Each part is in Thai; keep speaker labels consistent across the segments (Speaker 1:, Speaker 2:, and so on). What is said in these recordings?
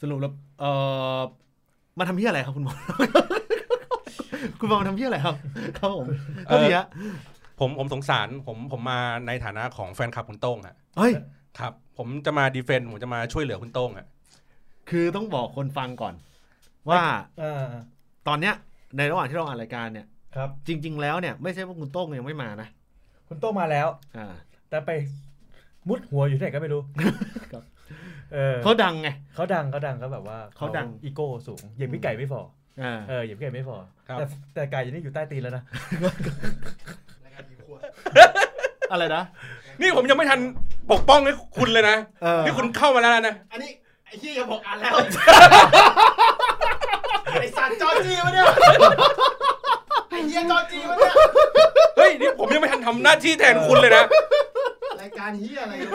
Speaker 1: สรุปแล้วเอ่อมาทำที่อะไรครับคุณหมอ คุณหมอมาทำที่อะไรครับ ครับผม
Speaker 2: เอ่
Speaker 1: ก็
Speaker 2: อ
Speaker 1: ดีฮะ
Speaker 2: ผมผมสงสารผมผมมาในฐานะของแฟนคลับคุณโต้งอะ
Speaker 1: เฮ้ย
Speaker 2: ครับ ผมจะมาดีเฟนต์ผมจะมาช่วยเหลือคุณโต้งอะ
Speaker 1: คือต้องบอกคนฟังก่อน ว่า
Speaker 3: อ่า
Speaker 1: ตอนเนี้ยในระหว่างที่เราอ่านรายการเนี่ย
Speaker 3: ครับ
Speaker 1: จริง ๆ แล้วเนี่ยไม่ใช่ว่าคุณโต้งยังไม่มานะ
Speaker 3: คุณโต้งมาแล้ว
Speaker 1: อ่า
Speaker 3: แต่ไปมุดหัวอยู่ที่ไหนก็ไม่รู้
Speaker 1: ครับ
Speaker 3: เออ
Speaker 1: เขาดังไง
Speaker 3: เขาดังเขาดังเขาแบบว่า
Speaker 1: เขาดัง
Speaker 3: อีโก้สูงอย่างพี่ไก่ไม่พอ
Speaker 1: อ่า
Speaker 3: เอออย่างพี่ไก่ไม่พอ
Speaker 2: ครับ
Speaker 3: แต่แต่ไก่อยังนี่อยู่ใต้ตีนแล้วนะ
Speaker 4: รายการกี่ขวด
Speaker 1: อะไรนะ
Speaker 2: นี่ผมยังไม่ทันปกป้องให้คุณเลยนะ
Speaker 1: เออ
Speaker 2: นี่คุณเข้ามาแล้วนะ
Speaker 4: อันนี้ไอ้ที่จะบอกอ่านแล้ว ไอ้สัตว์จอร์จีวะเนี่ย ไอ้เหี้ยจอร์จีวะเนี่ย
Speaker 2: เฮ้ยนี่ผมยังไม่ทันทำหน้าที่แทนคุณเลยนะ
Speaker 4: รายการเหี้ยอะไรเนี่ย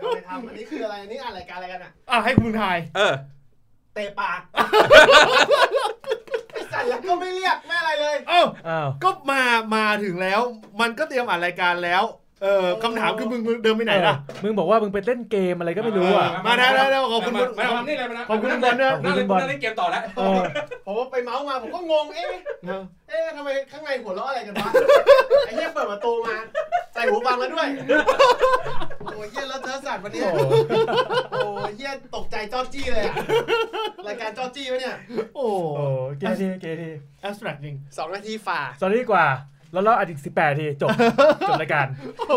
Speaker 4: เอาไปทำอันนี้คืออะไรอันนี้อ่านรายการอะไรกันอ่ะ
Speaker 1: อ่ะให้คุณทาย
Speaker 2: เออ
Speaker 4: เตะปาก ไอ้สัตว์แล้วก็ไม่เรียกไม่อะไรเลย
Speaker 1: เอ้า
Speaker 3: อ้าว
Speaker 1: ก็มามาถึงแล้ว มันก็เตรียมอ่านรายการแล้ว เออคำถามคือมึงมึงเดินไปไหนล่ะ
Speaker 3: เออมึงบอกว่ามึงไปเล่นเกมอะไรก็ไม่รู้อ่ะ
Speaker 1: มาได้ได้ได้ขอบคุณ
Speaker 2: มามามานี่เลยมานะ
Speaker 1: ขอบคุณคุณบอลด้วย
Speaker 2: นั่งเล่นนั่งเล่นเกมต่อแล้ว
Speaker 3: เออ
Speaker 4: ผมไปเมาส์มาผมก็งง เอ๊ะ
Speaker 1: เออ
Speaker 4: เอ๊ะทำไมข้างในหัวเราะอะไรกันวะ ไอ้เหี้ยเปิดประตูมา ใส่หูฟังมาด้วย โอ้ยเหี้ยแล้วเธอะสัตว์วันนี้
Speaker 3: โอ้โห
Speaker 4: โอ้ยเหี้ยตกใจจอร์จี้เลยอะรายการจอร์จี้วะเนี่ย
Speaker 1: โอ้
Speaker 3: โอ้โหเกมทีเกมที
Speaker 1: แอสแตรก จริง
Speaker 4: สองนาทีฝ่า
Speaker 3: สอนดีกว่า แล้วเราอัดอีกสิบแปดทีจบ จบรายการ
Speaker 1: โอ้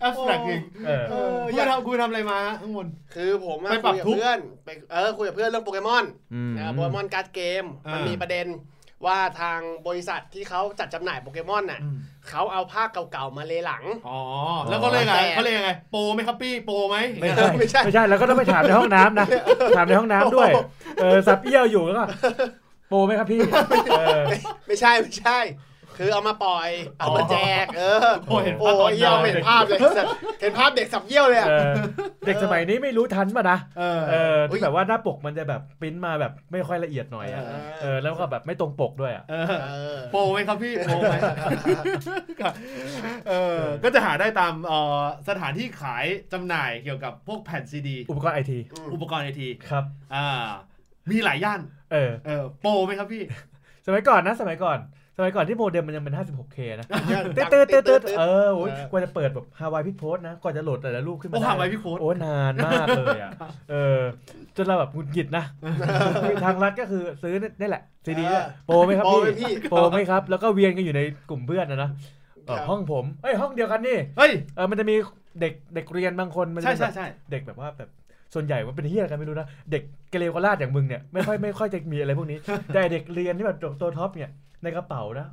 Speaker 1: แอสแตรกจริง
Speaker 3: เออ
Speaker 1: เออคุณทำคุณทำอะไรมาฮะข้างบน
Speaker 4: คือผมอะ
Speaker 1: ไปปรับ
Speaker 4: คุยกับ
Speaker 1: ทุกข์
Speaker 4: เพื่อนไปเออคุยกับเพื่อนเรื่องโปเกมอน
Speaker 3: อืม
Speaker 4: นะครับโปเกมอนการ์ดเกม
Speaker 1: อ่ามั
Speaker 4: มันมีประเด็นว่าทางบริษัทที่เขาจัดจำหน่ายโปเกมอนน่ะ
Speaker 1: อืม
Speaker 4: เขาเอาภาคเก่าๆมาเลหลัง
Speaker 1: อ๋อ แล้วเขาเลยไง
Speaker 4: แต่
Speaker 1: เขาเลยไง โปรไหมครับพี่ โปรไหม
Speaker 3: ไม่
Speaker 4: เอ
Speaker 3: ใช่
Speaker 4: อไม่
Speaker 3: ไม่
Speaker 4: ใช่
Speaker 3: ใช่ แล้วก็ต้องไปถามในห้องน้ำนะ ถามในห้องน้ำด้วย เออสับเอี้ยวอยู่แล้วก็โปรไหมครับพี่ เออ
Speaker 4: ไม่ใช่ไม่ใช่ คือเอามาปล่อย เอามาแจก เออ
Speaker 1: โอ้เห็น
Speaker 4: โอ้
Speaker 1: ภาพตอน
Speaker 4: ยเยี่ยมเห็นภาพเลยเห็นภาพเด็กสับเยี่ยวเลยอะ
Speaker 3: เออ เด็กสมัยนี้ไม่รู้ทันป่ะนะ
Speaker 1: เออ
Speaker 3: เออที่แบบว่าหน้าปกมันจะแบบปริ้นมาแบบไม่ค่อยละเอียดหน่อยอะ
Speaker 4: เออ
Speaker 3: เออ แล้วก็แบบไม่ตรงปกด้วยอ่ะ
Speaker 1: เออ
Speaker 4: เออ
Speaker 1: โปรไหมครับพี่ โปรไหมเออ ก็จะหาได้ตามเอ่อสถานที่ขายจำหน่ายเกี่ยวกับพวกแผ่นซีดี
Speaker 3: อุปกรณ์ไอที
Speaker 1: อุปกรณ์ไอที
Speaker 3: ครับ
Speaker 1: อ่า มีหลายย่าน
Speaker 3: เออ
Speaker 1: เออ โปรไหมครับพี่
Speaker 3: สมัยก่อนนะ สมัยก่อน สมัยก่อนที่โมเด็มมันยังเป็น 56K นะ
Speaker 4: ตึ๊
Speaker 3: เติ
Speaker 4: ด
Speaker 3: ร์
Speaker 4: ตึ๊
Speaker 3: เติร์
Speaker 4: ดตึ๊
Speaker 3: เติ
Speaker 4: ด
Speaker 3: ร์เติร์
Speaker 4: ตึ๊ด
Speaker 3: เออโอ้ยกว่าจะเปิดแบบฮาวายพิกโพสนะ กว่าจะโหลดแต่ละรูปขึ้นมา
Speaker 1: โอ้
Speaker 3: ได้
Speaker 1: หาไว้พี่โค้ด
Speaker 3: โอ้นานมากเลย อ่ะ เออ จนเราแบบหงุดหงิดนะคือทางรัฐก็คือซื้อนี่แหละซีดีเนี่ยโปรไหมครับ
Speaker 4: โปรไหมพี่
Speaker 3: พี่ โปรไหมครับ แล้วก็เวียนกันอยู่ในกลุ่มเพื่อนนะนะเออ
Speaker 4: ครับ
Speaker 3: ห้องผมเอ้ยห้องเดียวกันนี่
Speaker 1: เฮ้ย
Speaker 3: เออมันจะมีเด็กเด็กเรียนบางคนมันจะ
Speaker 1: ใช่
Speaker 3: เป็น
Speaker 1: ใช่
Speaker 3: แบบ
Speaker 1: ใช่
Speaker 3: เด็กแบบว่าแบบส่วนใหญ่ว่าเป็นเฮียอะไรกันไม่รู้นะเด็กเกเรกราดอย่างมึงเนี่ยไม่ค่อยไม่ค่อยจะมีอะไรพวกนี้ แต่เด็กเรียนที่แบบตัวท็อปเนี่ยในกระเป๋านะ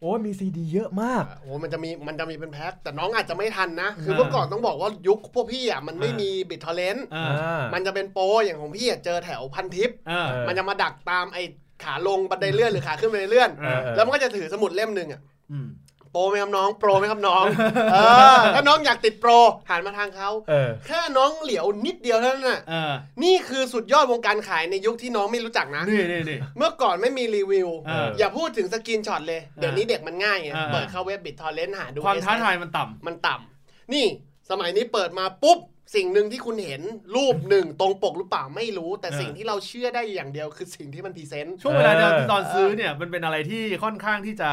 Speaker 3: โอ้ยมีซีดีเยอะมาก
Speaker 4: โอ้มันจะมีมันจะมีเป็นแพ็คแต่น้องอาจจะไม่ทันนะ คือเมื่อก่อนต้องบอกว่ายุคพวกพี่อ่ะมันไม่
Speaker 1: อ่ามี
Speaker 4: มีบิตทอเรนต์
Speaker 1: อ่า
Speaker 4: มันจะเป็นโปรอย่างของพี่อ่ะเจอแถวพันทิป
Speaker 1: อ่า
Speaker 3: เออ
Speaker 4: มันจะมาดักตามไอ้ขาลงบันไดเลื่อนหรือขาขึ้นบันไดเลื่อน
Speaker 1: เออ
Speaker 4: แล้วมันก็จะถือสมุดเล่มหนึ่งอ่ะ
Speaker 1: อืม
Speaker 4: โปรไหมครับน้องโปรไหมครับ น้อง เออถ้าน้องอยากติดโปรหันมาทางเขา
Speaker 3: เออ
Speaker 4: แค่น้องเหลียวนิดเดียวเท่านั้นน่ะ
Speaker 1: เออ
Speaker 4: นี่คือสุดยอดวงการขายในยุคที่น้องไม่รู้จักนะ
Speaker 1: นี่นี่นี่
Speaker 4: เมื่อก่อนไม่มีรีวิว
Speaker 1: เออ
Speaker 4: อ
Speaker 1: อ
Speaker 4: ย่าพูดถึงสกรีนช็อตเลย เดี๋ยวนี้เด็กมันง่ายไง
Speaker 1: เออ
Speaker 4: เปิดเข้าเว็บบิดทอเรนต์หาดู
Speaker 1: ความ
Speaker 4: SS
Speaker 1: ท้าทายมันต่ำ
Speaker 4: มันต่ำนี่สมัยนี้เปิดมาปุ๊บ สิ่งหนึ่งที่คุณเห็นรูปหนึ่งตรงปกหรือเปล่าไม่รู้ แต่
Speaker 1: เออ
Speaker 4: สิ่งที่เราเชื่อได้อย่างเดียวคือสิ่งที่มันพรีเซนต์
Speaker 1: ช่วงเวลาเดียว
Speaker 3: เออ
Speaker 1: ที่ตอนซื้อเนี่ยมันเป็นอะไรที่ค่อนข้างที่จะ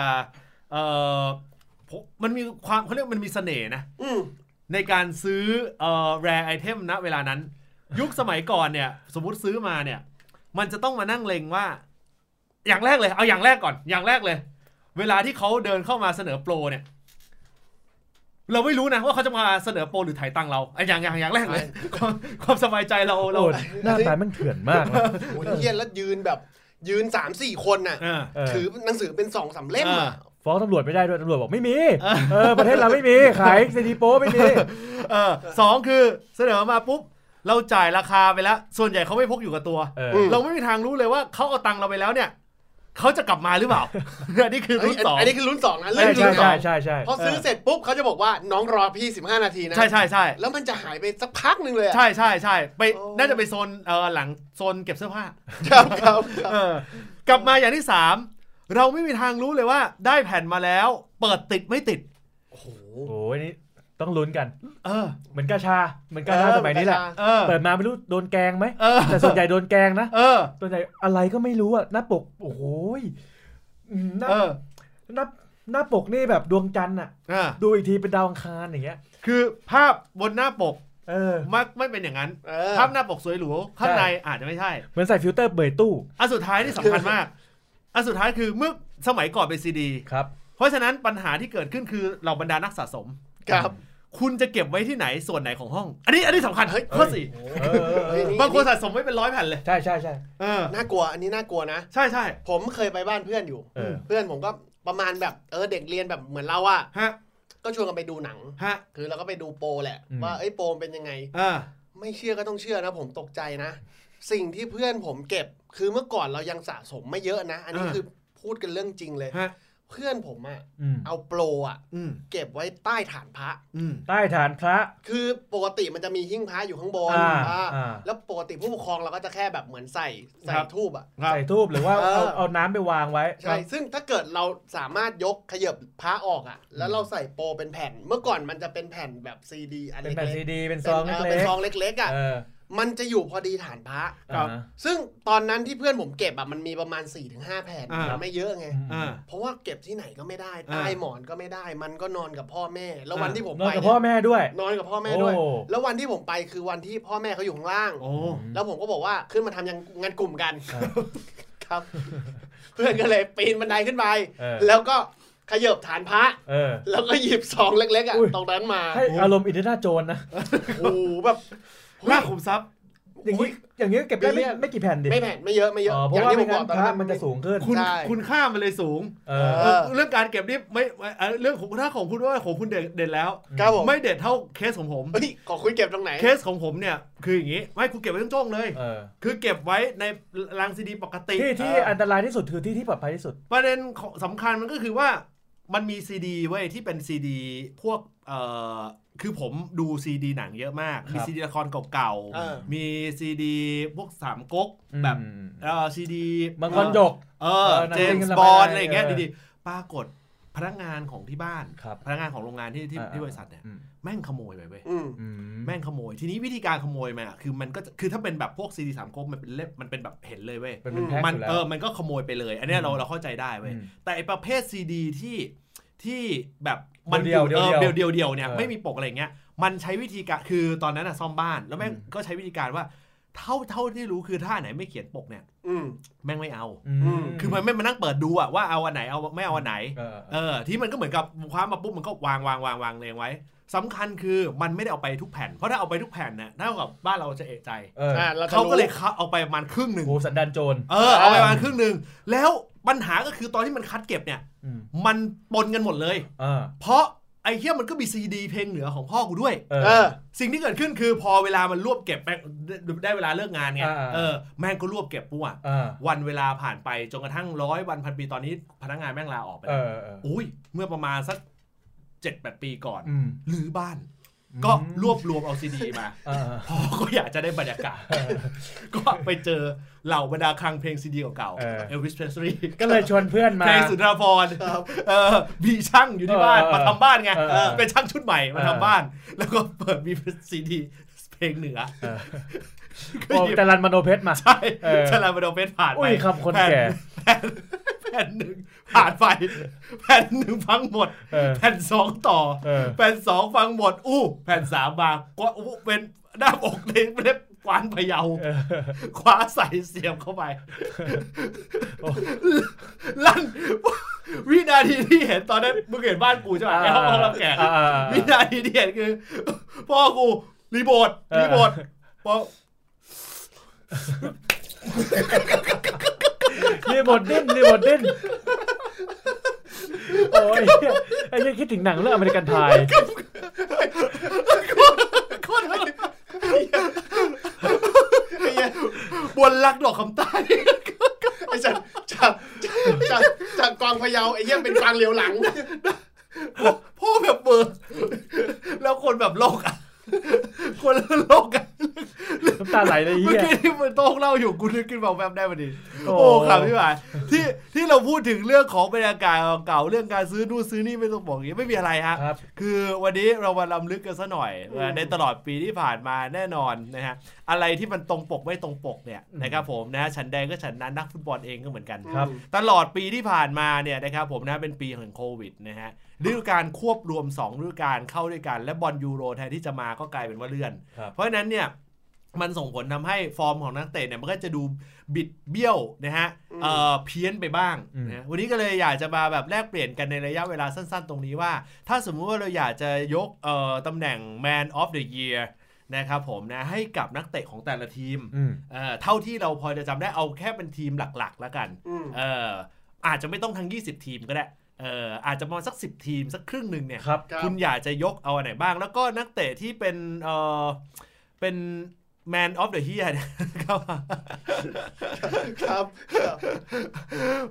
Speaker 1: เออผมมันมีความเขาเรียกมันมีเสน่ห์นะ
Speaker 4: อืม
Speaker 1: ในการซื้อเอ่อแรไอเทมณเวลานั้น ยุคสมัยก่อนเนี่ย สมมติซื้อมาเนี่ย มันจะต้องมานั่งเลงว่า อย่างแรกเลย เอาอย่างแรกก่อน อย่างแรกเลย เวลาที่เขาเดินเข้ามาเสนอโปรเนี่ย เราไม่รู้นะว่าเขาจะมาเสนอโปรหรือถ่ายตังค์เราไอ้อย่างอย่างอย่างแรกเลย ความความสบายใจเราเรา
Speaker 3: โอ้ยหน้าตามันเถื่อนมากนะ
Speaker 4: โอ้ยเฮียแล้วยืนแบบยืนสามสี่คนน่ะ
Speaker 1: เออ
Speaker 3: เออ
Speaker 4: ถือหนังสือเป็นสองสามเล่มอ่ะ
Speaker 3: ฟ้องตำรวจไม่ได้ด้วยตำรวจบอกไม่มีเออประเทศเราไม่มีขายซีดีโป้ไม่มี
Speaker 1: เออสองคือเสนอมาปุ๊บ เราจ่ายราคาไปแล้ว ส่วนใหญ่เขาไม่พกอยู่กับตัว
Speaker 3: เออ
Speaker 1: เราไม่มีทางรู้เลยว่าเขาเอาตังค์เราไปแล้วเนี่ย เขาจะกลับมาหรือเปล่า อันนี้คือ
Speaker 4: เอ้ย
Speaker 1: รุ่นสอง
Speaker 4: อันนี้คือรุ่นสองนะเรื่
Speaker 3: ใช่
Speaker 4: อง
Speaker 3: ใช่
Speaker 4: รุ่นสอ
Speaker 3: ใช่
Speaker 4: ง
Speaker 3: ใช่ใช่
Speaker 4: พอซื้อ
Speaker 1: เออ
Speaker 4: เสร็จปุ๊บเขาจะบอกว่าน้องรอพี่ 15 นาทีนะ
Speaker 1: ใช่ใช่ใช่
Speaker 4: แล้วมันจะหายไปสักพักหนึ่งเลยอะ
Speaker 1: ใช่ใช่ใช่ไป
Speaker 4: โอ้
Speaker 1: น่าจะไปโซนเออหลังโซนเก็บเสื้อผ้า
Speaker 4: ครับครับครับ
Speaker 1: เออกลับมาอย่างที่สามเราไม่มีทางรู้เลยว่า ได้แผ่นมาแล้ว เปิดติดไม่ติด
Speaker 4: โอ้โห
Speaker 3: โอ้ยนี่โต ต้องลุ้นกัน
Speaker 1: เออ
Speaker 3: เหมือนกาชา เหมือนกาชาสมัยนี้แหละ
Speaker 1: เออ
Speaker 3: เปิดมาไม่รู้โดนแกงไหม
Speaker 1: เออ
Speaker 3: แต่ส่วนใหญ่โดนแกงนะ
Speaker 1: เออ
Speaker 3: ส่วนใหญ่อะไรก็ไม่รู้อะหน้าปก โอ้โหยอืมหน้า
Speaker 1: เออ
Speaker 3: หน้าหน้าปกนี่แบบดวงจันทร์อะ
Speaker 1: อ่ะ
Speaker 3: ดูอีกทีเป็นดาวอังคารอย่างเงี้ย
Speaker 1: คือภาพบนหน้าปก
Speaker 3: เออ
Speaker 1: มักไม่เป็นอย่างนั้น
Speaker 4: เออ
Speaker 1: ภาพหน้าปกสวยหรูข้างในอาจจะไม่ใช่
Speaker 3: เหมือนใส่ฟิลเตอร์เบยตู้
Speaker 1: อันสุดท้ายที่สำคัญมาก อันสุดท้ายคือเมื่อสมัยก่อนเป็นซีดี
Speaker 3: ครับ
Speaker 1: เพราะฉะนั้นปัญหาที่เกิดขึ้นคือเราบรรดานักสะสม
Speaker 4: ครับ
Speaker 1: คุณจะเก็บไว้ที่ไหนส่วนไหนของห้อง อันนี้อันนี้สำคัญ
Speaker 4: เฮ้ย
Speaker 1: ข้อสี่
Speaker 3: เออเออเออ
Speaker 1: บางคนสะสมไว้เป็นร้อยแผ่นเลย
Speaker 3: ใช่ใช่ใช่
Speaker 1: เออ
Speaker 4: น่ากลัวอันนี้น่ากลัวนะ
Speaker 1: ใช่ใช่
Speaker 4: ผมเคยไปบ้านเพื่อนอยู่
Speaker 3: เออ
Speaker 4: เพื่อนผมก็ประมาณแบบเออเด็กเรียนแบบเหมือนเราอะ
Speaker 1: ฮะ
Speaker 4: ก็ชวนกันไปดูหนัง
Speaker 1: ฮะ
Speaker 4: คือเราก็ไปดูโปรแหละ
Speaker 3: อืม
Speaker 4: ว่าเอ้ยโปรมันเป็นยังไง
Speaker 1: เออ
Speaker 4: ไม่เชื่อก็ต้องเชื่อนะผมตกใจนะ สิ่งที่เพื่อนผมเก็บ คือเมื่อก่อนเรายังสะสมไม่เยอะนะ อันนี้
Speaker 1: อ่า
Speaker 4: คือพูดกันเรื่องจริงเลย
Speaker 1: ฮะ
Speaker 4: เพื่อนผมอะ
Speaker 3: อืม
Speaker 4: เอาโปรอะ
Speaker 1: อืม
Speaker 4: เก็บไว้ใต้ฐานพระ
Speaker 1: อืม
Speaker 3: ใต้ฐานพระ
Speaker 4: คือปกติมันจะมีหิ้งพระอยู่ข้างบน
Speaker 3: อ่า
Speaker 4: อ่า
Speaker 3: อ่า
Speaker 4: แล้วปกติผู้ปกครองเราก็จะแค่แบบเหมือนใส่ใส่ทูบอะ
Speaker 1: ครับ
Speaker 3: ใส่ทูบหรือว่า
Speaker 4: เออ
Speaker 3: เอาเอาน้ำไปวางไว้
Speaker 4: ใช่ ซึ่งถ้าเกิดเราสามารถยกขยับพระออกอะแล้วเราใส่โปรเป็นแผ่น เมื่อก่อนมันจะเป็นแผ่นแบบซีดีอัน
Speaker 3: เป็น
Speaker 4: เล็ก
Speaker 3: แผ่น
Speaker 4: ๆ
Speaker 3: ซีดี เป็นซอง
Speaker 4: ป็น
Speaker 3: เล็
Speaker 4: เป็น
Speaker 3: ก
Speaker 4: ซองเล็กๆอะ
Speaker 3: ๆเออ
Speaker 4: มันจะอยู่พอดีฐานพระ
Speaker 3: อ่าฮะ
Speaker 4: ซึ่งตอนนั้นที่เพื่อนผมเก็บอะมันมีประมาณ 4-5 แผ่น
Speaker 1: อ่า
Speaker 4: มันไม่เยอะไง
Speaker 3: อืม
Speaker 1: อ่า
Speaker 4: เพราะว่าเก็บที่ไหนก็ไม่ได้
Speaker 1: อ่า
Speaker 4: ใต้หมอนก็ไม่ได้ มันก็นอนกับพ่อแม่ แล้ววัน
Speaker 1: อ่า
Speaker 4: ที่ผม
Speaker 3: นอน
Speaker 4: ไป
Speaker 3: กับ
Speaker 4: เย
Speaker 3: พ่อแม่ด้วย
Speaker 4: นอนกับพ่อแม่ด้วย
Speaker 3: โอ้
Speaker 4: แล้ววันที่ผมไปคือวันที่พ่อแม่เขาอยู่ข้างล่าง
Speaker 1: โอ้
Speaker 4: แล้วผมก็บอกว่าขึ้นมาทำยังงานกลุ่มกัน
Speaker 3: ครับ
Speaker 4: ครับ เพื่อนก็เลยปีนบันไดขึ้นไป
Speaker 3: เออ
Speaker 4: แล้วก็ขยบฐานพระ
Speaker 3: เออ
Speaker 4: แล้วก็หยิบซองเล็กๆอ่ะ
Speaker 3: อุ้ย
Speaker 4: ตรงนั้นมา
Speaker 3: ให้อารมณ์อินเดียนาโจนนะ
Speaker 4: โอ้โหแบบ
Speaker 1: หน้าขุมทรัพย์
Speaker 3: อย่างนี้อย่างนี้เก็บได้ไม่ไม่กี่แผ่นดิ
Speaker 4: ไม่แผ่นไม่เยอะไม่เยอะ
Speaker 3: อ๋อเพ
Speaker 4: อ
Speaker 3: ราะ
Speaker 4: ย่าง
Speaker 3: ว่า
Speaker 4: ที่ผ
Speaker 3: ไม่
Speaker 4: มบ
Speaker 3: งั้
Speaker 4: อก
Speaker 3: น
Speaker 4: ตอน
Speaker 3: พระ
Speaker 4: นั้น
Speaker 3: มันจะสูงขึ้น
Speaker 1: คุณ
Speaker 4: ใช่
Speaker 1: คุณค่ามันเลยสูง
Speaker 3: เออ
Speaker 4: เออ
Speaker 1: เรื่องการเก็บนี่ไม่เอ่อเรื่องของถ้าของคุณว่าของคุณเด่นเด่นแล้ว
Speaker 4: ครับผม
Speaker 1: ไม่เด็ดเท่าเคสของผม
Speaker 4: เฮ้ยขอคุยเก็บตรงไหน
Speaker 1: เคสของผมเนี่ยคืออย่างนี้ไม่คุณเก็บไว้ทั้งจ้องเลย
Speaker 3: เออ
Speaker 1: คือเก็บไว้ในรังซีดีปกติ
Speaker 3: ที่ที่
Speaker 4: เอออั
Speaker 3: อันตรายที่สุดคือที่ที่ปลอดภัยที่สุด
Speaker 1: ประเด็นของสำคัญมันก็คือว่ามันมีซีดีเว้ยที่เป็นซีดีพวกเอ่อคือผมดูซีดีหนังเยอะมาก มี
Speaker 3: ครับ
Speaker 1: ซีดีละครเก่า
Speaker 4: เออ
Speaker 1: ๆ มีซีดีพวกสามก๊กแบบ
Speaker 3: อืม
Speaker 1: เอ่อซีดี
Speaker 3: มังกรหยก
Speaker 1: เออ
Speaker 3: เออหนัง
Speaker 1: เจม
Speaker 3: เรื่อง
Speaker 1: ส์บบ
Speaker 3: ระาย
Speaker 1: อลอะไรอย่างเงี้ย
Speaker 3: เออ
Speaker 1: ดีๆ ปรากฏพนักงานของที่บ้าน
Speaker 3: ครับ
Speaker 1: พนักงานของโรงงานที่ที่
Speaker 3: อ่า
Speaker 1: ที่บริษัทเนี่ย
Speaker 3: อืม
Speaker 1: แม่งขโมยไปเว้ย
Speaker 4: อืม
Speaker 3: อื
Speaker 1: แม่งขโมย ทีนี้วิธีการขโมยมันอะคือมันก็จะคือถ้าเป็นแบบพวกซีดีสามก๊กมันเป็นเล็บมันเป็นแบบเห็นเลยเว้ย
Speaker 3: เป็นเป็นแพ็ค
Speaker 1: มัน
Speaker 3: อยู่แล้ว
Speaker 1: เออ มันก็ขโมยไปเลย อันเนี้ยเรา
Speaker 3: อืม
Speaker 1: เราเข้าใจได้เว้ย
Speaker 3: อืม
Speaker 1: แต่ไอประเภทซีดีที่ที่แบบมัน
Speaker 3: เดี่ยวๆ
Speaker 1: อเออ
Speaker 3: เดี่
Speaker 1: เดีย
Speaker 3: ยว วๆ
Speaker 1: เดียวเดียวๆเนี่ย
Speaker 3: เออ
Speaker 1: ไม่มีปกอะไรเงี้ย มันใช้วิธีการ คือตอนนั้นอะซ่อมบ้าน แล้วแม่ง
Speaker 3: อืม
Speaker 1: ก็ใช้วิธีการว่า เท่าเท่าที่รู้คือถ้าไหนไม่เขียนปกเนี่ย
Speaker 4: อืม
Speaker 1: แม่งไม่เอา
Speaker 3: อืม
Speaker 1: คือมันไม่มานั่งเปิดดูอะว่าเอาอันไหน เอาไม่เอาอันไหน
Speaker 3: เออ
Speaker 1: เออ ที่มันก็เหมือนกับคว้ามาปุ๊บมันก็วางวางวางวางเรียงไว้สำคัญคือมันไม่ได้เอาไปทุกแผ่น เพราะถ้าเอาไปทุกแผ่นเนี่ยเท่ากับบ้านเราจะเอะใจ
Speaker 3: เออ
Speaker 4: อ่าเราจะ
Speaker 1: เขาก็เลย
Speaker 4: รู้
Speaker 1: เอาไปประมาณครึ่งหนึ่ง
Speaker 3: โหสันดานโจร
Speaker 1: เออเอาไปประมาณครึ่งหนึ่งแล้วปัญหาก็คือตอนที่มันคัดเก็บเนี่ย
Speaker 3: อืม
Speaker 1: มันปนกันหมดเลย
Speaker 3: อ่า
Speaker 1: เพราะไอ้เฮียมันก็มีซีดีเพลงเหนือของพ่อกูด้วย
Speaker 3: เอ
Speaker 4: เอ
Speaker 3: อ
Speaker 4: อ
Speaker 1: สิ่งที่เกิดขึ้นคือพอเวลามันรวบเก็บแม่งได้เวลาเลิกงานไง
Speaker 3: อ่า
Speaker 1: เออแม่งก็รวบเก็บปุ๊บอะ
Speaker 3: อ่า
Speaker 1: วันเวลาผ่านไปจนกระทั่งร้อยวันพันปีตอนนี้พนักงานแม่งลาออกไป
Speaker 3: เอ
Speaker 1: แล้ว
Speaker 3: อเออ
Speaker 1: อุ้ยเมื่อประมาณสักเจ็ดแปดปีก่อน
Speaker 3: อืม
Speaker 1: หรือบ้าน ก็รวบรวมเอาซีดีมา
Speaker 3: อ่า
Speaker 1: พอก็อยากจะได้บรรยา กาศ ก็ไปเจอเหล่าบรรดาคลังเพลงซีดีเก่าๆเอลวิสเพรสลี
Speaker 3: ก็เลยชวนเพื่อนมา
Speaker 1: เพลงสุนทรภรณ์เออมีช่างอยู่ที่บ้าน
Speaker 3: เออ
Speaker 1: มาทำบ้านไง
Speaker 3: เออ
Speaker 1: เออเป็นช่างชุดใหม่มาทำ
Speaker 3: เออ
Speaker 1: บ้าน แล้วก็เปิดมีซีดีเพลงเหนือ
Speaker 3: เออ
Speaker 1: ก็
Speaker 3: โอ้
Speaker 1: หยิบ
Speaker 3: จารันมโนเพชรมา
Speaker 1: ใช่
Speaker 3: เออ
Speaker 1: ชลาบดเพชรผ่าน
Speaker 3: อุ้
Speaker 1: ไป
Speaker 3: ยคำคน
Speaker 1: ผ่
Speaker 3: แก่
Speaker 1: แผ่นแผ่นหนึ่งผ่านไปแผ่นหนึ่งฟังหมด
Speaker 3: เออ
Speaker 1: แผ่นสองต่อ
Speaker 3: เออ
Speaker 1: แผ่นสองฟังหมด อู้ แผ่นสามมากว่าอู้เป็นหน้าอกเล็กเล็บกวานพะเยา
Speaker 3: เออ
Speaker 1: คว้าใส่เสียบเข้าไป
Speaker 3: โอ้
Speaker 1: ลั่น วินาทีที่เห็นตอนนั้นมึงเห็นบ้านกูใช่ไหมไอ้ห้องห้องรับแขก
Speaker 3: อ่าอ่าอ่า
Speaker 1: วินาทีที่เห็นคือ พ่อกูรีโบท
Speaker 3: เออ
Speaker 1: รีโบทพ่อ
Speaker 3: รีบดดิ้นรีบดดิ้นโอ้ยไอ้ยังคิดถึงหนังเรื่องอเมริกันไทย
Speaker 1: โคตรบนรักดอกคำใต้
Speaker 4: ไอ้จากจากจากจากกวางพะเยาไอ้เหี้ยเป็นกวางเหลียวหลัง
Speaker 1: พ่อแบบเบิร์แล้วคนแบบโลกอ่ะ คนโลกอ่ะ
Speaker 3: น้ำตาไหลเลยไอ้
Speaker 1: เมื่อ
Speaker 3: เหี้ย
Speaker 1: กี้ที่มันโต้งเล่าอยู่กูนึกขึ้นบอกแบบได้พอดี
Speaker 3: โอ้
Speaker 1: โอ้ครับพี่หวานที่ที่เรา เราพูดถึงเรื่องของบรรยากาศเก่าๆเรื่องการซื้อนู่นซื้อนี่ไม่ต้องบอกอย่างนี้ไม่มีอะไรฮะ
Speaker 3: ครับ
Speaker 1: คือวันนี้เรามาลำลึกกันซะหน่อย
Speaker 4: อืม
Speaker 1: ในตลอดปีที่ผ่านมาแน่นอนนะฮะอะไรที่มันตรงปกไม่ตรงปกเนี่ย
Speaker 3: อืม
Speaker 1: นะครับผมนะฮะฉันแดงก็ฉันนั้นนักฟุตบอลเองก็เหมือนกัน
Speaker 3: ครับ
Speaker 1: ตลอดปีที่ผ่านมาเนี่ยนะครับผมนะเป็นปีของโควิดนะฮะฤดูการควบรวม2ฤดูการเข้าด้วยกัน และบอลยูโรแทนที่จะมาก็กลายเป็นว่าเลื่อน
Speaker 3: ครับ
Speaker 1: เพราะฉะนั้นเนี่ยมันส่งผลทำให้ฟอร์มของนักเตะเนี่ยมันก็จะดูบิดเบี้ยวนะฮะเอ่อเพี้ยนไปบ้าง
Speaker 3: อืม
Speaker 1: นะฮะวันนี้ก็เลยอยากจะมาแบบแลกเปลี่ยนกันในระยะเวลาสั้นๆ ตรงนี้ว่า ถ้าสมมุติว่าเราอยากจะยกเอ่อตำแหน่ง Man of the Year นะครับผมนะให้กับนักเตะของแต่ละทีม
Speaker 3: อืม
Speaker 1: เอ่อเท่าที่เราพอจะจำได้เอาแค่เป็นทีมหลักๆ แล้วกัน
Speaker 4: อืม
Speaker 1: เอออาจจะไม่ต้องทั้ง 20 ทีมก็ได้เอออาจจะประมาณสัก 10 ทีมสักครึ่งหนึ่งเนี่ย
Speaker 3: ครับ
Speaker 4: ครับ
Speaker 1: คุณอยากจะยกเอาอันไหนบ้าง แล้วก็นักเตะที่เป็นเออเป็น Man of the Year เนี่ย ครับ
Speaker 4: ครับ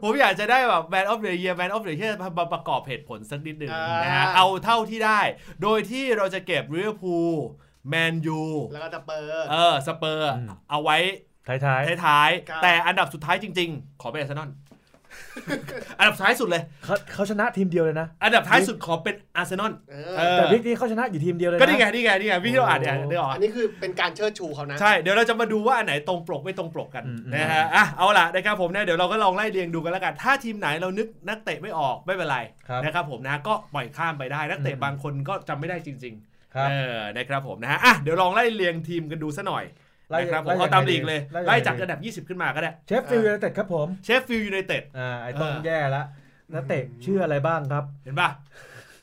Speaker 1: ผมอยากจะได้แบบ Man of the Year Man of the Year มาประกอบเหตุผลสักนิดหนึ่ง
Speaker 4: อ่าน
Speaker 1: นะฮะเอาเท่าที่ได้ โดยที่เราจะเก็บลิเวอร์พูลแมนยู
Speaker 4: แล้วก็จะเปิด
Speaker 1: เออสเปอร์
Speaker 3: อืม
Speaker 1: เอาไว้
Speaker 3: ท้าย
Speaker 1: ท้าย
Speaker 4: ครั
Speaker 1: ๆ
Speaker 4: บ
Speaker 1: แต่อันดับสุดท้ายจริง ๆ ขอเป็นอาร์เซนอล อันดับท้ายสุดเลย
Speaker 3: ๆเขาเขาชนะทีมเดียวเลยนะ
Speaker 1: อันดับท้ายสุดขอเป็นอาร์เซนอล
Speaker 4: เอ
Speaker 1: เอ
Speaker 4: อ
Speaker 1: อ
Speaker 3: แต่วิกนี้เขาชนะอยู่ทีมเดียวเลยนะ
Speaker 1: ก็นี่ไงนี่ไงนี่ไงพี่ที่เราอ่านเนี่ยนึกออก
Speaker 4: อันนี้คือเป็นการเชิดชูเขานะ
Speaker 1: ใช่ เดี๋ยวเราจะมาดูว่าอันไหนตรงปกไม่ตรงปกกัน
Speaker 3: อืมอืม
Speaker 1: นะฮะอ่ะเอาล่ะนะครับผมเนี่ยเดี๋ยวเราก็ลองไล่เรียงดูกันแล้วกัน ถ้าทีมไหนเรานึกนักเตะไม่ออกไม่เป็นไร
Speaker 3: ครับ
Speaker 1: นะครับผมนะก็ปล่อยข้ามไปได้นักเตะ
Speaker 3: อืม
Speaker 1: บางคนก็จำไม่ได้จริง
Speaker 3: ค
Speaker 1: ๆ
Speaker 3: รับ
Speaker 1: เออนะครับผมนะฮะอ่ะเดี๋ยวลองไล่เรียงทีมกันดูซะหน่อยนะครับผมเอาตามลีกเลยไล่จากอันดับ 20 ขึ้นมาก็ได้
Speaker 3: เชฟฟิลด์ยูไนเต็ดครับผม
Speaker 1: เชฟฟิลด์ยูไนเต็ด
Speaker 3: อ่าไอ้ต้อง
Speaker 1: เออ
Speaker 3: แย่ละนักเตะ
Speaker 4: อืม
Speaker 3: ชื่ออะไรบ้างครับ
Speaker 1: เห็นป่ะ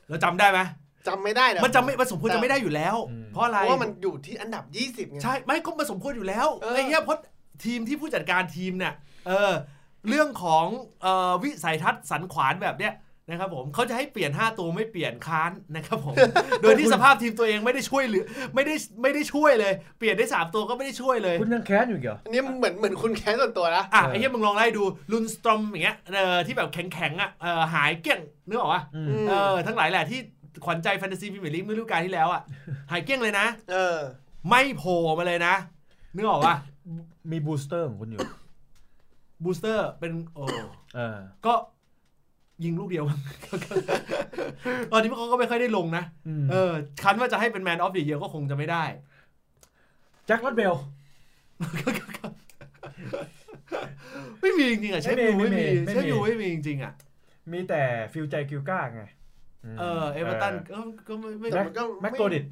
Speaker 1: เราจำได้ไหม
Speaker 4: จำไม่ได้แล้ว
Speaker 1: มันจำไม่มันสมควรจะไม่ได้อยู่แล้ว
Speaker 3: อืม
Speaker 1: เพราะอะ
Speaker 4: เพ
Speaker 1: ไร
Speaker 4: ราะว่ามันอยู่ที่อันดับ 20ไง
Speaker 1: ใช่ ไม่ก็มาสมควรอยู่แล้ว
Speaker 4: เออ
Speaker 1: ไอ้เนี้ยเพราะทีมที่ผู้จัดการทีมเนี่ยเออเรื่องของเออวิสัยทัศน์สันขวานแบบเนี้ยนะครับผมเขาจะให้เปลี่ยน 5 ตัวไม่เปลี่ยนค้านนะครับ ผม โดยที่สภาพทีมตัวเองไม่ได้ช่วยเหรือไม่ได้ไม่ได้ช่วยเลย เปลี่ยนได้ 3 ตัวก็ไม่ได้ช่วยเลย
Speaker 3: คุณยังแค้นอยู่อีกเหรอ
Speaker 4: อันนี้เหมือนเหมือนคุณแค้นส่วนตัวนะ
Speaker 1: อ่ะ
Speaker 3: เออ
Speaker 1: ไอ้เนี้ยมึงลองไล่ดูลุนสตรอมอย่างเงี้ยเออที่แบบแข็งๆอ่ะเออหายเกลี้ยงนึกออกปะ
Speaker 3: อืม
Speaker 4: ม
Speaker 1: เออทั้งหลายแหละที่ขวัญใจแฟนตาซีพรีเมียร์ลีกเมื่อฤดูกาลที่แล้ว อ่ะหายเกลี้ยงเลยนะ
Speaker 4: เออ
Speaker 1: ไม่โผล่มาเลยนะนึกออกปะ
Speaker 3: มีบูสเตอร์ของคุณอยู่
Speaker 1: บูสเตอร์เป็นโอ้
Speaker 3: เออ
Speaker 1: ก็ยิง ลูกเดียว ตอนนี้เขาก็ไม่ค่อยได้ลงนะ
Speaker 3: อืม
Speaker 1: เออ คันว่าจะให้เป็นแมนออฟเดียก็คงจะไม่ได้
Speaker 3: แจ็คลัดเบล
Speaker 1: ไม่มีจริงๆอ่ะเชฟยู
Speaker 3: ไม่
Speaker 1: ไม่
Speaker 3: มี
Speaker 1: มี
Speaker 3: ไม่มี
Speaker 1: เชฟยูไม่มีจริงๆอ่ะ
Speaker 3: มีแต่ฟิลใจกิลก้าไง
Speaker 1: เออ เอเวอร์ตันก็ก็ไม่ไม่
Speaker 4: แต่
Speaker 3: แม็ก
Speaker 4: มันก็ไม่
Speaker 3: แม็กโกดิต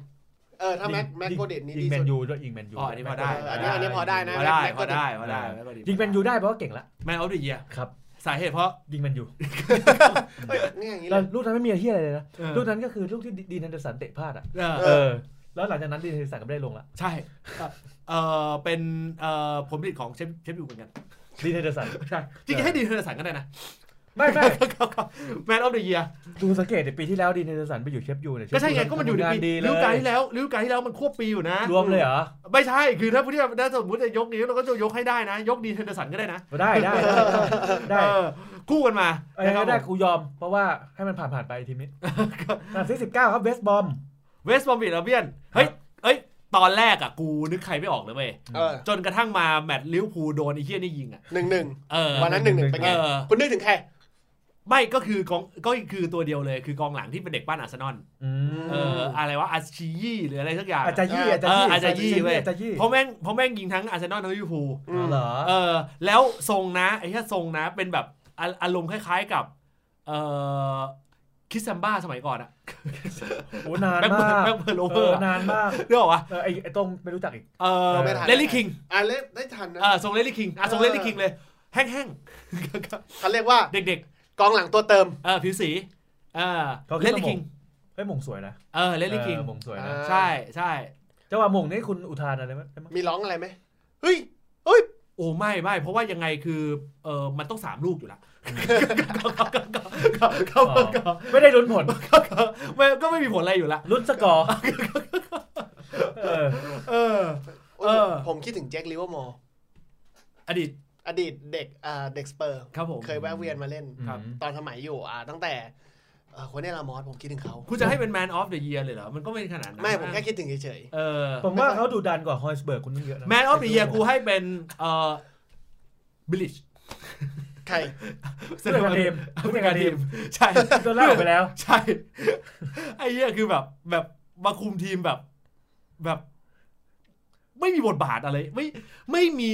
Speaker 4: เออถ้าแม็กแม็กโกเดตนี่
Speaker 3: ยิ
Speaker 4: ดี
Speaker 3: งแม
Speaker 4: สุ
Speaker 3: น
Speaker 4: ด
Speaker 3: ยูด้วยยิงแมนยู
Speaker 1: อ๋ออันนี้พอได้
Speaker 4: เอออันนี้อันนี้พอได้นะ
Speaker 1: พอได้
Speaker 4: แม็ก
Speaker 1: พอ
Speaker 4: โกเดต
Speaker 1: ได้พอได้พอได้
Speaker 3: ยิงแมนยูได้เพราะว่าเก่งละ
Speaker 1: แมนออฟเดีย
Speaker 3: ครับ
Speaker 1: สาเหตุเพราะ
Speaker 3: ยิงแมนยู
Speaker 4: เอ้ยนี่อย่างนี้เล
Speaker 3: แล้ว
Speaker 4: ย
Speaker 3: ลูกนั้นไม่มีเฮียอะไรเลยนะ
Speaker 1: เออ
Speaker 3: ลูกนั้นก็คือลูกที่ดีนแฮนเดอร์สันเตะพลาดอ่ะ
Speaker 1: เออ
Speaker 3: เออ แล้วหลังจากนั้นดีนแฮนเดอร์สันก็ไม่ได้ลงละ
Speaker 1: ใช่ เออเป็นเออผลผลิตของเชฟเชฟยูเหมือนกัน
Speaker 3: ดีนแฮนเดอร์สัน
Speaker 1: ใช่ จริงๆให้ดีเทอร์สันก็ได้นะ
Speaker 3: ไม่ ไม่
Speaker 1: แมนออฟเดีย
Speaker 3: ดูสังเกตในปีที่แล้วดีนแฮนเดอร์สันไปอยู่เชฟยูเนี่ย
Speaker 1: ก็ใช่ไงก็มันอยู่ใน
Speaker 3: ผลงา
Speaker 1: ปี
Speaker 3: ดี
Speaker 1: ฤ
Speaker 3: เล
Speaker 1: ดูกาล
Speaker 3: ย
Speaker 1: ที่แล้วฤดูกาลที่แล้วมันควบปีอยู่นะ
Speaker 3: รวมเลยเหรอ
Speaker 1: ไม่ใช่ คือถ้าพูดที่ถ้าสมมติจะยกนี้เราก็จะยกให้ได้นะ ยกดีเทนเดอร์สันก็ได้นะ
Speaker 3: ได้ได้ได้ได้
Speaker 1: เออคู่กันมา
Speaker 3: เออ
Speaker 1: นะครับ
Speaker 3: ได้กูยอม เพราะว่าให้มันผ่านผ่านๆไปทีม นี้อันที่สิบเก้าครับเวสบอม
Speaker 1: เวสต์บอมบีลาเบียน เฮ้ย เอ้ย ตอนแรกอะกูนึกใครไม่ออกเลยเว้ย
Speaker 4: เออ
Speaker 1: จนกระทั่งมาแมตช์ลิเวอร์พูลโดนไอ้เหี้ยนี่ยิงอะ
Speaker 4: หนึ่งหนึ่ง
Speaker 1: เออ
Speaker 4: วันนั้นหนึ่งหนึ่งเป็น
Speaker 1: เอ
Speaker 4: ไง
Speaker 1: อ
Speaker 4: คุณนึกถึงใคร
Speaker 1: ไม่ก็คือกองก็คือตัวเดียวเลย คือกองหลังที่เป็นเด็กบ้านอาร์เซนอล เออ อะไรวะอาชียี่หรืออะไรสักอย่าง
Speaker 3: อา
Speaker 1: อะ
Speaker 3: จจะยี่อาจจะ
Speaker 1: เอ
Speaker 3: ยี่
Speaker 1: ออาจจะยี่เว้ย
Speaker 3: อาจจะยี่
Speaker 1: เพราะแม่งเพราะแม่งยิงทั้งอาร์เซนอลทั้งลิเวอร์พูล
Speaker 4: อืม
Speaker 3: เหรอ
Speaker 1: เออแล้วทรงนะไอ้แค่ทรงนะเป็นแบบอาอารมณ์คล้ายๆกับเออคิสซัมบ้าสมัยก่อนอะ
Speaker 3: โอ้นาน
Speaker 1: แบ็คเบิร์
Speaker 3: มา
Speaker 1: ด
Speaker 3: ก
Speaker 1: แบ็คเบิร์ดโอเว
Speaker 3: เอ
Speaker 1: อ
Speaker 3: อ
Speaker 1: ร์อะ
Speaker 3: นานมาก
Speaker 1: เรียกว่า
Speaker 3: เออไอ้ไอ้ตรงไม่รู้จักอีก
Speaker 1: เออ
Speaker 3: ไม่ทัน
Speaker 1: เลลี่คิง
Speaker 4: อ่ะเล่นได้ทันนะ
Speaker 1: เออทรงเลลี่คิงอ่ะทรง
Speaker 4: เอ
Speaker 1: เล
Speaker 4: อ
Speaker 1: ลี่คิงเลย แห้ง
Speaker 4: เขาเรียกว่า
Speaker 1: ๆ เด็ก
Speaker 4: กองหลังตัวเติม
Speaker 1: ๆเออผิวสีเออ
Speaker 3: เขาคิ
Speaker 1: เล
Speaker 3: ดว่า
Speaker 1: ลี่คิง
Speaker 3: เฮ้ยหมงสวยนะ
Speaker 1: เออเลลี่คิง
Speaker 3: ออหมงสวยนะ
Speaker 4: อ่า
Speaker 1: ใช่ใช่
Speaker 3: จังหวะหมงนี่คุณอุทานอะไรไหมได้มั้ย
Speaker 4: มีร้องอะไรไหมเฮ้ยเฮ้ย
Speaker 1: โอ้ไม่ไม่เพราะว่ายังไงคือเออมันต้องสามลูกอยู่ละ
Speaker 3: อ๋อไม่ได้ลุ้นผล
Speaker 1: ไม่ก็ไม่มีผลอะไรอยู่ละ
Speaker 3: ลุ้นสกอร์เออ
Speaker 1: เออ
Speaker 4: โอ้ย
Speaker 1: เออ
Speaker 4: ผมคิดถึงแจ็คลิเวอร์มอร์
Speaker 1: อดีต
Speaker 4: อดีตเด็กอ่าเด็กสเปอร์
Speaker 1: ครับผม
Speaker 4: เคยแวะเวียนมาเล่น
Speaker 1: ครับ
Speaker 4: ตอนสมัยอยู่อ่าตั้งแต่เอ่อคนเนลามอสผมคิดถึงเขา
Speaker 1: คุณจะให้เป็น Man of the Year เลยเหรอ มันก็ไม่ขนาดนั้น
Speaker 4: ไม่ผมแค่คิดถึงเฉย
Speaker 1: เออ
Speaker 3: ผมว่าเขาดูดันกว่าฮอยสเบิร์กคุณนึงเยอะนะ
Speaker 1: Man of the Year กูให้เป็น เอ่อ Bilic
Speaker 4: ใคร
Speaker 1: เซ
Speaker 3: เสื้
Speaker 1: นท
Speaker 3: อ
Speaker 1: รั
Speaker 3: กา
Speaker 1: ล
Speaker 3: ทีม
Speaker 1: อเมริกาทีมใช่
Speaker 3: โดนล่าออกไปแล้ว
Speaker 1: ใช่ไอ้เหี้ยคือแบบแบบมาคุมทีมแบบแบบ ไม่มีบทบาทอะไร ไม่ไม่มี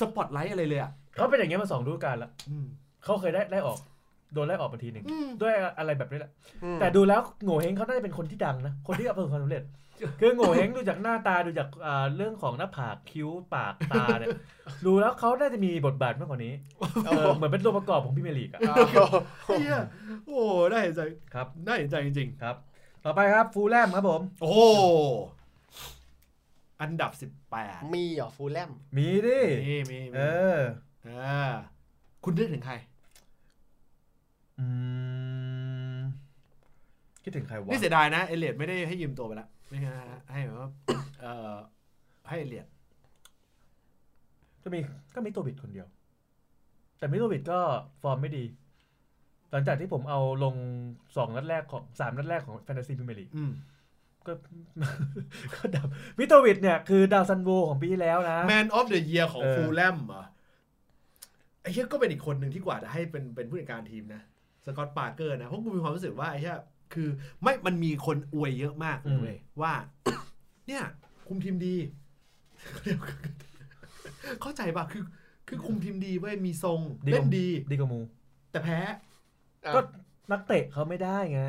Speaker 1: สปอตไลท์อะไรเลยอ่ะ
Speaker 3: เขาเป็นอย่างเงี้ยมาสองฤดูกาลละ
Speaker 1: อืม
Speaker 3: เขาเคยได้ได้ออก โดนไล่ออกมาทีหนึ่ง
Speaker 1: อืม
Speaker 3: ด้วยอะไรแบบนี้แหละ
Speaker 4: อืม
Speaker 3: แต่ดูแล้วโง่เฮงเขาน่าจะเป็นคนที่ดังนะ คนที่ประสบความสำเร็จ คือโง่เฮงดูจากหน้าตาดูจากอ่าเรื่องของหน้าผากคิ้วปากตาเนี่ยดูแล้วเขาน่าจะมีบทบาทมากกว่านี้
Speaker 4: โอ้
Speaker 3: เอ
Speaker 4: โห
Speaker 3: อเหมือนเป็นตัวประกอบของพี่เมลีกอะ
Speaker 1: ไอ้เหี้ยโอ้ได้เห็นใจ
Speaker 3: ครับ
Speaker 1: ได้เห็นใจจริง
Speaker 3: ครับ ต่อไปครับฟูลแลมครับผม
Speaker 1: ๆ โอ้โหอันดับสิบแปด
Speaker 4: มีเหรอฟูลแลม
Speaker 3: มีดิ
Speaker 1: มีมี
Speaker 3: เอ
Speaker 1: มี
Speaker 3: อ
Speaker 1: อ่าคุณนึกถึงใคร
Speaker 3: อืมคิดถึงใครวะ
Speaker 1: นี่เสียดายนะ เอเลียดไม่ได้ให้ยืมตัวไปละไม่งั้นนะให้แบบว่าเอ่อให้เอเลียด
Speaker 3: ก็มีก็มีตัวบิดคนเดียว แต่มิโลวิดก็ฟอร์มไม่ดี หลังจากที่ผมเอาลงสองนัดแรกของสามนัดแรกของแฟนตาซีพิมเมลี
Speaker 1: อืม
Speaker 3: ก็ ก็ดับวิโตวิดเนี่ย คือดาวซันโวของปีที่แล้วนะ
Speaker 1: แมนออฟเดอะเยียของ
Speaker 3: เออ
Speaker 1: ฟูลแลมเหรอไอ้เหี้ยก็เป็นอีกคนหนึ่งที่กว่าจะให้เป็นเป็นผู้จัดการทีมนะสกอตปาร์เกอร์นะเพราะกูมีความรู้สึกว่าไอ้เหี้ยคือ ไม่มันมีคนอวยเยอะมากเลยเว้ยว่า เนี่ย คุมทีมดี เข้าใจป่ะคือ คือคุมทีมดีเว้ยมีทรงเล่นดี
Speaker 3: ดีกว่ามู
Speaker 1: แต่แพ้
Speaker 3: ก็ นักเตะเขาไม่ได้ไง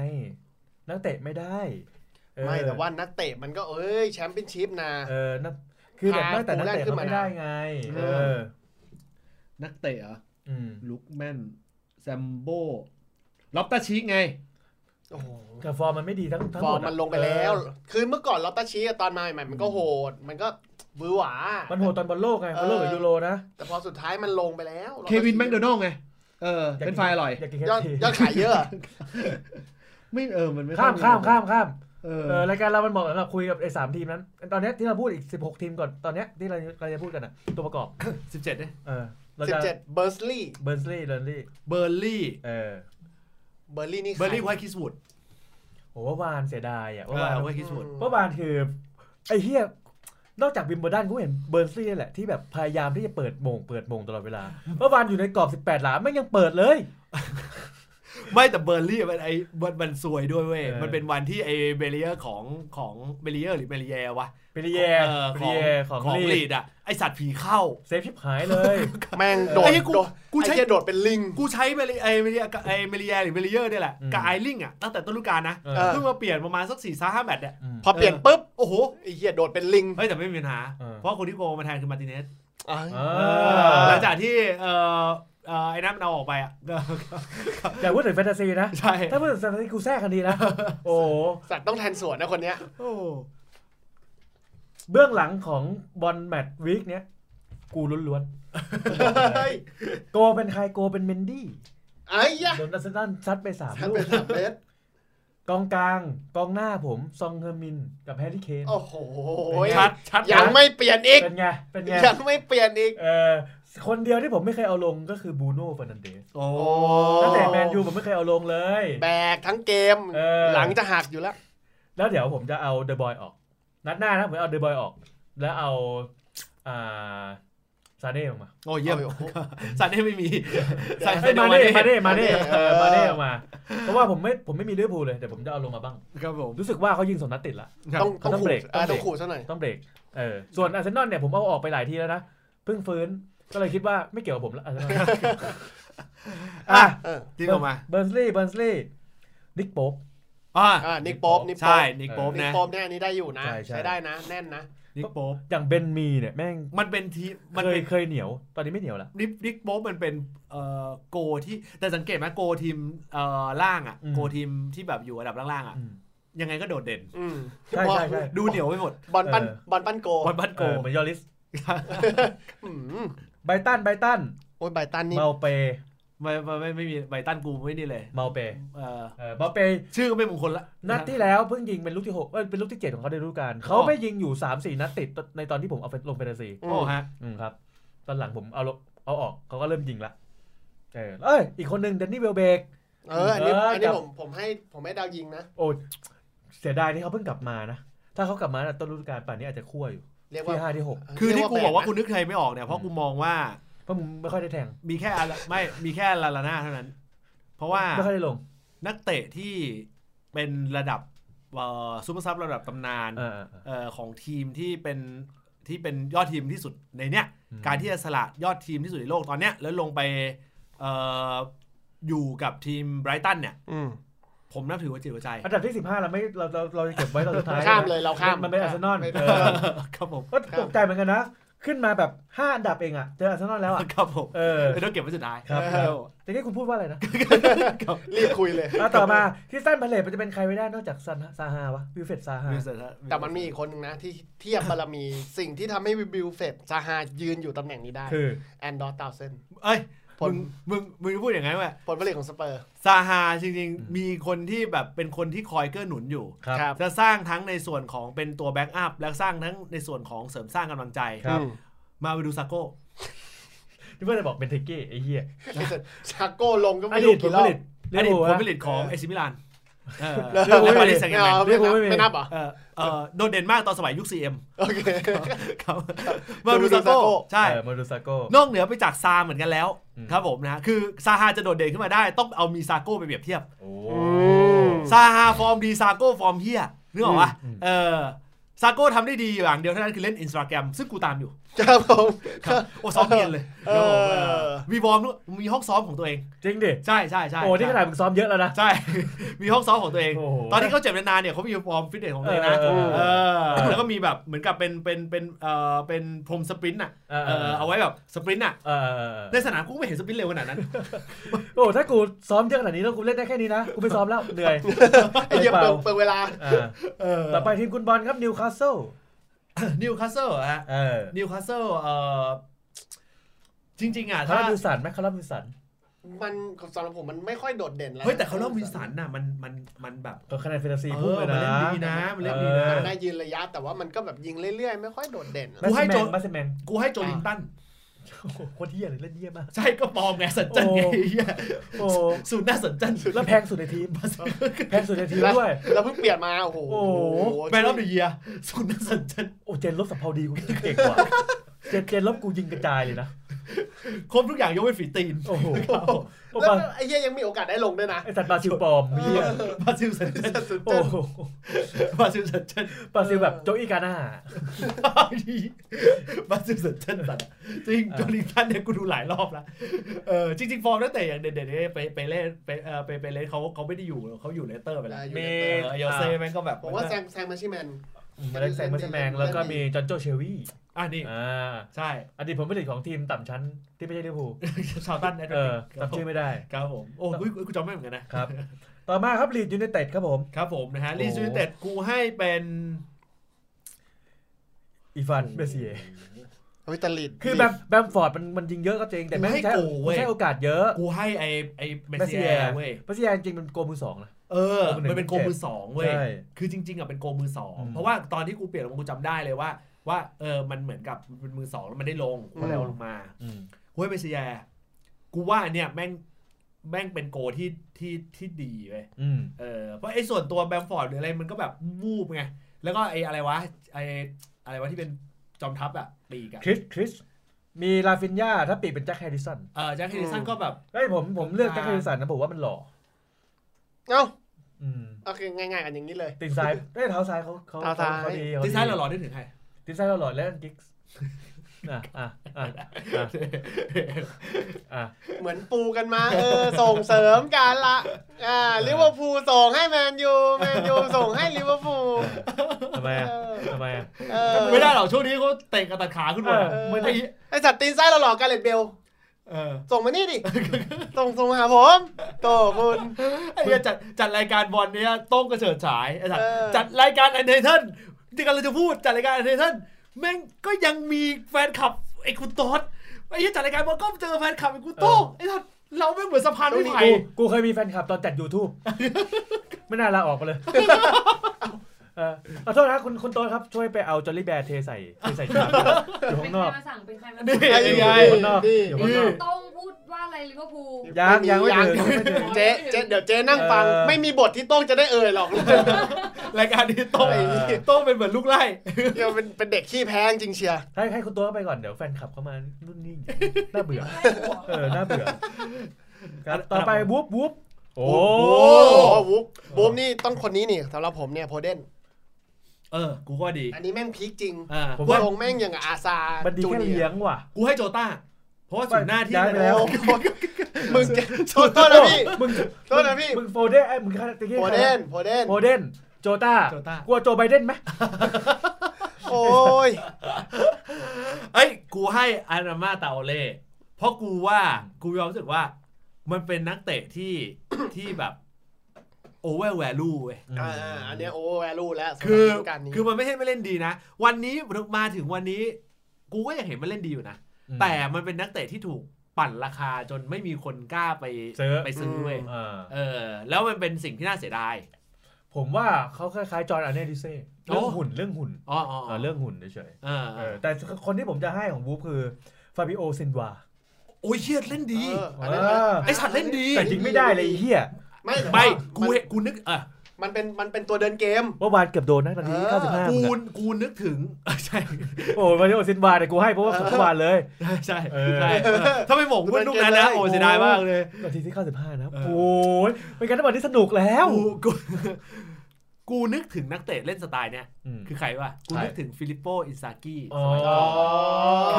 Speaker 3: นักเตะไม่ได้เออ
Speaker 4: ไม่แต่ว่านักเตะมันก็เอ้ยแชมเปี้ยนชิพนะ
Speaker 3: เออนักคือแบบ
Speaker 4: พา
Speaker 3: ไม่แต่นักเตะ
Speaker 4: โปแลนด์ขึ้น
Speaker 3: เขา
Speaker 4: มา
Speaker 3: ไม่ได้ไง
Speaker 4: เอ
Speaker 3: เอ
Speaker 4: อ
Speaker 3: อ
Speaker 1: นักเตะเหรอ
Speaker 3: อืม
Speaker 1: ลุกแมนแซมโบล็อบตาชีกไง
Speaker 4: โอ้โห
Speaker 3: แต่ฟอร์มมันไม่ดีทั้งทั้ง
Speaker 4: ฟ
Speaker 3: ห
Speaker 4: อ
Speaker 3: ม
Speaker 4: ร์ม
Speaker 3: ดะ
Speaker 4: มันลงไปแล้ว
Speaker 3: เออ
Speaker 4: คือเมื่อก่อนลอตตาชีอะตอนมาใหม่ๆมันก็โหด มันก็หวือหวา
Speaker 3: มันโหดตอนบอลโลกไง
Speaker 4: เอบ อ
Speaker 3: อลโลกกับยูโรนะ
Speaker 4: แต่พอสุดท้ายมันลงไปแล้ว
Speaker 1: เควินแมคโดนัลไง เออ
Speaker 3: าก
Speaker 1: เป็นไฟอร่อย
Speaker 3: อยากกินแค่
Speaker 4: ยอด
Speaker 3: ที
Speaker 4: ยอดขายเยอะ
Speaker 1: ไม่เออ มันไม่
Speaker 3: ข้าม
Speaker 1: ค่อย
Speaker 3: ข้ามข้ามข้าม
Speaker 1: เอ
Speaker 3: เอ
Speaker 1: อ
Speaker 3: อรายการเรามันเหมาะสำหรับคุยกับไอ้สามทีมนั้น ตอนเนี้ยที่เราพูดอีก 16 ทีมก่อนตอนเนี้ยที่เราเราจะพูดกันอ่ะตัวประกอบ
Speaker 1: สิบเจ็ดเนี่ย
Speaker 3: เออเรา
Speaker 4: สิบ
Speaker 3: จะ
Speaker 4: เจ็ดเบอร์สลีย์
Speaker 3: เบิร์นลีย์เบิร์นลีย์
Speaker 1: เบอร์ลี่
Speaker 3: เออ
Speaker 4: เบอร์ลีย์นี่
Speaker 1: เบอร์ลี่
Speaker 4: ใค
Speaker 1: ไวท์คิสวูด
Speaker 3: โหว่าวานเสียดายอ่ะ
Speaker 1: เอ
Speaker 3: ว่า
Speaker 1: อ
Speaker 3: วาน
Speaker 1: ไวท์คิสวูด
Speaker 3: เพราะวานคือ ไอ้เฮียนอกจากวิมเบลดันกูเห็นเบอร์นซี่นี่แหละที่แบบพยายามที่จะเปิดโมงเปิดโมงตลอดเวลาเพราะวานอยู่ในกรอบ 18 หลาไม่งยังเปิดเลย
Speaker 1: ไม่แต่เบอร์ลี่มันไอ้มันมันซวยด้วยเว้ย
Speaker 3: เออ
Speaker 1: มันเป็นวันที่ไอ้เบลียของของเบลียหรือเบลียวะ
Speaker 3: เปรีเย
Speaker 1: เออข
Speaker 3: เปรี
Speaker 1: อง
Speaker 3: เยของ
Speaker 1: ของ
Speaker 3: ลี
Speaker 1: ลี
Speaker 3: ด
Speaker 1: ดอ่ะ ไอสัตว์ผีเข้า
Speaker 3: เซฟชิบหายเลย
Speaker 4: แม่งโดด
Speaker 1: ไอ้เหี้ยกู
Speaker 4: โดด
Speaker 1: กูใช้
Speaker 4: ไอ้เหี้ยโดดเป็นลิง
Speaker 1: กูใช้เบลีไอเบลียไอเบลียหรือเบลียเนี่ยแหละ
Speaker 3: อืม
Speaker 1: กับไอลิงอ่ะตั้งแต่ต้นฤดูกาลนะ
Speaker 3: เอ
Speaker 4: เอ
Speaker 3: อ
Speaker 4: อ
Speaker 1: เพิ่งมาเปลี่ยนประมาณสักสี่ห้าแมตช์เนี่ย
Speaker 3: ม
Speaker 4: พอเปลี่ยนปุ๊บ
Speaker 1: โอ้โห
Speaker 4: ไอ้เหี้ยโดดเป็นลิง
Speaker 1: เฮ้ยแต่ไม่มีปัญหา
Speaker 3: เออ
Speaker 1: เพราะคนที่โกงมาแทนคือมาร์ติเนส
Speaker 4: อ่ะ
Speaker 3: เอ
Speaker 1: เออห
Speaker 3: อ
Speaker 1: ลังจากที่เออเอ่อไอ้นั่นมันเอาออกไปอ่ะ
Speaker 3: อย่าพูดถึงแฟนตาซีนะ
Speaker 1: ใช่
Speaker 3: ถ้าพูดถึงแฟนตาซีกูแทรกคันดีนะ โอ้โห
Speaker 4: สัตว์ต้องแทนสวนนะคนเนี้ย
Speaker 1: โอ้
Speaker 3: เบื้องหลังของบอลแมตช์วีคเนี้ยกูล้วน
Speaker 4: เฮ้ย
Speaker 3: ๆโกเป็นใครโกเป็นเมน ดี้
Speaker 4: ไอ้ยะ
Speaker 3: โดนดัสตันซัดไปสาม
Speaker 4: ฉัน
Speaker 3: ลูก
Speaker 4: เป็นสามเมตร
Speaker 3: กองกลางกองหน้าผมซองเฮอร์มินกับแฮร์รี่เคน
Speaker 4: โอ้โห
Speaker 1: ชัดชัด
Speaker 3: อ
Speaker 4: ยั
Speaker 3: ยาก
Speaker 4: งไม่เปลี่ยนอีก
Speaker 3: เป็นไง เป็นไง
Speaker 4: ยังไม่เปลี่ยนอีก
Speaker 3: เออคนเดียวที่ผมไม่เคยเอาลงก็คือบูโน่เฟอร์นันเดส
Speaker 1: โอ้
Speaker 4: โอ้
Speaker 3: ตั้งแต่แมนยูผมไม่เคยเอาลงเลย
Speaker 4: แบกทั้งเกม
Speaker 3: เออ
Speaker 4: หลังจะหักอยู่แล้ว
Speaker 3: แล้วเดี๋ยวผมจะเอาเดอะบอยออก นัดหน้านะผมเอาเดอะบอยออก แล้วเอาอ่าซาเน่ออกมา
Speaker 1: โอ้เยี่ยม
Speaker 4: โอ้โห
Speaker 1: สันนี่ไม่มีสัน
Speaker 3: เอ้ยมาเน่มาเน่มาเน่
Speaker 4: มาเน่
Speaker 3: เออ
Speaker 4: เออ
Speaker 3: มาเน่ออกมา เพราะว่าผมไม่ผมไม่มีลิเวอร์พูลเลยแต่ผมจะเอาลงมาบ้าง
Speaker 1: ครับผม
Speaker 3: รู้สึกว่าเขายิงสองนัดติดละ
Speaker 4: ต้อง
Speaker 3: เขา
Speaker 4: ต้
Speaker 3: ต้อง
Speaker 4: องขู่
Speaker 3: เบรก
Speaker 4: เออ
Speaker 3: ต้
Speaker 4: ต้
Speaker 3: อ
Speaker 4: อ
Speaker 3: งเบรก
Speaker 4: งขู่ซะหน่อย
Speaker 3: ต้องเบรกเออส่วนอาร์เซนอลเนี่ยผมเอาออกไปหลายทีแล้วนะเพิ่งฟื้นก็เลยคิดว่าไม่เกี่ยวกับผม ละอาร์เซนอล
Speaker 1: อ่ะ
Speaker 4: เออ
Speaker 1: ที่ออกมา
Speaker 3: เบิร์นสลีย์เบิร์นสลีย์นิกโป๊ป
Speaker 1: อ่ะ
Speaker 4: อ่านิกโป๊บนิกโป๊
Speaker 1: ใช่
Speaker 4: บ
Speaker 1: นิกโป๊ป
Speaker 4: นิก
Speaker 1: นะ
Speaker 4: โป๊บเนี่ยอันนี้ได้อยู่นะ
Speaker 3: ใช่ใช่
Speaker 4: ใช้ได้นะ แน่นนะ
Speaker 1: นิกโป๊ป
Speaker 3: อย่างเบนมีเนี่ยแม่ง
Speaker 1: มันเป็นทีมัน
Speaker 3: เคย
Speaker 1: เป็น
Speaker 3: เคยเหนียว ตอนนี้ไม่เหนียวละ
Speaker 1: นิกนิกโป๊ปมันเป็นเอ่อโกที่แต่สังเกตไหมโกทีมเอ่อล่างอ่ะ
Speaker 3: อืม
Speaker 1: โกทีมที่แบบอยู่อันดับล่างๆอ่ะ
Speaker 3: อืม
Speaker 1: ยังไงก็โดดเด่น
Speaker 4: อืม
Speaker 3: ใช่ใช่ใช่
Speaker 1: ดูเหนียวไปหมด
Speaker 4: บอลปั้น
Speaker 3: เออ
Speaker 4: บอลปั้นโก
Speaker 1: บอลบ้านโก
Speaker 3: เออเหมือนยอริส
Speaker 4: อืม
Speaker 3: ไบตันไบตัน
Speaker 4: โอ้ยไบตันนี่
Speaker 3: เมาเป
Speaker 1: ไม่ไม่ไม่ไม่มีไบตันกูไม่นี่เลย
Speaker 3: เมาเป
Speaker 1: เอ่อ
Speaker 3: เออเมาเป
Speaker 1: ชื่อก็ไม่มงคลละ
Speaker 3: นัดที่แล้วเพิ่งยิงเป็นลูกที่หกเอ้ยเป็นลูกที่เจ็ดของเขาในฤดูกาลเขาไม่ยิงอยู่สามสี่นัดติดในตอนที่ผมเอาลงแฟนตาซี
Speaker 1: โอ้ฮะ
Speaker 3: อืมครับ ตอนหลังผมเอาลงเอาออกเขาก็เริ่มยิงละเออเอ้ยอีกคนหนึ่งเดนนี่เวลเบก
Speaker 4: เออ อันนี้
Speaker 3: เออ
Speaker 4: อันนี้
Speaker 3: จับ
Speaker 4: ผมผมให้ผมให้ดาวยิงนะ
Speaker 3: โอ้ยเสียดายที่เขาเพิ่งกลับมานะถ้าเขากลับมาตั้งแต่ต้นฤดูกาลป่านนี้อาจจะคั่วอยู่
Speaker 4: เรียกว่า
Speaker 3: ที่ห้าที่หก
Speaker 1: คือที่กูบอกว่า
Speaker 4: เรีย
Speaker 1: กูนึกใครไม่ออกเนี่ยเพราะกูมองว่า
Speaker 3: เพราะมึงไม่ค่อยได้แทง
Speaker 1: มีแค่อะไรไม่มีแค่ลาลาน่าเท่านั้น เพราะว่า
Speaker 3: ไม่ค่อยได้ลง
Speaker 1: นักเตะที่เป็นระดับเอ่อซูเปอร์ซับระดับตำนาน
Speaker 3: เออเออเออ
Speaker 1: เอ่อของทีมที่เป็นที่เป็นยอดทีมที่สุดในเนี้ย การที่จะสละยอดทีมที่สุดในโลกตอนเนี้ยแล้วลงไปเอ่ออยู่กับทีมไบรตันเนี่ย
Speaker 4: อืม
Speaker 1: ผมนับถือว่าจิตหัวใจ
Speaker 3: อันดับที่สิบห้าเราไม่เราเราเราจะเก็บไว้เราสุดท้าย
Speaker 4: ข้ามเลยเราข้าม
Speaker 3: นมันเป็นอาร์เซนอล
Speaker 4: ไม่
Speaker 3: เอ
Speaker 4: ได้
Speaker 3: อ
Speaker 1: ครับผม
Speaker 3: ก็ตกใจเหมือนกันนะ ขึ้นมาแบบห้าอันดับเองอ่ะเจออาร์เซนอลแล้วอ่ะ
Speaker 1: ครับผม
Speaker 3: เอ อ
Speaker 1: เดี๋ยวเก็บไว้สุดท้าย
Speaker 3: ครับ
Speaker 1: เออ
Speaker 3: แต่นี่คุณพูดว่าอะไรนะ
Speaker 1: ครับ
Speaker 4: รีบคุยเลย
Speaker 3: อ่ะต่อมาที่สั้นพาเลตมันจะเป็นใครไม่ได้นอกจากซันซาฮาวะวิลเฟตซาฮา
Speaker 1: มีเสร็จล้ว
Speaker 4: แต่มันมีอีกคนหนึ่งนะ ที่เทียบบารมีสิ่งที่ทำให้บิลเฟตซาฮายืนอยู่ตำแหน่งนี้ได้
Speaker 3: คือ
Speaker 4: แอนดอร์ตาวเซน
Speaker 1: เอ้ย
Speaker 4: ผล
Speaker 1: มึง มึง มึงพูดอย่างไงว่า
Speaker 4: ผลผลิตของสเปอร์
Speaker 1: ซาฮาจริงๆ มีคนที่แบบเป็นคนที่คอยเกื้อหนุนอยู่
Speaker 3: ครับ
Speaker 4: ครับ
Speaker 1: จะสร้างทั้งในส่วนของเป็นตัวแบ็กอัพ และสร้างทั้งในส่วนของเสริมสร้างกำลังใจ
Speaker 3: ครับ
Speaker 1: มาวิดูซาโก้
Speaker 3: ที่เพื่อนจะบอกเป็นเทเก้ไอ้เหี้ย
Speaker 4: ชาโก้ลงก็
Speaker 3: อ
Speaker 4: ไม่
Speaker 3: ดี
Speaker 4: รู้
Speaker 3: ตผล
Speaker 4: กี่ร
Speaker 3: ผ
Speaker 4: อบ
Speaker 3: ลิต
Speaker 1: อดีตผลผลิตของ
Speaker 4: เออ
Speaker 1: เอซิมิลานเออ
Speaker 4: เลิก
Speaker 1: และปารีสแซงต์แม
Speaker 4: ไม่
Speaker 1: ง
Speaker 4: เอาไม่นับไม่นับเหรอ
Speaker 1: เออเออโดดเด่นมากตอนสมัยยุค CM
Speaker 4: โอเค
Speaker 1: ครับ มาวิดูซาโก้ ใช่
Speaker 3: เออมาดูซาโก้
Speaker 1: นอกเหนือไปจากซาเหมือนกันแล้ว
Speaker 3: อืม
Speaker 1: ครับผมนะ คือซาฮาจะโดดเด่นขึ้นมาได้ ต้องเอามีซาโก้ไปเปรียบเทียบ
Speaker 3: โอ้
Speaker 4: ม
Speaker 1: ซาฮาฟอร์มดีซาโก้ฟอร์มเฮียนึกออกปะ
Speaker 3: อืม
Speaker 1: เออซาโก้ทำได้ดีอยู่อย่างเดียวเท่านั้นคือเล่นอินสตาแกรมซึ่งกูตามอยู่
Speaker 4: ครับผม
Speaker 1: ครับโอ้ซ้อมเย็นเลย
Speaker 4: เออ
Speaker 1: เออมีวอร์มด้วยมีห้องซ้อมของตัวเอง
Speaker 3: จริงดิ
Speaker 1: ใช่ใช่ใช่
Speaker 3: โอ้นี่ขนาดมึงซ้อมเยอะแล้วนะ
Speaker 1: ใช่ มีห้องซ้อมของตัวเอง
Speaker 3: โอ้โห
Speaker 1: ตอนที่เขาเจ็บนานๆเนี่ยเขามีฟอร์มฟิตเนสของตัวเองนะ
Speaker 3: เออเออ
Speaker 1: เออแล้วก็มีแบบเหมือนกับเป็นเป็นเป็นเอ่อเป็นพรมสปรินต์อ่ะ
Speaker 3: เออ
Speaker 1: เออเอาไว้แบบสปรินต์อ่ะ
Speaker 3: เออเออ
Speaker 1: ในสนามกูก็ไม่เห็นสปรินต์เร็วขนาดนั้น
Speaker 3: โอ้ถ้ากูซ้อมเยอะขนาดนี้แล้วกูเล่นได้แค่นี้นะกูไม่ซ้อมแล้ว เหนื่อย
Speaker 4: ไอ้เหี้ยเปิดเปิดเวลา
Speaker 3: เออ
Speaker 1: เออ
Speaker 3: ต่อไปทีมคุณบอลครับนิวคาสเซิล
Speaker 1: นิวคาสเซิลฮะ
Speaker 3: เออ
Speaker 1: นิวคาสเซิลเออจริง ๆอ่ะ
Speaker 3: คา
Speaker 1: ถ้า
Speaker 3: ร์ลวิลสันไหมคาร์ลวิลสัน
Speaker 4: มันสำหรับผมมันไม่ค่อยโดดเด่นอะไร
Speaker 1: เฮ้ยแต่เขาเล่าวินสันน่ะมันมันมันแบบ
Speaker 3: ก็คะแนนเฟนตาซี
Speaker 1: เอ
Speaker 3: พุ่ง
Speaker 1: อ
Speaker 3: เลย
Speaker 1: มัน
Speaker 3: นะ
Speaker 1: เล่นดีนะมันเล่นดีนะ
Speaker 4: มันได้ยืนระยะ แต่ว่ามันก็แบบยิงเรื่อยๆ ไม่ค่อยโดดเด่นอะ
Speaker 1: กูให้โจ
Speaker 3: มาเซแมน
Speaker 1: กูให้โจลิงตัน
Speaker 3: โอ้โหโคตรเหี้ยเลยเล่นเหี้ยมาก
Speaker 1: ใช่ก็ปลอมไงสันจันไงไอ้เหี้ย
Speaker 3: โอ้
Speaker 1: สูตรหน้าสันจัน
Speaker 3: แล้วแพงสุดในทีมแพงสุดในทีมด้วย
Speaker 4: แล้วเพิ่งเปลี่ยนมาโอ้โห
Speaker 3: โอ้โห
Speaker 1: แมนออฟเดอะเยียสูตรหน้าสันจัน
Speaker 3: โอ้เจนลบสัมภาวดีกูยิงเก่ง กว่าเจนเจนลบกูยิงกระจายเลยนะ
Speaker 1: ครบทุกอย่างยกเว้นฝีตีน
Speaker 3: โอ้โหโอ้
Speaker 4: แล้ว
Speaker 3: บา
Speaker 4: ไอ้เหี้ยยังมีโอกาสได้ลงด้วยนะ
Speaker 3: ไอสัตว์บราซิลปลอมเหี้ย
Speaker 1: บราซิลสันจัน
Speaker 3: โอ้โห
Speaker 1: บราซิลสันจัน
Speaker 3: บราซิลแบบโจอีกาน่า
Speaker 1: บราซิลสันจันสัตว์อะจริง
Speaker 3: เออ
Speaker 1: โจลิงตันเนี่ยกูดูหลายรอบละเออจริงๆฟอร์มตั้งแต่อย่างเด่นๆเนี่ยไปไปเล่นไปเออไปไปเล่นเขาเขาไม่ได้อยู่เขาอยู่เลสเตอร์ไปแล้ว
Speaker 3: มี
Speaker 1: เออโยเซ่แม่งก็แบบ
Speaker 4: ผมว่าแซงแซงมาชิแมน
Speaker 3: มาเล็กแซงมาแซงแล้วก็มีจอนโจเชลวี่
Speaker 1: อ่ะนี่
Speaker 3: อ่า
Speaker 1: ใช่
Speaker 3: อดีตผมผลิตของทีมต่ำชั้นที่ไม่ใช่ลิเวอร์พูล
Speaker 1: ชาวตั นแอตติ
Speaker 3: เออก
Speaker 1: ครับ
Speaker 3: จำ
Speaker 1: ผ
Speaker 3: ชื่อ
Speaker 1: ม
Speaker 3: ไม่ได้
Speaker 1: ครับผมโอ้ยกูจำไม่เหมือนกันนะครับ
Speaker 3: ต่อมาครับลีดยูไนเต็ดครับผม
Speaker 1: ครับผมนะฮะ
Speaker 3: โอ้
Speaker 1: ลีซูเต็ดกูให้เป็น
Speaker 3: อีฟานเบเซีย
Speaker 4: เฮ้ยแตลิด
Speaker 3: คือแบมแบมฟอร์ดมันมันยิงเยอะก็จริงแต่ไม่งใช้ไม่ใช้โอกาสเยอะ
Speaker 1: กูให้ไอไอเมส
Speaker 3: แมสซี่
Speaker 1: ซี่
Speaker 3: แอ
Speaker 1: แอ
Speaker 3: ร์
Speaker 1: ร์เว้ย
Speaker 3: เพราะเซียจริงๆมันโกมือสองนะ
Speaker 1: เออ
Speaker 3: โกมื
Speaker 1: มัน
Speaker 3: อหนึ่ง
Speaker 1: เป็นโกมือสองเว้ย
Speaker 3: ใช่
Speaker 1: คือจริง ๆอ่ะเป็นโกมือสอง
Speaker 3: อืม
Speaker 1: เพราะว่าตอนที่กูเปลี่ยนกูจำได้เลยว่า ว่าเออมันเหมือนกับมันเป็นมือสองแล้วมันได้ลงกูก็เลยเอาลงมา
Speaker 3: อืม
Speaker 1: กูให้เมสซี่แอร์กูว่าเนี่ยแม่งแม่งเป็นโกที่ที่ที่ดีเว้ย
Speaker 3: อืม
Speaker 1: เออเพราะไอ้ส่วนตัวแบมฟอร์ดหรืออะไรมันก็แบบวูบไง แล้วก็ไอ้อะไรวะไอ้อะไรวะที่เป็นจอมทัพอะปีกอะ
Speaker 3: คริส คริส มีลาฟินยาถ้าปีกเป็นแจ็คแฮร์ริสัน
Speaker 1: เออแจ็คเฮดิสันก็แบบ
Speaker 3: เอ้ยผมผมเลือก
Speaker 1: อ่า
Speaker 3: แจ็คแฮร์ริสันนะผมว่ามันหล่อ
Speaker 4: เอ้า
Speaker 3: อืม
Speaker 4: โอเคง่ายๆกันอย่างนี้เลย
Speaker 3: ตีนซ้ายเอ้ยเท้าซ้ายเขาเขา
Speaker 4: เท้าซ้าย
Speaker 3: เขาดีเขา
Speaker 1: ดีไซน์หล่อๆนึกถึงใคร
Speaker 3: ตีนซ้ายเราหล่อแล้วกิกส์อ่ะอ่ะอ่ะอ่ะอ่ะ
Speaker 4: เหมือนปูกันมา เออ ส่งเสริมกันละ อ่าลิเวอร์พูลส่งให้แมนยูแมนยูส่งให้ลิเวอร์พูล
Speaker 3: ทำไมอ่ะทำไมอ่ะ
Speaker 4: เออ
Speaker 1: ไม่ได้หรอกช่วงนี้เขาเตะกระตัดขาขึ้นหมดอะ
Speaker 3: เออ
Speaker 1: ไม่ได้
Speaker 4: ไอสัตว์ตีนไส้เราหลอกกาเลตเบล
Speaker 1: เออ
Speaker 4: ส่งมานี่ดิ ส่งส่งมาหาผมโตคุณ
Speaker 1: ไอ้เหี้ยจัดจัดรายการบอลเนี้ยโต้งกระเฉิดฉายไอ้สัตว์
Speaker 4: เออ
Speaker 1: จัดรายการไอเทเทิลที่กำลังจะพูดจัดรายการไอเทเทิลแม่งก็ยังมีแฟนคลับไอ้คุณโต๊ดไอ้เหี้ยจัดรายการบอลก็เจอแฟนคลับไอ้คุณโต้งไอ้สัตว์เราแม่งเหมือนสะพานไม่ไผ่
Speaker 3: กูกูเคยมีแฟนคลับตอนจัด YouTube ไม่น่าลาออก มาเลยเออขอโทษนะคุณคุณโต้นครับช่วยไปเอาจอลลี่แบร์เทใส่เทใส่จานอยู่
Speaker 5: เป็ใคน
Speaker 3: ข้าน ง
Speaker 5: ร
Speaker 3: อก
Speaker 5: มาสั่งเป็นใครมา
Speaker 1: นี่
Speaker 5: สั่ง
Speaker 4: ไอ้
Speaker 3: อยู่
Speaker 4: ไง
Speaker 3: ข้างนอก
Speaker 4: นี่
Speaker 3: อยู่ข้างนอก
Speaker 5: ต้องพูดว่าอะไรลิเวอร์พูล
Speaker 3: ยังยังไม่
Speaker 4: ยัง
Speaker 3: ถึง
Speaker 4: เจ๊เจ๊เดี๋ยวเจ๊นั่งฟัง
Speaker 3: เออ
Speaker 4: ไม่มีบทที่โต้งจะได้เอ่ยหรอก
Speaker 1: รายการนี้โต้ง
Speaker 3: เออ
Speaker 1: โต้งเป็นเหมือนลูกไล่
Speaker 4: เดี๋ยวเป็นเป็นเด็กขี้แพ้จริงๆเชียร์
Speaker 3: ให้ให้คุณตัวเข้าไปก่อนเดี๋ยวแฟนคลับเข้ามานุ่นนี่น่าเบื่อ เออน่าเบื่อครับต่อไปวูบวูบโอ้
Speaker 4: หวุบบูมนี่ต้องคนนี้นี่สำหรับผมเนี่ยโพเดน
Speaker 1: เออ กูก็ว่าดี
Speaker 4: อันนี้แม่งพีคจริง
Speaker 1: อ่า
Speaker 4: ผม
Speaker 1: กูให้
Speaker 4: ลงแม่งอย่างอาซา
Speaker 3: มันดี
Speaker 4: จู
Speaker 3: แค่
Speaker 4: นี
Speaker 3: เลี้ย
Speaker 4: ร์
Speaker 3: งว่ะ
Speaker 1: กูให้โจต้า เพราะว่าสุดหน้าที่
Speaker 3: ย้ายไปแล้ว
Speaker 4: โอ้ โหมึงจะโทษโทษนะพี่
Speaker 3: มึง
Speaker 4: โทษนะพี่
Speaker 3: มึงโฟเดนไอ้ยมึงตะกี้
Speaker 4: โพเดนโพเดน
Speaker 3: โฟเดนโจต้า
Speaker 1: โจต้าก
Speaker 3: ลัวโจไบเดนไหม
Speaker 4: โอ้ย
Speaker 1: เอ้ย กูให้อารามาเตาเล่เพราะกูว่ากูยอมรู้สึกว่า มันเป็นนักเตะที่ ที่แบบโอเวอร์แวลูเว้ย
Speaker 4: อ่าๆอันเนี้ยโอ้แวลูแล้วสำหรับ
Speaker 1: คือ
Speaker 4: ฤดูการนี้
Speaker 1: คือมันไม่ใช่ไม่เล่นดีนะ วันนี้มาถึงวันนี้ กูก็ยังเห็นมันเล่นดีอยู่นะ แต่มันเป็นนักเตะที่ถูกปั่นราคาจนไม่มีคนกล้าไป
Speaker 3: เจอ
Speaker 1: ไปซื้อเว้ย
Speaker 3: เออ
Speaker 1: เออ แล้วมันเป็นสิ่งที่น่าเสียดาย
Speaker 3: ผมว่าเขาคล้ายๆจอร์นอาร์เนดิเซ่
Speaker 1: โอ้
Speaker 3: เรื่องหุ่นเรื่องหุ่น
Speaker 1: อ๋ออ๋อ
Speaker 3: เออเรื่องหุ่นเฉย
Speaker 1: เออ
Speaker 3: ๆเออแต่คนที่ผมจะให้ของวูฟคือฟาบิโอซินวา
Speaker 1: โอ้ยเชียดเล่นดี
Speaker 4: เอออันนั้น
Speaker 3: เออ
Speaker 1: ไอ้สัตว์เล่นดี
Speaker 3: แต่จริงไม่ได้เลยไอ้เฮีย
Speaker 4: ไม่แต่ว่า
Speaker 1: ไม่กู
Speaker 4: มัน
Speaker 1: เห็นกูนึกเออ
Speaker 4: มันเป็นมันเป็นตัวเดินเกม
Speaker 3: ว่าวานเกือบโดนนะตอนที่
Speaker 4: เออ
Speaker 3: 95
Speaker 1: กู
Speaker 3: มึงอะ
Speaker 1: กูนึกถึงเออใช่
Speaker 3: โอ้ยฟาบิโอซินวาเนี่ยกูให้เพราะว่าเขาวานเลย
Speaker 1: ใช่ใช่
Speaker 3: เออ
Speaker 1: ใช่เออถ้าไม่หมงเพื่อนลูกนั้นนะโอ้ยเสียดายมากเลย
Speaker 3: นาทีที่ 95 นะ
Speaker 1: เออ
Speaker 3: โอ้ยเป็นการตะบอลที่สนุกแล้ว
Speaker 1: กูกูกูนึกถึงนักเตะเล่นสไตล์เนี้ย
Speaker 3: อืม
Speaker 1: คือใครวะกู
Speaker 3: ใคร
Speaker 1: นึกถึงฟิลิปโปอินซากิ
Speaker 3: อ๋อ
Speaker 1: สมัยก่อน
Speaker 4: อ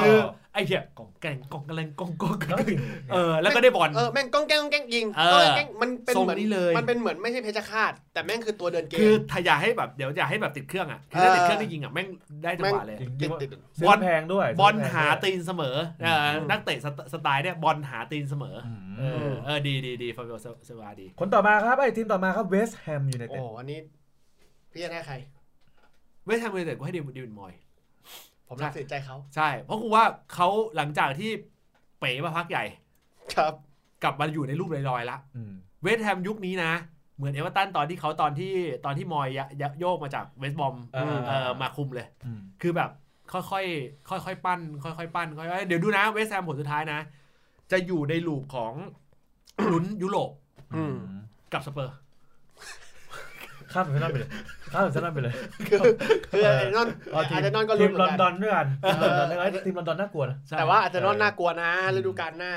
Speaker 1: คือไอ้เหี้ยกองแกงกองแกงกองกอง
Speaker 3: แล้วก็ยิง
Speaker 1: เออแล้วก็ได้บอล
Speaker 4: เออแม่งก้องแก้งก้องแก้งยิง
Speaker 1: เออ
Speaker 4: ก้องแก้งมันเป็น
Speaker 1: ทรง
Speaker 4: เหมือน
Speaker 1: นี้เลย
Speaker 4: มันเป็นเหมือนไม่ใช่เพชรฆาตแต่แม่งคือตัวเดินเก
Speaker 1: คือ
Speaker 4: ม
Speaker 1: ถ้าอยากให้แบบเดี๋ยวอยากให้แบบติดเครื่องอ่ะคือถ้าติดเครื่องได้ยิงอ่ะแม่งได้จังหวะเลย
Speaker 3: จริง
Speaker 4: ติ
Speaker 3: ยิ
Speaker 4: ด
Speaker 3: งว่า
Speaker 4: ติด
Speaker 3: ซื้
Speaker 1: บอล
Speaker 3: แพงด้วย
Speaker 1: บอล
Speaker 3: ซื้แพง
Speaker 1: หา
Speaker 3: ด้วย
Speaker 1: ตีนเสมอเออนักเตะสไตสไตล์เนี่ยบอลหาตีนเสมอ
Speaker 3: อืม
Speaker 1: เออเออดีดีดีฟาบิโอเซวาดี
Speaker 3: คนต่อมาครับไอ้ทีมต่อมาครับเวสต์แฮมยูไน
Speaker 4: โอ้
Speaker 3: เต็ด
Speaker 4: อันนี้พี่จะให้ใคร
Speaker 1: เวสต์แฮมยูไนเต็ดกูให้เดวิดเดวิดมอยส์
Speaker 4: ผมรักเสียใจเขา
Speaker 1: ใช่ เพราะกูว่าเขาหลังจากที่เป๋มาพักใหญ่
Speaker 4: ครับ
Speaker 1: กลับมาอยู่ในรูปลอยๆละ
Speaker 3: อืม
Speaker 1: เวสต์แฮมยุคนี้นะ เหมือนเอเวอร์ตันตอนที่เขาตอนที่ตอนที่มอยยะยะโยกมาจากเวสต์บอม
Speaker 3: อ่า
Speaker 1: เออมาคุมเลย
Speaker 3: อืม
Speaker 1: คือแบบค่อยๆค่อยๆปั้น ค่อยๆปั้นค่อยๆเดี๋ยวดูนะเวสต์แฮมผลสุดท้ายนะ จะอยู่ในลูปของ ลุ้นยุโรป
Speaker 3: อืม
Speaker 1: กับสเปอร์
Speaker 3: ข้ามไปนั่นไปเลยข้ามไปนั่นไปเลย
Speaker 4: คือคือไอ้นอน
Speaker 3: เอาทีม
Speaker 4: อาร์เซนอลก็
Speaker 3: ที
Speaker 4: ลุ้น
Speaker 3: ม
Speaker 4: เหมื
Speaker 3: ล
Speaker 4: อ
Speaker 3: อน น
Speaker 4: กัน
Speaker 3: ดอนด้วยกันทีมลอนดอนน่ากลัวนะ
Speaker 1: ใช่
Speaker 4: แต่ว่าอาร์เซนอล
Speaker 3: เออ
Speaker 4: น่ากลัวนะฤดูกาลหน้า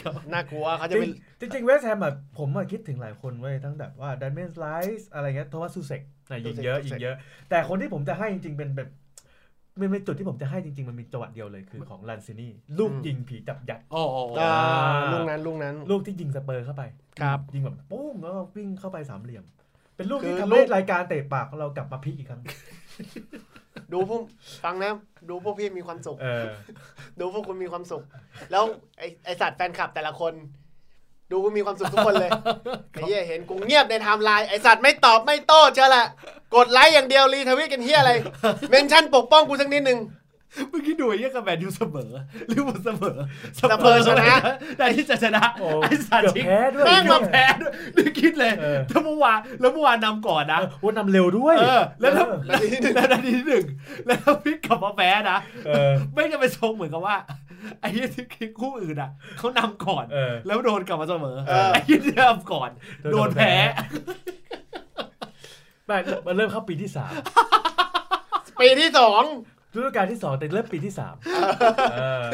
Speaker 1: ครับ
Speaker 4: น่ากลัวเขาจะเป็น
Speaker 3: จริงจริงเวสต์แฮมแบบผมอะคิดถึงหลายคนเว้ยทั้งแบบว่าดันเมนสไลส์อะไรเงี้ยโทมัสซูเซกนะยิงเยอะยิงเยอะ แต่คนที่ผมจะให้จริงๆเป็นแบบมันเป็นจุดที่ผมจะให้จริงๆ มันมีจังหวะเดียวเลยคือของลันซินี่ลูกยิงผีจับยัด
Speaker 1: โอ้โห
Speaker 4: อ่า
Speaker 3: อ่า
Speaker 4: ลูกนั้นลูกนั้น
Speaker 3: ลูกที่ยิงสเปอร์เข้าไป
Speaker 4: ครับ
Speaker 3: ยิงแบบปุ้งแล้วก็วิ่งเข้าไปสามเหลี่ยม เป็นลูกที่ทำให้รายการเตะปากของเรากลับมาพีคอีกครั้ง
Speaker 4: ดูพวกฟังนะดูพวกพี่มีความสุข
Speaker 3: เออ
Speaker 4: ดูพวกคุณมีความสุข แล้วไอไอสัตว์แฟนคลับแต่ละคน ดูกูมีความสุขทุกคนเลยไอ้เหี้ยเห็นกูเงียบในไทม์ไลน์ไอสัตว์ไม่ตอบไม่โต้เชียวแหละกดไลค์อย่างเดียวรีทวิตกันเฮียอะไร เมนชั่นปกป้องกูสักนิดนึง
Speaker 1: เมื่อกี้ดูไอ้เหี้ยกับแมนยูเสมอลิเวอร์พูลเสมอ
Speaker 4: สเปอร์ชนะ
Speaker 1: แต่ที่จะชนะ
Speaker 3: โอ้
Speaker 1: ไอ้สัตว์
Speaker 3: เกือบ
Speaker 1: ชิง
Speaker 3: แพ้ด้วย
Speaker 1: แม่งมาแพ้ด้วยนี่คิดเลย
Speaker 3: เออ
Speaker 1: แล้วเมื่อวานแล้วเมื่อวานนำก่อนนะ
Speaker 3: โอ้นำเร็วด้วย
Speaker 1: เออแล้วถ้า
Speaker 3: เออ
Speaker 1: แล้วแล้วนาทีที่หนึ่งแล้วพลิกกลับมาแพ้นะ
Speaker 3: เออ
Speaker 1: ไม่จะไปทรงเหมือนกับว่าไอ้ที่คิดคู่อื่นอ่ะเขานำก่อน
Speaker 3: เออ
Speaker 1: แล้วโดนกลับมาเสมอ
Speaker 4: เออ
Speaker 1: ไอ้ที่นำก่อน โดนแพ้
Speaker 3: ไม่มันเริ่มเข้าปีที่สาม
Speaker 4: ปีที่สอง
Speaker 3: ฤดูกาลที่สองแต่เริ่มปีที่สามเออ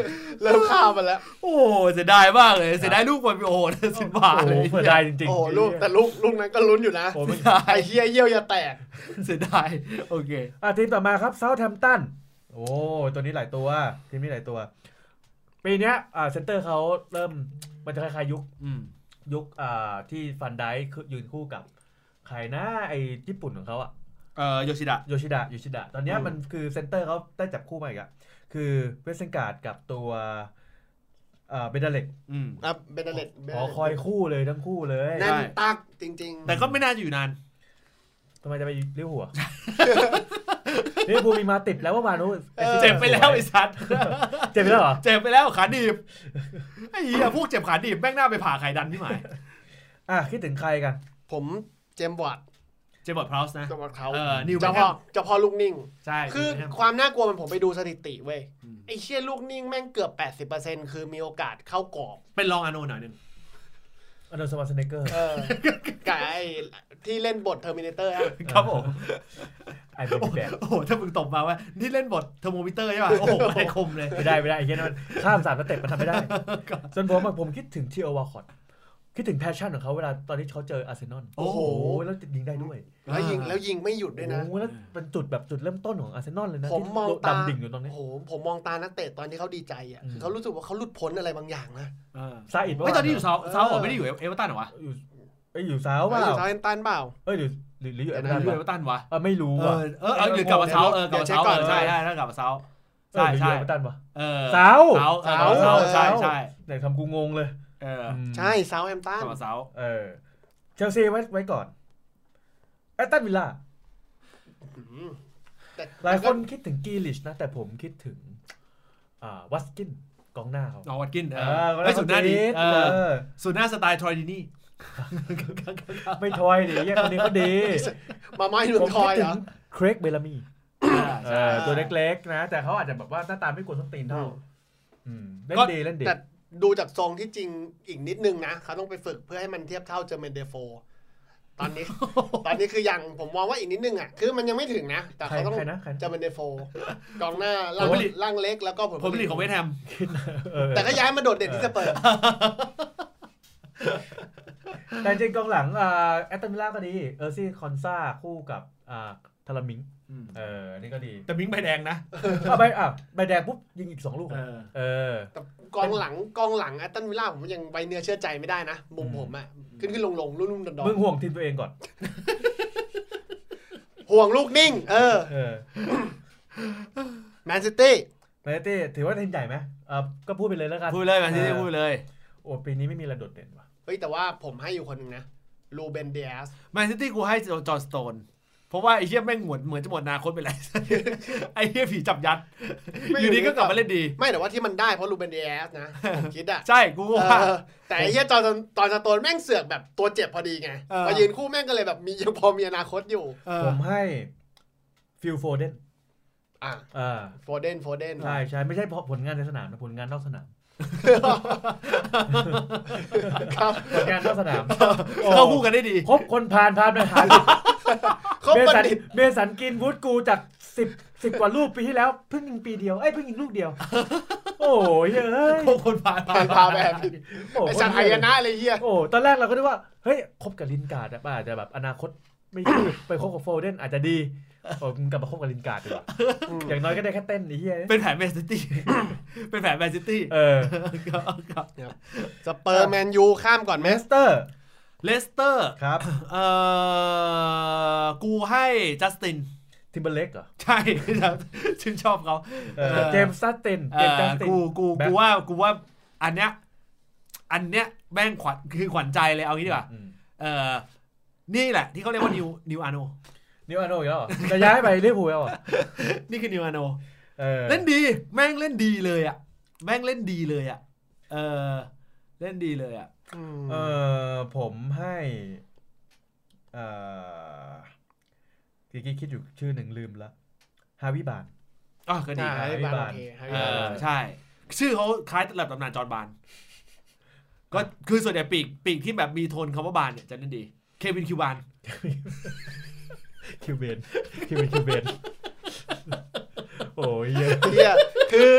Speaker 4: เริ่มข้าวมาแล้ว
Speaker 1: โอ้เสียดายมากเลยเสียดายลูกบอลโอนะ สิบบาท
Speaker 3: โอ้
Speaker 1: เล
Speaker 3: โห
Speaker 1: ย
Speaker 3: เสียดายจริงๆ
Speaker 4: โอ้โหลูกแต่ลูกลูกนั้นก็ลุ้นอยู่นะ
Speaker 3: โอ้โหมัน
Speaker 1: เสียดาย
Speaker 4: ไอเฮียเยี่ยวอย่าแตก
Speaker 1: เสียดายโอเค
Speaker 3: อ่ะทีมต่อมาครับเซาท์แ m ม t ันโอ้ตัวนี้หลายตัว ทีมนี้หลายตัว ปีเนี้ยอ่าเซนเตอร์เขาเริ่มมันจะคล้ายๆยุค
Speaker 1: อืม
Speaker 3: ยุคอ่าที่ฟันไดคือยืนคู่กับใครนะไอญี่ปุ่นของเขาอะ
Speaker 1: เอ่อโยชิดะ
Speaker 3: โยชิดะโยชิดะตอนเนี้ย
Speaker 4: อืม
Speaker 3: มันคือเซนเตอร์เขาได้จับคู่ใหม่อีกอะคือเวสเซนการ์ดกับตัวอ่าเบนเดเล็ก
Speaker 1: อืม
Speaker 4: อ่ะเบนเดเลต
Speaker 3: อ๋อคอยคู่เลยทั้งคู่เลย
Speaker 4: แน่น
Speaker 1: ได้
Speaker 4: ตักจริง
Speaker 1: แต่ก็ไม่น่าจะอยู่นาน
Speaker 3: ทำไมจะไปริ้วหัวนี่ภูลมีมาติดแล้วว่าวานุ
Speaker 4: เออ
Speaker 1: เจ็บไปแล้วไอ้สัต ว์
Speaker 3: เจ็บไปแล้วเหรอ
Speaker 1: เจ็บไปแล้วขาหนีบไอ้เหี้ยพวกเจ็บขาหนีบแม่งหน้าไปผ่าไข่ดันพี่หมาย
Speaker 3: อ่ะ คิดถึงใครกัน
Speaker 4: ๆ ผมเจมส์บอร์ด
Speaker 1: เจมส์บอร์ดพราวส์นะ
Speaker 4: เจมส์บอร์ดเขา
Speaker 1: เออนิว
Speaker 4: เจ้า
Speaker 1: แบ็คแฮ
Speaker 4: พ่อ
Speaker 1: ม
Speaker 4: เจ้าพ่อลูกนิ่ง
Speaker 1: ใช่
Speaker 4: คือ
Speaker 1: นิวแบ็คแฮม
Speaker 4: ความน่ากลัวมันผมไปดูสถิติเว้ย
Speaker 1: อืม
Speaker 4: ไอ้เชี่ยลูกนิ่งแม่งเกือบ 80%คือมีโอกาสเข้ากรอบ
Speaker 1: เป็นรองอาโนหน่อยหนึง
Speaker 3: อโนสวาสเนเกอร์
Speaker 4: เอ อกับไอ้ที่เล่นบทเทอร์มินเตอร์ฮะ
Speaker 1: ครับผม
Speaker 3: ไอ้เป็นแบบ
Speaker 1: โอ้โหถ้ามึงตบมาว่า นี่เล่นบทเทอร์โมมิเตอร์ใช่ป่ะโอ้โหไม่คมเลย
Speaker 3: ไม่ได้ไม่ได้ไอ้เงี้ยมันข้ามสามสเต็ปมันทำไม่ได้ ส่วนผมอะผมคิดถึงทีโอวาคอตคิดถึงแพชชั่นของเขาเวลาตอนที่เขาเจออาร์เซนอล
Speaker 1: โอ้โห
Speaker 3: แล้วจะยิงได้ด้วย
Speaker 4: แล้วยิงแล้วยิงไม่หยุดด้วยนะ
Speaker 3: โอ้โหแล้วเป็นจุดแบบจุดเริ่มต้นของอาร์เซนอลเลยนะ
Speaker 4: ผม
Speaker 3: ที่
Speaker 4: มองตา
Speaker 3: ดำดิ่งอยู่ตอนนี้
Speaker 4: โอ้โหผมมองตานักเตะตอนที่เขาดีใจอ่ะ
Speaker 3: อืม
Speaker 4: คือเขารู้สึกว่าเขาหลุดพ้นอะไรบางอย่างนะ
Speaker 3: ซาอิด
Speaker 1: ไม่
Speaker 3: ว่า
Speaker 1: ตอนนี้อยู่เซาเซาไม่ได้อยู่เอเวอร์ตันเหรอวะ
Speaker 3: อยู่ไอยอยู่ซาวเปล่า
Speaker 4: อยู่ซาวเอนตันเปล่า
Speaker 3: เอ้ยหรือหรือหรืออยู่แอต
Speaker 1: ห
Speaker 3: แลน
Speaker 1: รืออยู่เอ
Speaker 3: ตา
Speaker 1: เวอร์ตันวะ
Speaker 3: เออไม่รู้
Speaker 1: เอ
Speaker 3: อ่ะ
Speaker 1: อเออเอาหรือกลับมาเซาเออกลับมาเซาเออใช่ใช่แล้วกลับมาเซาใช่
Speaker 3: เออหรือ
Speaker 1: ใช่
Speaker 3: อยู่แอตแลนตาปะ
Speaker 1: เออ
Speaker 3: ซาว
Speaker 1: เซาเออเซาใช่ใช่
Speaker 3: ไหนทำกูงงเลย
Speaker 1: เออ
Speaker 3: ม
Speaker 4: ใช่ซาวแฮมตั
Speaker 1: ก
Speaker 4: น
Speaker 1: ลับมาเซา
Speaker 3: เออเชลซีไว้ไว้ก่อนแอตตันวิลล่า
Speaker 4: แต่
Speaker 3: หลายคนคิดถึงกีลิชนะ แต่ผมคิดถึงอ่าวัสกินกองหน้าเขา
Speaker 1: นอวัดกินเอ
Speaker 3: เอ
Speaker 1: อ
Speaker 3: อค
Speaker 1: ไอ้
Speaker 3: นละ
Speaker 1: สุดหน้าดี
Speaker 3: คน
Speaker 1: เอ
Speaker 3: เอ
Speaker 1: อ
Speaker 3: อ
Speaker 1: สุดหน้าสไตล์ทรอยดินี่
Speaker 3: ไม่ทอยดิเหี้ยคนนี้ก็ดี
Speaker 4: มาไม่
Speaker 3: ผ
Speaker 4: ลุ
Speaker 3: ม
Speaker 4: นท
Speaker 3: คิ
Speaker 4: อ
Speaker 3: ด
Speaker 4: ย
Speaker 3: ถึ
Speaker 4: เหรง อ
Speaker 3: เครกเบลามีเอ
Speaker 1: ใช่
Speaker 3: อตัวเล็กๆนะ แต่เขาอาจจะแบบว่าหน้าตาไม่กวนส้นตีนเท่าอืมเล่น
Speaker 1: ก็
Speaker 3: ดีเล่นดี
Speaker 4: แต่ ดูจากทรงที่จริงอีกนิดนึงนะเขาต้องไปฝึกเพื่อให้มันเทียบเท่าเจอร์เมนเดโฟ ตอน นี้ ตอนนี้คือยังผมมองว่าอีกนิดนึงอ่ะ คือมันยังไม่ถึงนะ แต่
Speaker 3: ใคร
Speaker 4: เขาต้อง
Speaker 3: ใครนะใคร
Speaker 4: เจอ
Speaker 3: นะ
Speaker 4: ร์เมนเดโฟกองหน้าร่าง
Speaker 1: ผลผลิต
Speaker 4: ร่างเล็กแล้วก็ผล
Speaker 1: ผลผลิตของเวสแฮม
Speaker 3: เออ
Speaker 4: แต่ก็ย้ายมาโดดเด่นที่สเปอร์
Speaker 3: แต่จริงๆกองหลังอ่าแอตตันวิลล่าก็ดีเออร์ซี่คอนซาคู่กับอ่าทารามิงเอออันนี่ก็ดี
Speaker 1: แต่มิงใบแดงนะ
Speaker 3: เอาไปอ่ะใบแดงปุ๊บยิงอีกสองลูก
Speaker 1: เอ
Speaker 3: อ่ะ
Speaker 1: อ
Speaker 3: เออ
Speaker 4: แต่กองหลังกองหลังแอตตันวิลล่าผมยังไว้เนื้อเชื่อใจไม่ได้นะ มุมผมอ่ะ ขึ้นขึ้นลงลงรุ่มรุ่มดอนดอน
Speaker 3: มึงห่วงทีมตัวเองก่อน
Speaker 4: ห่วงลูกนิ่ง เออ
Speaker 3: เออ
Speaker 4: แมนซิตี้
Speaker 3: แมนซิตี้ถือว่าทีมใหญ่ไหมเออก็พูดไปเลยแล้วกัน
Speaker 1: พูดเลยมันที่พูดเลย
Speaker 3: โอ้ปีนี้ไม่มีอะไรโดดเด่นว่ะ
Speaker 4: เฮ้ยแต่ว่าผมให้อยู่คนหนึ่งนะลูเบนเดียส
Speaker 1: แมนซิตี้กูให้จอร์นสโตน เพราะว่าไอ้เหี้ยแม่งหมดเหมือนจะหมดอนาคตไปแล้ว ไอ้เหี้ยผีจับยัด อยู่ดีก็กลับมาเล่นดี
Speaker 4: ไม่แต่ว่าที่มันได้เพราะลูเบนเดียสนะผมคิดอ่ะ
Speaker 1: ใช่กูก็ ว่า
Speaker 4: เออแต่ไอ้เหี้ยจอร์นตอนสโตนแม่งเสือกแบบตัวเจ็บพอดีไง
Speaker 1: เออ
Speaker 4: พอยืนคู่แม่งก็เลยแบบมียังพอมีอนาคตอยู่
Speaker 1: เออ
Speaker 3: ผมให้ฟิลโฟเดน
Speaker 4: อ่ะ
Speaker 3: อ่า
Speaker 4: โฟเดนโฟเดน
Speaker 3: ใช่ใช่ไม่ใช่เพราะผลงานในสนามนะผลงานนอกสนาม
Speaker 4: ครับ
Speaker 3: ผลงานนอกสนาม
Speaker 1: เข้าคู่กันได้ดี
Speaker 3: พบคนพานพานไปหา
Speaker 4: เขา
Speaker 3: เม
Speaker 4: ประ
Speaker 3: สัน
Speaker 4: ดิษฐ์
Speaker 3: เมสันกินวูดกูจากสิบสิบกว่าลูกปีที่แล้วเพิ่งยิงปีเดียวเอ้ยเพิ่งยิงลูกเดียว โอ้ยเอ้ย
Speaker 1: โคคนพา
Speaker 4: พาพาแบบ
Speaker 3: โอ้
Speaker 4: ไอ้สัตว์หายนะอะไรเหี้ย
Speaker 3: โอ้ตอนแรกเราก็นึกว่าเฮ้ยคบกับลินการ์ดอะอาจจะแบบอนาคตไม่ดีไปคบกับโฟเดนอาจจะดีโอ้มึงกลับมาคบกับลินการ์ดดีกว่าอย่างน้อยก็ได้แค่เต้นไอ้เหี้ย
Speaker 1: เป็นแผนแมนซิตี้ เป็นแผนแมนซิตี้
Speaker 3: เออ
Speaker 4: สเปอร์แมนยูข้ามก่อนไห
Speaker 3: เม
Speaker 4: ม
Speaker 3: สเตอร์
Speaker 1: เลสเตอร์
Speaker 3: ครับ
Speaker 1: เอ่อกูให้จัสติน
Speaker 3: ทิมเบอร์เลกเหรอ
Speaker 1: ใช่ครับ ชื่นชอบเขา
Speaker 3: เออ
Speaker 1: เออ
Speaker 3: เจมส์ซัตติน
Speaker 1: เอ
Speaker 3: เจมส์ซั
Speaker 1: อ
Speaker 3: ตติน
Speaker 1: กูกู
Speaker 3: แบ็ค
Speaker 1: กูว่ากูว่าอันเนี้ยอันเนี้ยแม่งขวัญคือขวัญใจเลยเอางี้ดีกว่า
Speaker 3: อืม
Speaker 1: เออนี่แหละที่เขาเรียก ว่านิวนิวอาโน
Speaker 3: นิวอาโน่อีกแล้วเหรอจะย้ายไปลิเวอร์พูลแล้วเหรอ
Speaker 1: นี่คือนิวอาโน
Speaker 3: เออ
Speaker 1: เล่นดี แม่งเล่นดีเลยอ่ะ แม่งเล่นดีเลยอ่ะ เออ เล่นดีเลยอ่ะ
Speaker 3: เออผมให้เออกีกี้คิดอยู่ชื่อหนึ่งลืมละฮาวิบาน
Speaker 1: อ๋อก็ดีค
Speaker 4: ใช่
Speaker 1: รับ
Speaker 4: ให้
Speaker 3: ให้
Speaker 4: บาน
Speaker 3: บาน
Speaker 4: โอเคให้
Speaker 1: เอบ
Speaker 4: า
Speaker 1: อ
Speaker 4: น
Speaker 1: ใช่ ชื่อเขาคล้ายตลับตำนานจอร์นบาน ก็คือส่วนใหญ่ปีกปีกที่แบบมีโทนคำว่าบานเนี่ยจะเล่นดี เควินคิวบาน
Speaker 3: คิวเบนคิวเบนคิวเบนโอ้ยเหี้ย
Speaker 4: เหี้ยคือ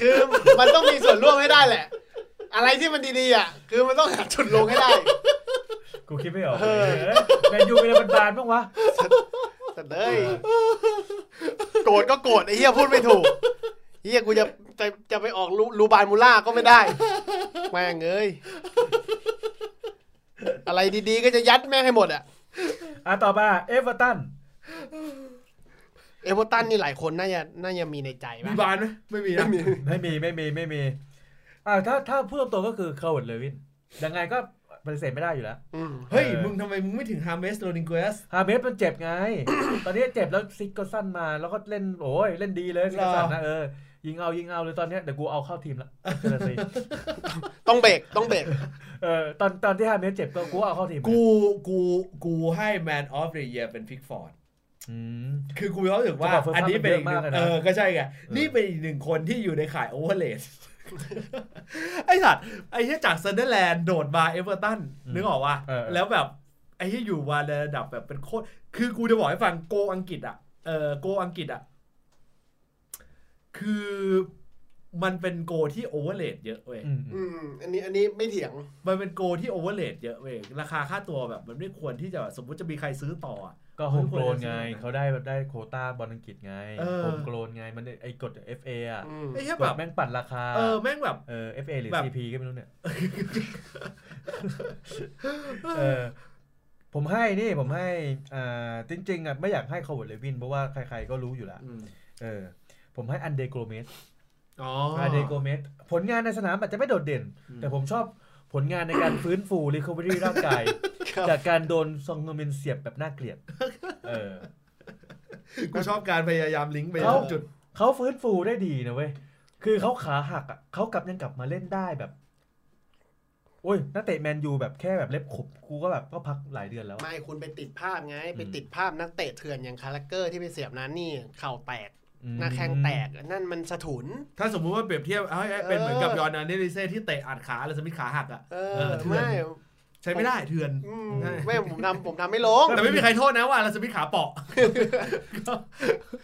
Speaker 4: คือมันต้องมีส่วนร่วมให้ได้แหละ อะไรที่มันดีๆอ่ะ คือมันต้องหาจุดลงให้ได้
Speaker 3: กูคิดไม่ออก
Speaker 4: เออ
Speaker 3: เออแมนยูเป็นอะไรบานๆบ้างวะ
Speaker 4: แต่เลยโกรธก็โกรธไอ้เหี้ยพูดไม่ถูกเหี้ยกูจะจะจะไปออกลูลูบานมูล่าก็ไม่ได้แม่งเอ้ยอะไรดีๆก็จะยัดแม่งให้หมดอะ
Speaker 3: อ่ะต่อมาเอเวอร์ตัน
Speaker 4: เอเวอร์ตันนี่หลายคนน่าจะน่าจะมีในใจ
Speaker 1: มี
Speaker 4: ป่ะ
Speaker 1: บานไหมไม่มีนะ
Speaker 3: ไม่มีไม่มีไม่มีอ่ะถ้าถ้าพูดตรงๆก็คือเคอร์วดเลวินยังไงก็ปฏิเสธไม่ได้อยู่แล้ว
Speaker 4: อืม
Speaker 1: เฮ้ย มึงทำไมมึงไม่ถึงฮาเมสโรนิงเกส
Speaker 3: ฮาเมสมันเจ็บไง ตอนนี้เจ็บแล้วซิกก็สั้นมา แล้วก็เล่นโอ้ยเล่นดีเลยซิกก็สั้นนะเออ ยิงเอายิงเอาเลยตอนเนี้ยเดี๋ยวกูเอาเข้าทีมละเจอสิ
Speaker 4: ต้องเบรกต้องเบรก
Speaker 3: เออตอนตอนที่ฮาเมสเจ็บก็กูเอาเข้าทีม
Speaker 1: กู กู กูให้ Man of the Year เป็นพิกฟอร์ด
Speaker 3: อืม
Speaker 1: คือกูมีความรู้สึกว่า
Speaker 3: จังหวะเฟิร์ม
Speaker 1: อันนี้เป็นอีกหนึ่ง
Speaker 3: มันเยอะมากเลยนะ
Speaker 1: เออก็ใช่ไงนี่เป็นอีกหนึ่งคนที่อยู่ในข่ายโอเวอร์เลส ไอสัตว์ไอ้ที่จากเซนเดอร์แลนด์โดดมาเอเวอร์ตัน
Speaker 3: อืม
Speaker 1: นึกออกว่า
Speaker 3: เออ
Speaker 1: แล้วแบบไอ้ที่อยู่มาในระดับแบบเป็นโคตรคือกูจะบอกให้ฟังโกอังกฤษอ่ะเออโกอังกฤษอ่ะคือมันเป็นโกที่โอเวอร์เลสเยอะเว้ย
Speaker 3: อืม
Speaker 4: อืม อันนี้อันนี้ไม่เถียง
Speaker 1: มันเป็นโกที่โอเวอร์เลทเยอะเว้ยราคาค่าตัวแบบมันไม่ควรที่จะสมมุติจะมีใครซื้อต่ออะ
Speaker 3: ก็โฮมโกลนไง เขาได้ได้โควต้าบอลอังกฤษไง
Speaker 1: เออ
Speaker 3: โฮมโกลนไง มันไอ้กฎ FA อ่ะ
Speaker 4: อืม
Speaker 1: ไอ้เหี้ย
Speaker 3: ก
Speaker 1: แบ
Speaker 3: ฎ
Speaker 1: บ
Speaker 3: แม่งปั่นราคา
Speaker 1: เออแม่งแบบ
Speaker 3: เออ FA หรือ
Speaker 1: แบบ
Speaker 3: CP ก็ไม่รู้เนี่ย เออ ผมให้นี่ ผมให้อ่าจริงๆอ่ะไม่อยากให้คอว a r เลวินเพราะว่าใครๆก็รู้อยู่แล้ว
Speaker 1: อืม
Speaker 3: เออ ผมให้อันเดโกเมส
Speaker 1: อ๋อ
Speaker 3: อันเดโกเมสผลงานในสนามอาจจะไม่โดดเด่น แต่ผมชอบผลงานในการ ฟื้นฟูรีคอเวอรี่ร่างกาย
Speaker 4: ครับ
Speaker 3: จากการโดนซองเงมินเสียบแบบน่าเกลียด เออ
Speaker 1: กูชอบการพยายามลิงก์ไป
Speaker 3: เขา
Speaker 1: ทุกจุด
Speaker 3: เขาฟื้นฟูได้ดีนะเว้ย คือเขาขาหักอ่ะเขากลับยังกลับมาเล่นได้แบบ โอ้ยนักเตะแมนยูแบบแค่แบบเล็บขบกูก็แบบก็พักหลายเดือนแล้วอะ
Speaker 4: ไม่คุณไปติดภาพไง
Speaker 3: อืม
Speaker 4: ไปติดภาพนักเตะเถื่อนอย่างคาราเกอร์ที่ไปเสียบนั้นนี่เข่าแตก
Speaker 3: อืม
Speaker 4: หน้าแข้งแตก นั่นมันสะถุน
Speaker 1: ถ้าสมมุติว่าเปรียบเทียบเอ้ยเอ้ยเป็นเหมือนกับ
Speaker 4: เออ
Speaker 1: ยอนอันเดริเซ่ที่เตะอัดขาแล้วสมิธขาหักอ่ะ
Speaker 4: เอ
Speaker 1: เอ
Speaker 4: อ
Speaker 1: อเถื่อน
Speaker 4: ไม่
Speaker 1: ใช้ไม่ได้เถื่อน
Speaker 4: อืม
Speaker 1: ใช่
Speaker 4: ไม่ผมทำผมทำไม่ล ง
Speaker 1: แต่ไม่มีใครโทษนะว่าอารันสมิธขาเปาะ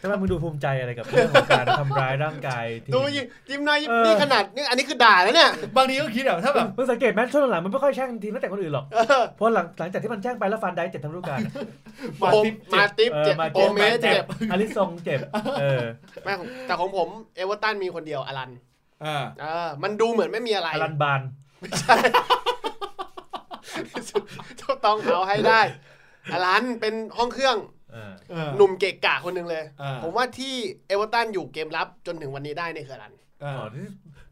Speaker 3: ทำไมมึงดูภูมิใจอะไรกับเรื่อง ของการทำร้ายร่างกายทีม
Speaker 4: ดูยิยิ้มหน้อยยิ้ม
Speaker 3: เออ
Speaker 4: นี่ขนาดนี่อันนี้คือด่าแล้วเนี่ย
Speaker 1: บางทีก็คิดแบบถ้าแบบ
Speaker 3: มึงสังเกตไหมช่วงหลังมันไม่ค่อยแช่งทีมนักเตะคนอื่นหรอก
Speaker 4: เออ
Speaker 3: เพราะหลังหลังจากที่มันแช่งไปแล้วฟันได้เจ็บทั้งฤดูกาลอะ
Speaker 1: มา
Speaker 4: ผม
Speaker 1: ติดเจ็บ
Speaker 3: เออ
Speaker 4: มาติปเจ็บ
Speaker 3: มา
Speaker 4: โอ
Speaker 3: เจ็บ
Speaker 4: เมส
Speaker 3: เจ็
Speaker 4: เจ็
Speaker 3: บบ อาริซองเจ็บ เออ
Speaker 4: ไม่ของแต่ของผมเอเวอร์ตันมีคนเดียวอลัน
Speaker 1: อ่า
Speaker 4: เออมันดูเหมือนไม่มีอะไร
Speaker 3: อารันบาน
Speaker 4: เจ้าต้องเอาให้ได้ อลันเป็นห้องเครื่อง
Speaker 3: เออ
Speaker 1: เออ
Speaker 4: หนุ่มเกะกะคนหนึ่งเลย
Speaker 1: อ่า
Speaker 4: ผมว่าที่เอเวอร์ตันอยู่เกมรับจนถึงวันนี้ได้เนี่ยคืออลัน
Speaker 1: เออ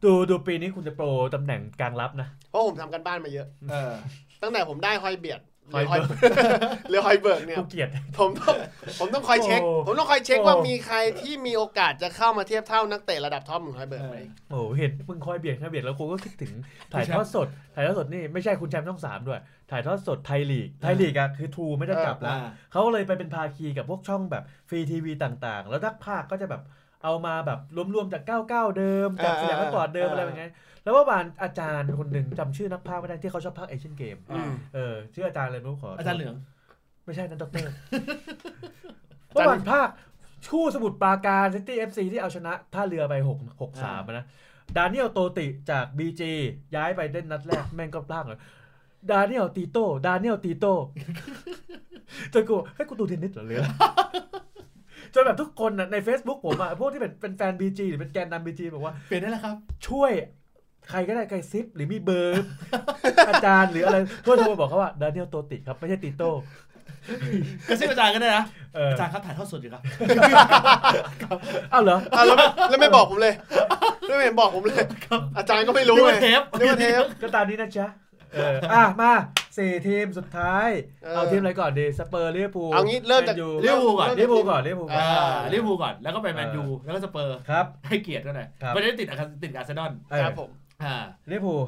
Speaker 3: ดูดูปีนี้คุณจะโปรตำแหน่งกลางรับนะ
Speaker 4: เพราะผมทำกันบ้านมาเยอะ
Speaker 1: เออ
Speaker 4: ตั้งแต่ผมได้ฮอยเบียดหรือฮ
Speaker 3: ฮ
Speaker 4: อ
Speaker 3: อย ยเบิร์ก
Speaker 4: หรือฮอยเบิร์ก เนี่ย
Speaker 3: กูเกลียด
Speaker 4: ผมต้องผมต้องคอยเช็ค
Speaker 3: โอ้
Speaker 4: ผมต้องคอยเช็คว่า
Speaker 3: โอ้
Speaker 4: มีใครที่มีโอกาสจะเข้ามาเทียบเท่านักเตะระดับท็อปของฮอยเบิ ร์กไหม
Speaker 3: โอ้โหเห็นมึงคอยเบียดคอยเบียดแล้วกูก็คิดถึงถ่ายทอดสด ถ่ายทอดสดนี่ไม่ใช่คุณแชมป์ช่องสามด้วย ถ่ายทอดสดไทยลีก ไทยลีกอะคือทูไม่ได้กลับ
Speaker 1: อ่า
Speaker 3: ละ เขาเลยไปเป็นภาคีกับพวกช่องแบบฟรีทีวีต่างๆ แล้วนักภาคก็จะแบบเอามาแบบรวมๆจาก 99 เดิม จาก
Speaker 4: เออ
Speaker 3: สยามเมื่อก่อนเดิม
Speaker 4: เออ
Speaker 3: อะไรแบบนี้แล้วว่าบานอาจารย์คนหนึ่งจำชื่อนักภาคไม่ได้ที่เขาชอบภาคเอเชียนเกม
Speaker 4: อืม
Speaker 3: เออชื่ออาจารย์อะไรไม่รู้ขอ
Speaker 1: อาจารย์เหลือง
Speaker 3: ไม่ใช่นั่นด็อกเตอ ร์เมื่อวานภาคคู่สมุทรปราการซิตี้เอฟซีที่เอาชนะท่าเรือไป6 6 3นะดานิเอลโตติจากบีจีย้ายไปเล่นนัดแรก แม่งก็พลาดเลยดานิเอลตีโต้ดานิเอลตีโต้ จนกูเฮ้ยกูดูเทนนิสเหรอหรือ อะไร จนแบบทุกคนน่ะใน Facebook ผมอะ พวกที่เป็นเป็นแฟน BG หรือเป็นแกนนำ BG บอกว่า
Speaker 1: เปลี่ยนได้แล้วครับ
Speaker 3: ช่วยใครก็ได้ใครซิป หรือมีเบอร์ อาจารย์หรืออะไรเพื่อนโทรมาบอกเขาว่าดานิเอลโตติดครับ ไม่ใช่ติโต้
Speaker 1: กระซิบอาจารย์ก็ได้นะ
Speaker 3: เออ
Speaker 1: อาจารย์ครับถ่ายทอดสดอยู่ครับ
Speaker 3: อ้าวเหรอ
Speaker 4: อ่ะแล้วไม่แล้วไม่บอกผมเลยแล้วไม่เห็นบอกผมเลย อาจารย์ก็ไม่รู้
Speaker 1: นึก
Speaker 4: เล
Speaker 1: ว่าย เทป
Speaker 4: นึกว่าเทป
Speaker 3: ก็ตามนี้นะจ๊ะเอออ่ะ มาสี่ทีมสุดท้าย
Speaker 4: เออ
Speaker 3: เอาทีมอะไรก่อนดีสเปอร์ลิเวอร์พูล
Speaker 4: เอางี้เริ่มจาก
Speaker 3: แนยู
Speaker 1: เริ่ วอร์พูลก่อน
Speaker 3: ลิเวอร์พูลก่อนลิเวอร์พูลก่อน
Speaker 1: อ่าลิเวอร์พูลก่อน แล้วก็ไปแมนยู แล้วก็สเปอร์
Speaker 3: ครับ
Speaker 1: ให้เกียรติก็หน่อย
Speaker 3: ครับ
Speaker 1: ไม่ได้ติดอาร์ติดอาร์เซนอล
Speaker 3: เออ
Speaker 4: ครับผม
Speaker 1: อ่า
Speaker 3: ลิเวอร์พูล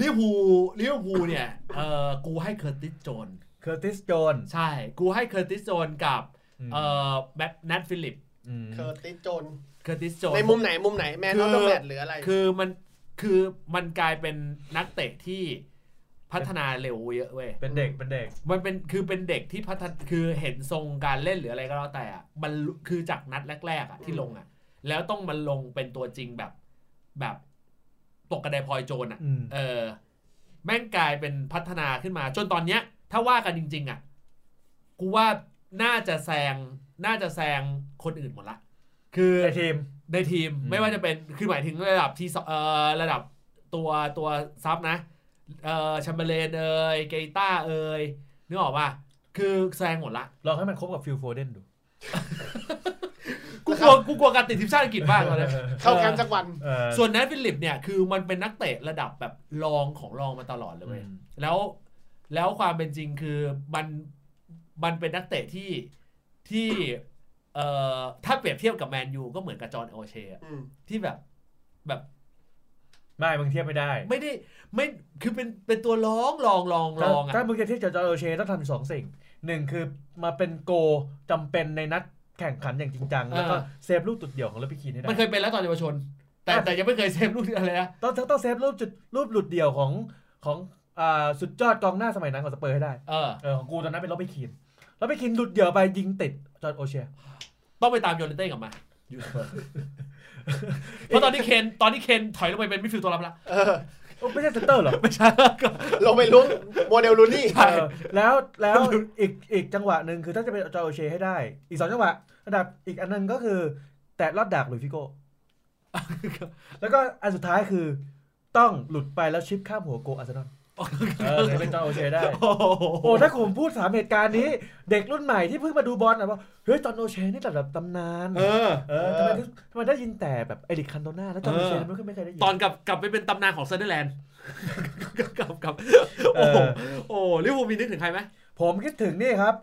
Speaker 1: ลิเวอร์พูลลิเวอร์พูลเนี่ย เออกูให้เคอร์ติสโจน
Speaker 3: เคอร์ติสโจนส์
Speaker 1: ใช่ กูให้เคอร์ติสโจนกับ
Speaker 3: ม
Speaker 1: เออแมทนัทฟิลิป
Speaker 3: ม
Speaker 4: เคอร์ติสโจน
Speaker 1: เคอร์ติสโจน
Speaker 4: ในมุมไหนมุมไหนแมน
Speaker 1: คือ
Speaker 4: นอตเดอะแมทหรืออะไร
Speaker 1: คือมัน คือมันกลายเป็นนักเตะที่พัฒนาเร็วเยอะเว้ย
Speaker 3: เป็นเด็กเป็นเด็ก
Speaker 1: มันเป็น คือเป็นเด็กที่พัฒนาคือเห็นทรงการเล่นหรืออะไรก็แล้วแต่อะมัน คือจากนัดแรก ๆอะที่ลงอะแล้วต้องมันลงเป็นตัวจริงแบบ แบบตกกระไดพลอยโจรอะ
Speaker 3: อืม
Speaker 1: เออแม่งกลายเป็นพัฒนาขึ้นมา จนตอนเนี้ย ถ้าว่ากันจริง ๆ อ่ะ กูว่าน่าจะแซงน่าจะแซงคนอื่นหมดละ คือ
Speaker 3: ในทีม
Speaker 1: ในทีม
Speaker 3: อืม
Speaker 1: ไม่ว่าจะเป็นคือหมายถึงระดับทีสเอ่อระดับตัวตัวซับนะเอ่อแชมเบอร์เลนเอ่ยเกต้าเอ่ยนึกออกป่ะคือแซงหมดละ
Speaker 3: ลองให้มันคบกับฟิลโฟเดนดู
Speaker 1: กูกลัวกูกลัวการติดทีมชาติอังกฤษมากตอนนี้
Speaker 4: เข้าแคมป์สักวัน
Speaker 3: เออ
Speaker 1: ส่วนแนทฟิลิปเนี่ยคือมันเป็นนักเตะระดับแบบรองของรองมาตลอดเลย
Speaker 3: อื
Speaker 1: เว้ย
Speaker 3: ม
Speaker 1: แล้วแล้วความเป็นจริงคือมันมันเป็นนักเตะที่ที่เอ่อถ้าเปรียบเทียบกับแมนยูก็เหมือนกับจอห์นโอเชอะ
Speaker 4: อืม
Speaker 1: ที่แบบแบบ
Speaker 3: ไม่มึงเทียบไม่ได้
Speaker 1: ไม่ได้ไม่คือเป็นเป็นตัวร้องรองรองรอง
Speaker 3: ถ้า
Speaker 1: อะ
Speaker 3: ถ้ามึงจะเทียบกับจอร์โอเชต้องทำสองสิ่ง หนึ่งคือมาเป็นโกจำเป็นในนัดแข่งขันอย่างจริงจัง แล้วก็
Speaker 6: เออ
Speaker 3: เซฟลูกจุดเดี่ยวของเลอพิคีนให้ได้
Speaker 6: มันเคยเป็นแล้วตอนเยาวชน แต่
Speaker 3: อ่ะ
Speaker 6: แต่ยังไม่เคยเซฟลูกอะไรนะ
Speaker 3: ต้องต้องเซฟรูปจุดรูปหลุดเดี่ยวของของอ่าสุดยอดกองหน้าสมัยนั้นของสเปอร์ให้ได้
Speaker 6: เออ
Speaker 3: เออของกูตอนนั้นเป็นลอบิคีนลอบิคีนหลุดเดี่ยวไปยิงติดจอร์ดโอเชีย
Speaker 6: ต้องไปตามโยเลนเต้กลับมาอยู่สเปอร์เพราะตอนนี้เคนตอนนี้เคนถอยลงไปเป็นมิดฟิลด์ตัวรับละ
Speaker 4: เออ
Speaker 3: โอ้ไม่ใช่เซนเตอร์เหรอ
Speaker 6: ไม่ใช่ก็
Speaker 4: ลงไปลุ้งโมเดลลูนี่
Speaker 6: ใช่
Speaker 3: เออแล้วแล้วอีกอีกจังหวะหนึ่งคือถ้าจะเป็นจอร์ดโอเชียให้ได้ อีกสองจังหวะระดับอีกอันหนึงก็คือแตะลอดดากหลุย ส์ฟิโก้แล้วก็อันสุดท้ายคือต้องหลุดไปแล้วชิปข้ามหัวโกอาร์เซนอลเออ ถึงเป็นจอร์ดโอเชี ยได้
Speaker 6: โอ้โห
Speaker 3: โอ้ถ้าผมพูดสามเหตุการณ์นี้ เด็กรุ่นใหม่ที่เพิ่งมาดูบอลนะว่าเฮ้ยจอห์นโอเชนี่ระดับตำนาน
Speaker 1: เออ
Speaker 3: เออทำไมถึงทำไมได้ยินแต่แบบเอริกคันโตนาแล้วจอห์นโอเช
Speaker 1: เออ
Speaker 3: นไม่เคยได้ยิน
Speaker 1: ตอนกลับกลับไปเป็นตำนานของเซนเดอร์แล นด์ กลับกลับโอ้โห
Speaker 3: เออ
Speaker 1: โอ้ลิเวอร์พูลมีนึกถึงใครไหม
Speaker 3: ผมคิดถึงนี่ครับ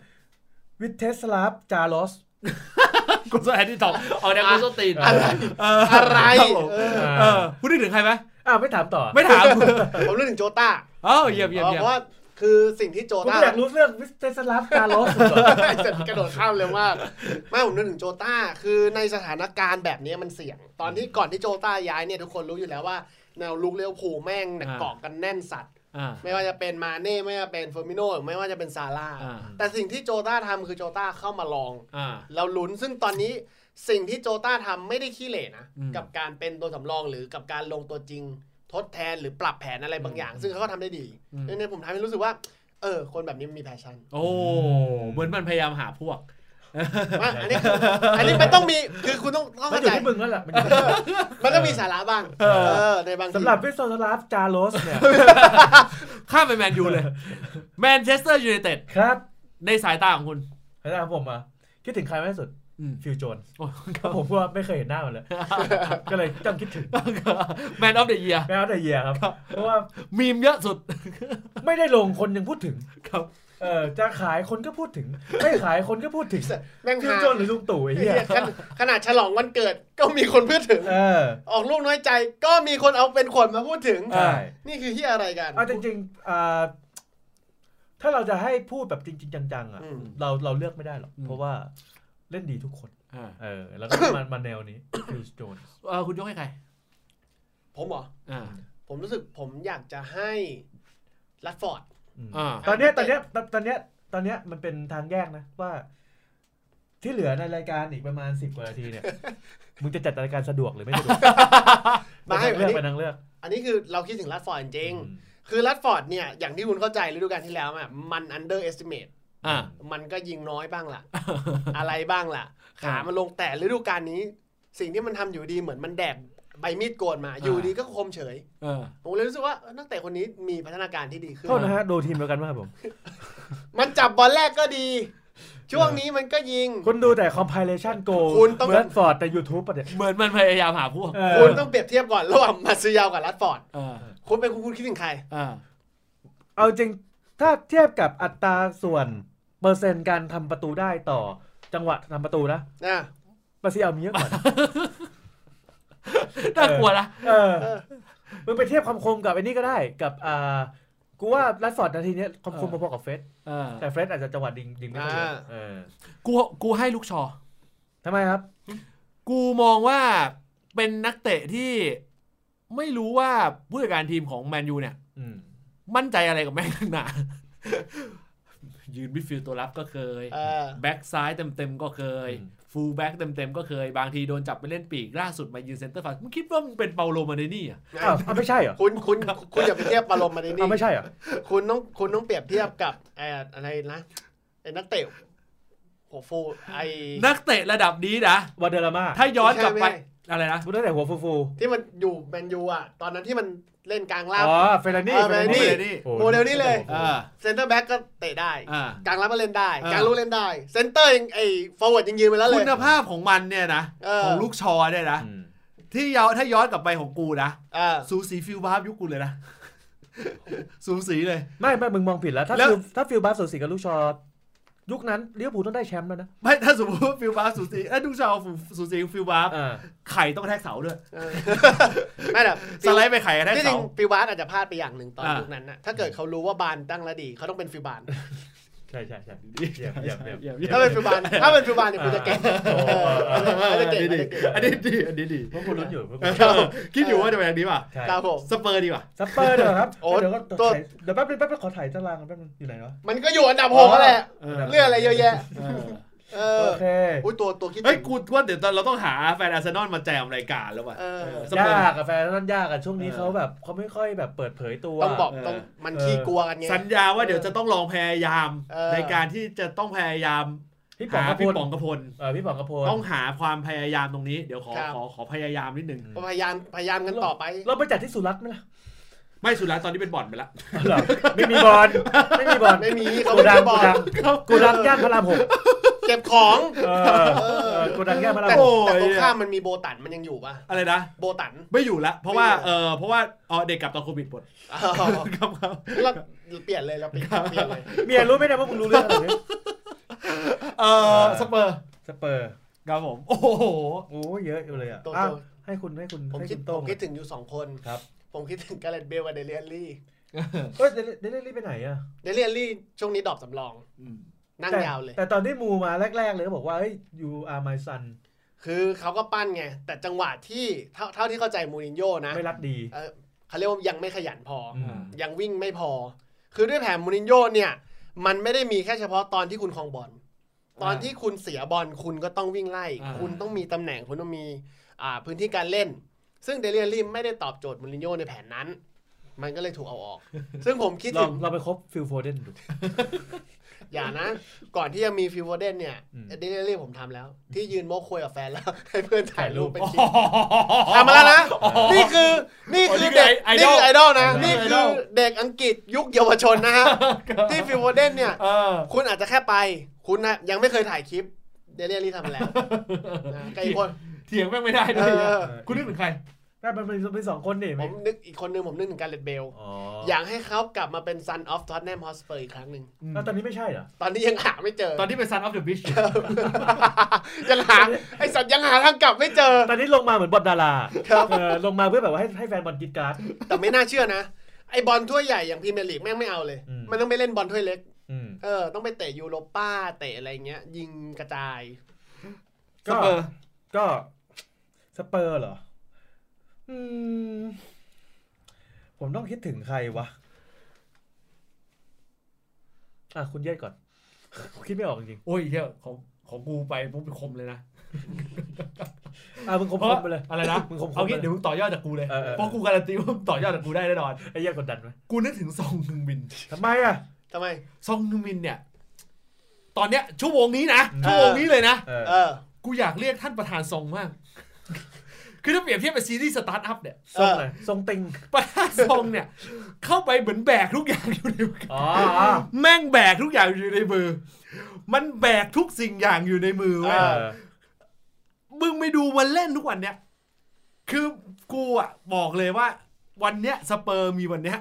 Speaker 3: วิเทสลาฟจาร์ลอส
Speaker 1: กุนโซแอนดี้ตอบออกแนวกุนโซตีน
Speaker 4: อะไร
Speaker 1: เอออ
Speaker 4: อะไร
Speaker 1: คบผม
Speaker 4: เออ
Speaker 1: เออคุณนึกถึงใครไหม
Speaker 3: อ่าไม่ถามต่อ
Speaker 1: ไม่ถ าม
Speaker 4: ผมนึกถึงโจต้า
Speaker 1: เอ้าเยี่ยมเยี่ยม
Speaker 4: อ๋อ
Speaker 1: เยี่ยม
Speaker 4: เพราะว่าคือสิ่งที่โจ
Speaker 3: ผม
Speaker 4: ต้า
Speaker 3: อยากรู้เรื่องวิเทสลาฟจาร์ลอส
Speaker 4: เสร็จกระโดดข้ามเร็วมากไม่ผมนึกถึงโจต้า คือในสถานการณ์แบบนี้มันเสี่ยง ตอนที่ก่อนที่โจต้าย้ายเนี่ยทุกคนรู้อยู่แล้วว่า แนวลุกเลี้ยวผูลแม่งเนี่ยเกาะกันแน่นสัตว์
Speaker 1: อ่า
Speaker 4: ไม่ว่าจะเป็นมาเน่ ไม่ว่าจะเป็นเฟอร์มิโนหรือไม่ว่าจะเป็นซาร่า
Speaker 1: อ่า
Speaker 4: แต่สิ่งที่โจต้าทำคือโจต้าเข้ามาลอง
Speaker 1: อ่า
Speaker 4: แล้วลุ้นซึ่งตอนนี้สิ่งที่โจต้าทำไม่ได้ขี้เหร่นะ
Speaker 1: อืม
Speaker 4: กับการเป็นตัวสำรองหรือกับการลงตัวจริง ทดแทนหรือปรับแผนอะไรบางอย่าง ซึ่งเขาก็ทำได้ดีดังนั้นผมทำให้รู้สึกว่า เออ คนแบบนี้มีแพชชั่น
Speaker 1: โอ้เหมือนมันพยายามหาพวก
Speaker 4: ว่าอันนี้คืออันนี้มันต้องมีคือคุณต้องต้อง
Speaker 3: มันอ
Speaker 4: เข้า
Speaker 3: ยู่
Speaker 4: ใจ
Speaker 3: ที่มึงแล้วแหละมันอยู่
Speaker 4: เออมันก็มีสาระบ้าง
Speaker 1: เออ
Speaker 4: เออในบางที
Speaker 3: สำหรับวิเทสลาฟจาร์ลอสเนี่ย
Speaker 1: ข้ามไปแมนยู เลยแมนเชสเตอร์ยูไนเต็ด
Speaker 3: ครับ
Speaker 1: ในสายตาของ คุณ
Speaker 3: ให้ถามผมอ่ะคิดถึงใครมากที่สุด
Speaker 1: อืม
Speaker 3: ฟิวโจน
Speaker 1: โอ้
Speaker 3: เพราะผมว่าไม่เคยเห็นหน้ามันเลย ก็เลยจ้องคิดถึง
Speaker 1: แมนออฟเดอะเยียร์
Speaker 3: แม้ว่าแต่เยียครับเพราะว่า
Speaker 1: มีมเยอะสุด
Speaker 3: ไม่ได้ลงคนยังพูดถึง
Speaker 1: ครับ
Speaker 3: เออจะขายคนก็พูดถึง ไม่ขายคนก็พูดถึง
Speaker 4: แม่ง
Speaker 3: คิว
Speaker 4: หา
Speaker 3: โจนหรือลุงตู่ไอ้เหี้ย
Speaker 4: เนี่ยขนาดขนาดฉลองวันเกิดก็มีคนพูดถึง
Speaker 3: เออ
Speaker 4: ออกลูกน้อยใจก็มีคนเอาเป็นขวดมาพูดถึง
Speaker 3: ใช่
Speaker 4: นี่คือที่อะไรกัน
Speaker 3: เอาจริงๆอ่าถ้าเราจะให้พูดแบบจริง ๆ จังๆอ่ะ
Speaker 4: อืม
Speaker 3: เราเราเลือกไม่ได้หรอก
Speaker 1: อืม
Speaker 3: เพราะว่าเล่นดีทุกคน
Speaker 1: อ่า
Speaker 3: เออ แล้วก็ มามาแนวนี้คิวโจน
Speaker 1: เอ่อคุณยกให้ใคร
Speaker 4: ผมเหรอ
Speaker 1: อ่า
Speaker 4: ผมรู้สึกผมอยากจะให้ลัดฟอร์ด
Speaker 1: อ่า
Speaker 3: ตอนเนี้ยตอนเนี้ยตอนตอนเนี้ยตอนเนี้ยมันเป็นทางแยกนะว่า ที่เหลือในรายการอีกประมาณสิบกว่านาทีเนี่ยมึงจะจัดรายการสะดวกหรือไม่สะดวก
Speaker 4: ไม่
Speaker 3: ไปทางเลือก
Speaker 4: อันนี้
Speaker 3: ไปทางเลือก
Speaker 4: อันนี้คือเราคิดถึงลัดฟอร์ดจริง
Speaker 3: อืม
Speaker 4: ๆคือลัดฟอร์ดเนี่ยอย่างที่คุณเข้าใจฤดูกาลที่แล้วอะมัน under estimate
Speaker 1: อ่า
Speaker 4: มันก็ยิงน้อยบ้าง ล่ะ อะไรบ้างล่ะ ขามันลงแต่ฤดูกาลนี้ สิ่งที่มันทำอยู่ดีเหมือนมันแดบใบมีดโกนมา อยู่ดีก็คมเฉย
Speaker 1: เออ
Speaker 4: ผมเลยรู้สึกว่าเออนักเตะคนนี้มีพัฒนาการที่ดีขึ้น
Speaker 3: โทษนะฮะ ดูทีมเดียวกันไหมครับผม
Speaker 4: มันจับบอลแรกก็ดี ช่วงนี้มันก็ยิง
Speaker 3: คุณดูแต่ compilation go
Speaker 4: คุณต้อง
Speaker 3: เหมือนฟอร์ดแต่ YouTube ป่ะเนี่ย
Speaker 1: เหมือนมันพยายามหาพวก
Speaker 3: เอ
Speaker 4: คุณ
Speaker 3: อ
Speaker 4: ต้องเปรียบเทียบก่อนระหว่างมาซิยาวกับรัดฟอร์ด
Speaker 1: เออ
Speaker 4: คุณเป็นคุณคุณคิดถึงใคร
Speaker 1: อ่า
Speaker 3: เอาจริง ถ้าเทียบกับอัตราส่วนเปอร์เซ็นต์การทำประตูได้ต่อจังหวะทำประตูนะ
Speaker 4: นะ
Speaker 3: บราซิลมีเยอะกว่านะ
Speaker 1: น่ากลัวนะ
Speaker 3: เออมึงไปเทียบความคมกับไอ้นี่ก็ได้กับอ่ากูว่ารัดฟอร์ดนาทีเนี้ยความคม
Speaker 1: เออ
Speaker 3: พอๆกับเฟส
Speaker 1: เออ
Speaker 3: แต่เฟสอาจจะจังหวะดิงดิงไม่ค่อยเยอะเออ
Speaker 1: กูกูให้ลูกชอ
Speaker 3: ทำไมครับ
Speaker 1: กูมองว่าเป็นนักเตะที่ไม่รู้ว่าผู้จัดการทีมของแมนยูเนี่ย
Speaker 3: อืม
Speaker 1: มั่นใจอะไรกับแม่งนักหนา ยืนมิดฟิลด์ตัวรับก็เคย
Speaker 4: เออ
Speaker 1: แบ็กซ้ายเต็มๆก็เคย ฟูลแบ็กเต็มๆก็เคย บางทีโดนจับไปเล่นปีก ล่าสุดมายืนเซนเตอร์ฟังมึงคิดว่ามึงเป็นเปาโลมาเดนี่อ่ะ
Speaker 3: อ้าวอ้าวไม่ใช่เหรอ
Speaker 4: คุณคุณคุณอย่าไปเทียบปารมมาใน
Speaker 3: อ้าวไม่
Speaker 4: นี่
Speaker 3: ใช่เหรอ
Speaker 4: คุณต้องคุณต้องเปรียบเทียบกับเอ่ออะไรนะไอ้นักเตะหัวฟูไอ้
Speaker 1: นักเตะระดับนี้นะ
Speaker 3: วาเดลามา
Speaker 1: ถ้าย้อนกลับไป
Speaker 4: ไม่ใช่
Speaker 1: อะไรนะ
Speaker 3: พูดตั้งแต่หัวฟู
Speaker 4: ที่มันอยู่แมนยูอ่ะ ตอนนั้นที่มันเล่นกลาง
Speaker 3: ๆ
Speaker 4: ล่าง
Speaker 3: อ๋อเฟรนี่
Speaker 4: เออเฟรนี่
Speaker 3: โอ้
Speaker 4: โมเดลนี้เลย
Speaker 1: อ่า
Speaker 4: เซนเตอร์แบ็กก็เตะได้
Speaker 1: อ่า
Speaker 4: กลางรับก็เล่นได้
Speaker 1: เออ
Speaker 4: กลางลูกเล่นได้ เซนเตอร์ยังไอ้ฟอร์เวิร์ดยังยืนไปแล้วเล
Speaker 1: คุ
Speaker 4: ย
Speaker 1: ณภาพของมันเนี่ยนะ
Speaker 4: เออ
Speaker 1: ของลูกชอเนี่ยนะ
Speaker 3: อืม
Speaker 1: ที่ย้อนถ้าย้อนกลับไปของกูนะ
Speaker 4: เออ
Speaker 1: สูสีฟิลบาร์ฟยุคกูเลยนะ สูสีเลย
Speaker 3: ไม่ไม่มึงมองผิดแล้ว ถ้า
Speaker 1: แล้ว
Speaker 3: ฟิลถ้าฟิลบาสสูสีกับลูกชอตยุคนั้นเลี้ยวผูลต้องได้แชมป์แล้วนะ
Speaker 1: ไม่ถ้าสมมติว่าฟิลบาร์ฟสูสีถ้าดูชาวสูสีฟิลบาร์ฟไข่ต้องแทกเสาด้วย
Speaker 4: เออไม่แบบ
Speaker 1: สไลด์ไปไข่กระแทก
Speaker 4: ที่จริ
Speaker 1: เสา
Speaker 4: งฟิวบาสอาจจะพลาดไปอย่างหนึ่งตอน
Speaker 1: อ่ายุ
Speaker 4: ยุคนั้นนะถ้าเกิดเขารู้ว่าบานตั้งและดีเขาต้องเป็นฟิวบาน
Speaker 3: ใช่ใช่ใช่เยี่ยมเยี่ยมเยี่ยม
Speaker 4: ถ้าเป็นฟิวบานถ้าเป็นฟิวบานเนี่ยคุณจะเก่ง
Speaker 3: โอ้
Speaker 4: เออคุณจะเก่ง
Speaker 7: อันนี้
Speaker 4: คุณจะ
Speaker 7: ดี
Speaker 4: เก่ง
Speaker 7: อันนี้ดีอันนี้ดี
Speaker 3: พวกคุณลุ้นอยู่พวก
Speaker 7: เอ
Speaker 3: คุณ
Speaker 7: อคิดอยู่ว่าจะไปทางนี้ป่ะ
Speaker 3: ใช่
Speaker 4: ครับผม
Speaker 7: สเปอร์ดีป่ะ
Speaker 3: ซัปเปอร์เดี๋ยวครับ
Speaker 4: โอ้
Speaker 3: เดี๋ยวก็
Speaker 4: ตัว
Speaker 3: ถ่ายเดี๋ยวแป๊บนึงแป๊บนึงขอถ่ายตารางกันแป๊บนึงอยู่ไหนวะ
Speaker 4: มันก็อยู่อันดับหกนั่นแหละ
Speaker 7: เออ
Speaker 4: เรื่องอะไรเยอะแยะ
Speaker 7: เออ
Speaker 4: เออ
Speaker 3: โอเค
Speaker 4: อุ้ยตัวตัวคิด
Speaker 7: เฮ้ย
Speaker 4: ถึง
Speaker 7: กูว่าเดี๋ยวเราต้องหาแฟนอาร์เซนอลมาแจมรายการแล้วว่ะ
Speaker 4: เออ
Speaker 7: สเปอร์
Speaker 3: ยากกับแฟนนั่นยากอะช่วงนี้
Speaker 7: เออ
Speaker 3: เขาแบบเขาไม่ค่อยแบบเปิดเผยตัว
Speaker 4: ต้องบอก
Speaker 7: เออ
Speaker 4: ต้องมัน
Speaker 3: เออ
Speaker 4: ขี้กลัวกันไง
Speaker 7: สัญญาว่าเดี๋ยวจะต้องลองพยายาม
Speaker 4: เออ
Speaker 7: ในการที่จะต้องพยายาม
Speaker 3: พี่ป๋อง
Speaker 7: หาก
Speaker 3: ระพ
Speaker 7: พี่
Speaker 3: ล
Speaker 7: ป๋องกระพล
Speaker 3: เออพี่ป๋องกระพล
Speaker 7: ต้องหาความพยายามตรงนี้เดี๋ยวขอ
Speaker 4: ครับ
Speaker 7: ขอขอพยายามนิดนึง
Speaker 4: ก็พยายามพยายามกันต่อไป
Speaker 3: เราไปจัดที่สุรัตน์ไหมล่ะ
Speaker 7: ไม่สุดแล้วตอนนี้เป็นบ่อนไปละ
Speaker 3: เหรอไม่มีบอลไม่มีบอล
Speaker 4: ไม่มีเขา
Speaker 3: กู
Speaker 4: ไม่
Speaker 3: ดั
Speaker 4: ได้
Speaker 3: ง
Speaker 4: บ
Speaker 3: กู
Speaker 4: อก
Speaker 3: ดังกูดังย่านพระรามหก
Speaker 4: เก็บของ
Speaker 3: เออเออกูดังย่านพระราม
Speaker 4: แต่
Speaker 3: หก
Speaker 4: แต่ตรงข้ามมันมีโบตันมันยังอยู่ปะ
Speaker 7: อะไรนะ
Speaker 4: โบตัน
Speaker 7: ไม่อยู่ละเพราะว่า
Speaker 4: ไม่อยู่
Speaker 7: เออเพราะว่าเออเด็กกลับตอนโควิดหมด
Speaker 4: อ๋อ
Speaker 7: ครับครับ
Speaker 4: เราเปลี่ยนเลยเราเปลี่ยนเปลี่ยนเลย
Speaker 3: เมียรู้ไหมเนี่ยว่ามึงรู้เรื่องอะไรไหม
Speaker 7: เอ
Speaker 3: เอ
Speaker 7: อ
Speaker 3: อ
Speaker 7: สเปอร์
Speaker 3: สเปอร์
Speaker 7: ครับผม โอ้โห
Speaker 3: โอ้เยอะอยู่เลยอ่ะ
Speaker 4: ตัว
Speaker 3: อ้า
Speaker 4: ตัว ว
Speaker 3: ให้คุณให้คุณ
Speaker 4: ผม
Speaker 3: ให้
Speaker 4: คิด
Speaker 3: คุณ
Speaker 4: ผ
Speaker 3: โต้ง
Speaker 4: มคิดถึงอยู่สองคน
Speaker 3: ครับ
Speaker 4: ผมคิดถึงกาเรตเบลกับเดเลียนลี่
Speaker 3: เอ้ยเดลเดลลี่ไปไหนอ่ะ
Speaker 4: เดเลียนลี่ช่วงนี้ดรอปสำรอง นั่ง
Speaker 3: แต่
Speaker 4: ยาวเลย
Speaker 3: แต่ตอนที่มูมาแรก ๆ เลยก็บอกว่าเฮ้ย you are my son
Speaker 4: คือเขาก็ปั้นไง แต่จังหวะที่เท่าเท่าที่เข้าใจมูรินโญ่นะ
Speaker 3: ไม่รักดี
Speaker 4: เออเขาเรียกว่ายังไม่ขยันพออ
Speaker 3: ม
Speaker 4: ยังวิ่งไม่พอ คือด้วยแผนมูรินโญ่เนี่ย มันไม่ได้มีแค่เฉพาะตอนที่คุณครองบอลตอนที่คุณเสียบอลคุณก็ต้องวิ่งไล่
Speaker 1: อ่า
Speaker 4: คุณต้องมีตำแหน่งคุณต้องมีอ่าพื้นที่การเล่น ซึ่งเดเลียนลิมไม่ได้ตอบโจทย์มูรินโญ่ในแผนนั้น มันก็เลยถูกเอาอ อก ซึ่งผมคิด
Speaker 3: ลอ
Speaker 4: ถึ
Speaker 3: ง
Speaker 4: ง
Speaker 3: เราไปคบฟิลโฟเดนดู
Speaker 4: อย่านะ ก่อนที่จะมีฟิวโวเดนเนี่ย
Speaker 3: อืม
Speaker 4: เดลิเวอรี่ผมทำแล้ว ที่ยืนโม้คุยกับแฟนแล้ว ให้เพื่อนถ่ายรูปเป็นคลิป
Speaker 7: ถ่ายรูป
Speaker 4: ทำมาแล้วนะ นี่คือ นี่คือเด็ก
Speaker 7: ไอดอล
Speaker 4: นี่คือไอดอลนะ
Speaker 7: ไอดอล
Speaker 4: นี่คือเด็กอังกฤษยุคเยาวชนนะฮะ ที่ฟิวโวเดนเนี่ย
Speaker 7: เออ
Speaker 4: คุณอาจจะแค่ไป คุณนะยังไม่เคยถ่ายคลิปเดลิเวอรี่ทำแล้วนะกับอีกคน
Speaker 1: เถียงแม่งไม่ได้ด้
Speaker 4: เอ
Speaker 1: วย
Speaker 4: อ
Speaker 1: คุณนึกถึงใคร
Speaker 3: ได้มันเป็นเป็นสองคนนี่
Speaker 4: ผ
Speaker 3: ไม่
Speaker 4: มนึกอีกคนนึงผมนึกถึงการเลดเบล
Speaker 3: อ๋อ
Speaker 4: อยากให้เขากลับมาเป็น Son of Tottenham Hotspur อีกครั้งหนึ่ง
Speaker 7: อืม
Speaker 3: แล้วตอนนี้ไม่ใช่เหรอ
Speaker 4: ตอนนี้ยังหาไม่เจอ
Speaker 1: ตอนที่เป็น Sun of the Beach
Speaker 4: ยังหาไอสัตว์ยังหาทางกลับไม่เจอ
Speaker 3: ตอนนี้ลงมาเหมือนบอลดารา
Speaker 4: ครับ
Speaker 3: เออลงมาเพื่อแบบว่าให้ให้แฟนบอลกินการ์ด
Speaker 4: แต่ไม่น่าเชื่อนะ ไอบอลถ้วยใหญ่อย่างพรีเมียร์ลีกแม่งไม่เอาเลย
Speaker 3: อืม
Speaker 4: มันต้องไปเล่นบอลถ้วยเล็ก
Speaker 3: อืม
Speaker 4: เออ ต้องไปเตะยูโรป้าเตะอะไรเงี้ย ยิงกระจาย
Speaker 7: สเปอร์
Speaker 3: ก็สเปอร์เหรอ อืม ผมต้องคิดถึงใครวะ อ่ะ คุณเยศก่อน คิดไม่ออกจริง
Speaker 1: โอ้ยเหี้ยของของกูไปปุ๊บคมเลยนะ
Speaker 3: ๆอ่ะมึงคม
Speaker 1: เพ
Speaker 3: ค
Speaker 1: ราะ
Speaker 3: มไปเลย
Speaker 1: อะไรนะ
Speaker 3: มึงคมๆ
Speaker 1: เอางี้
Speaker 3: ไปเลย
Speaker 1: เดี๋ยวมึงต่อยอดจากกูเลย
Speaker 3: เออเออ
Speaker 1: เพราะกูการันตีว่ามึงต่อยอดจากกูได้แน่นอน
Speaker 3: ไอ้เหี้ยกดดันไหม
Speaker 1: กูนึกถึงซองฮึงมิน
Speaker 3: ทำไมอ่ะ
Speaker 4: ทำไม
Speaker 1: ซองฮึงมินเนี่ย ตอนเนี้ยชั่วโมงนี้นะ
Speaker 3: อืม
Speaker 1: ชั่วโมงนี้เลยนะ
Speaker 3: เออ
Speaker 4: เออ
Speaker 1: กูอยากเรียกท่านประธานซองมาก คือถ้าเปรียบเทียบเป็นซีรีส์สตาร์ทอัพเนี่ย
Speaker 3: ทรงไหนทรงติง
Speaker 1: ประธานซองเนี่ย เข้าไปเหมือนแบกทุกอย่างอยู่ในมือ
Speaker 3: อ๋ออ๋อ
Speaker 1: แม่งแบกทุกอย่างอยู่ในมือ มันแบกทุกสิ่งอย่างอยู่ในมือเว้ย
Speaker 4: เออ
Speaker 3: เออ
Speaker 1: มึงไม่ดูมันเล่นทุกวันเนี้ย คือกูอ่ะบอกเลยว่า วันเนี้ยสเปอร์มีวันเนี้ย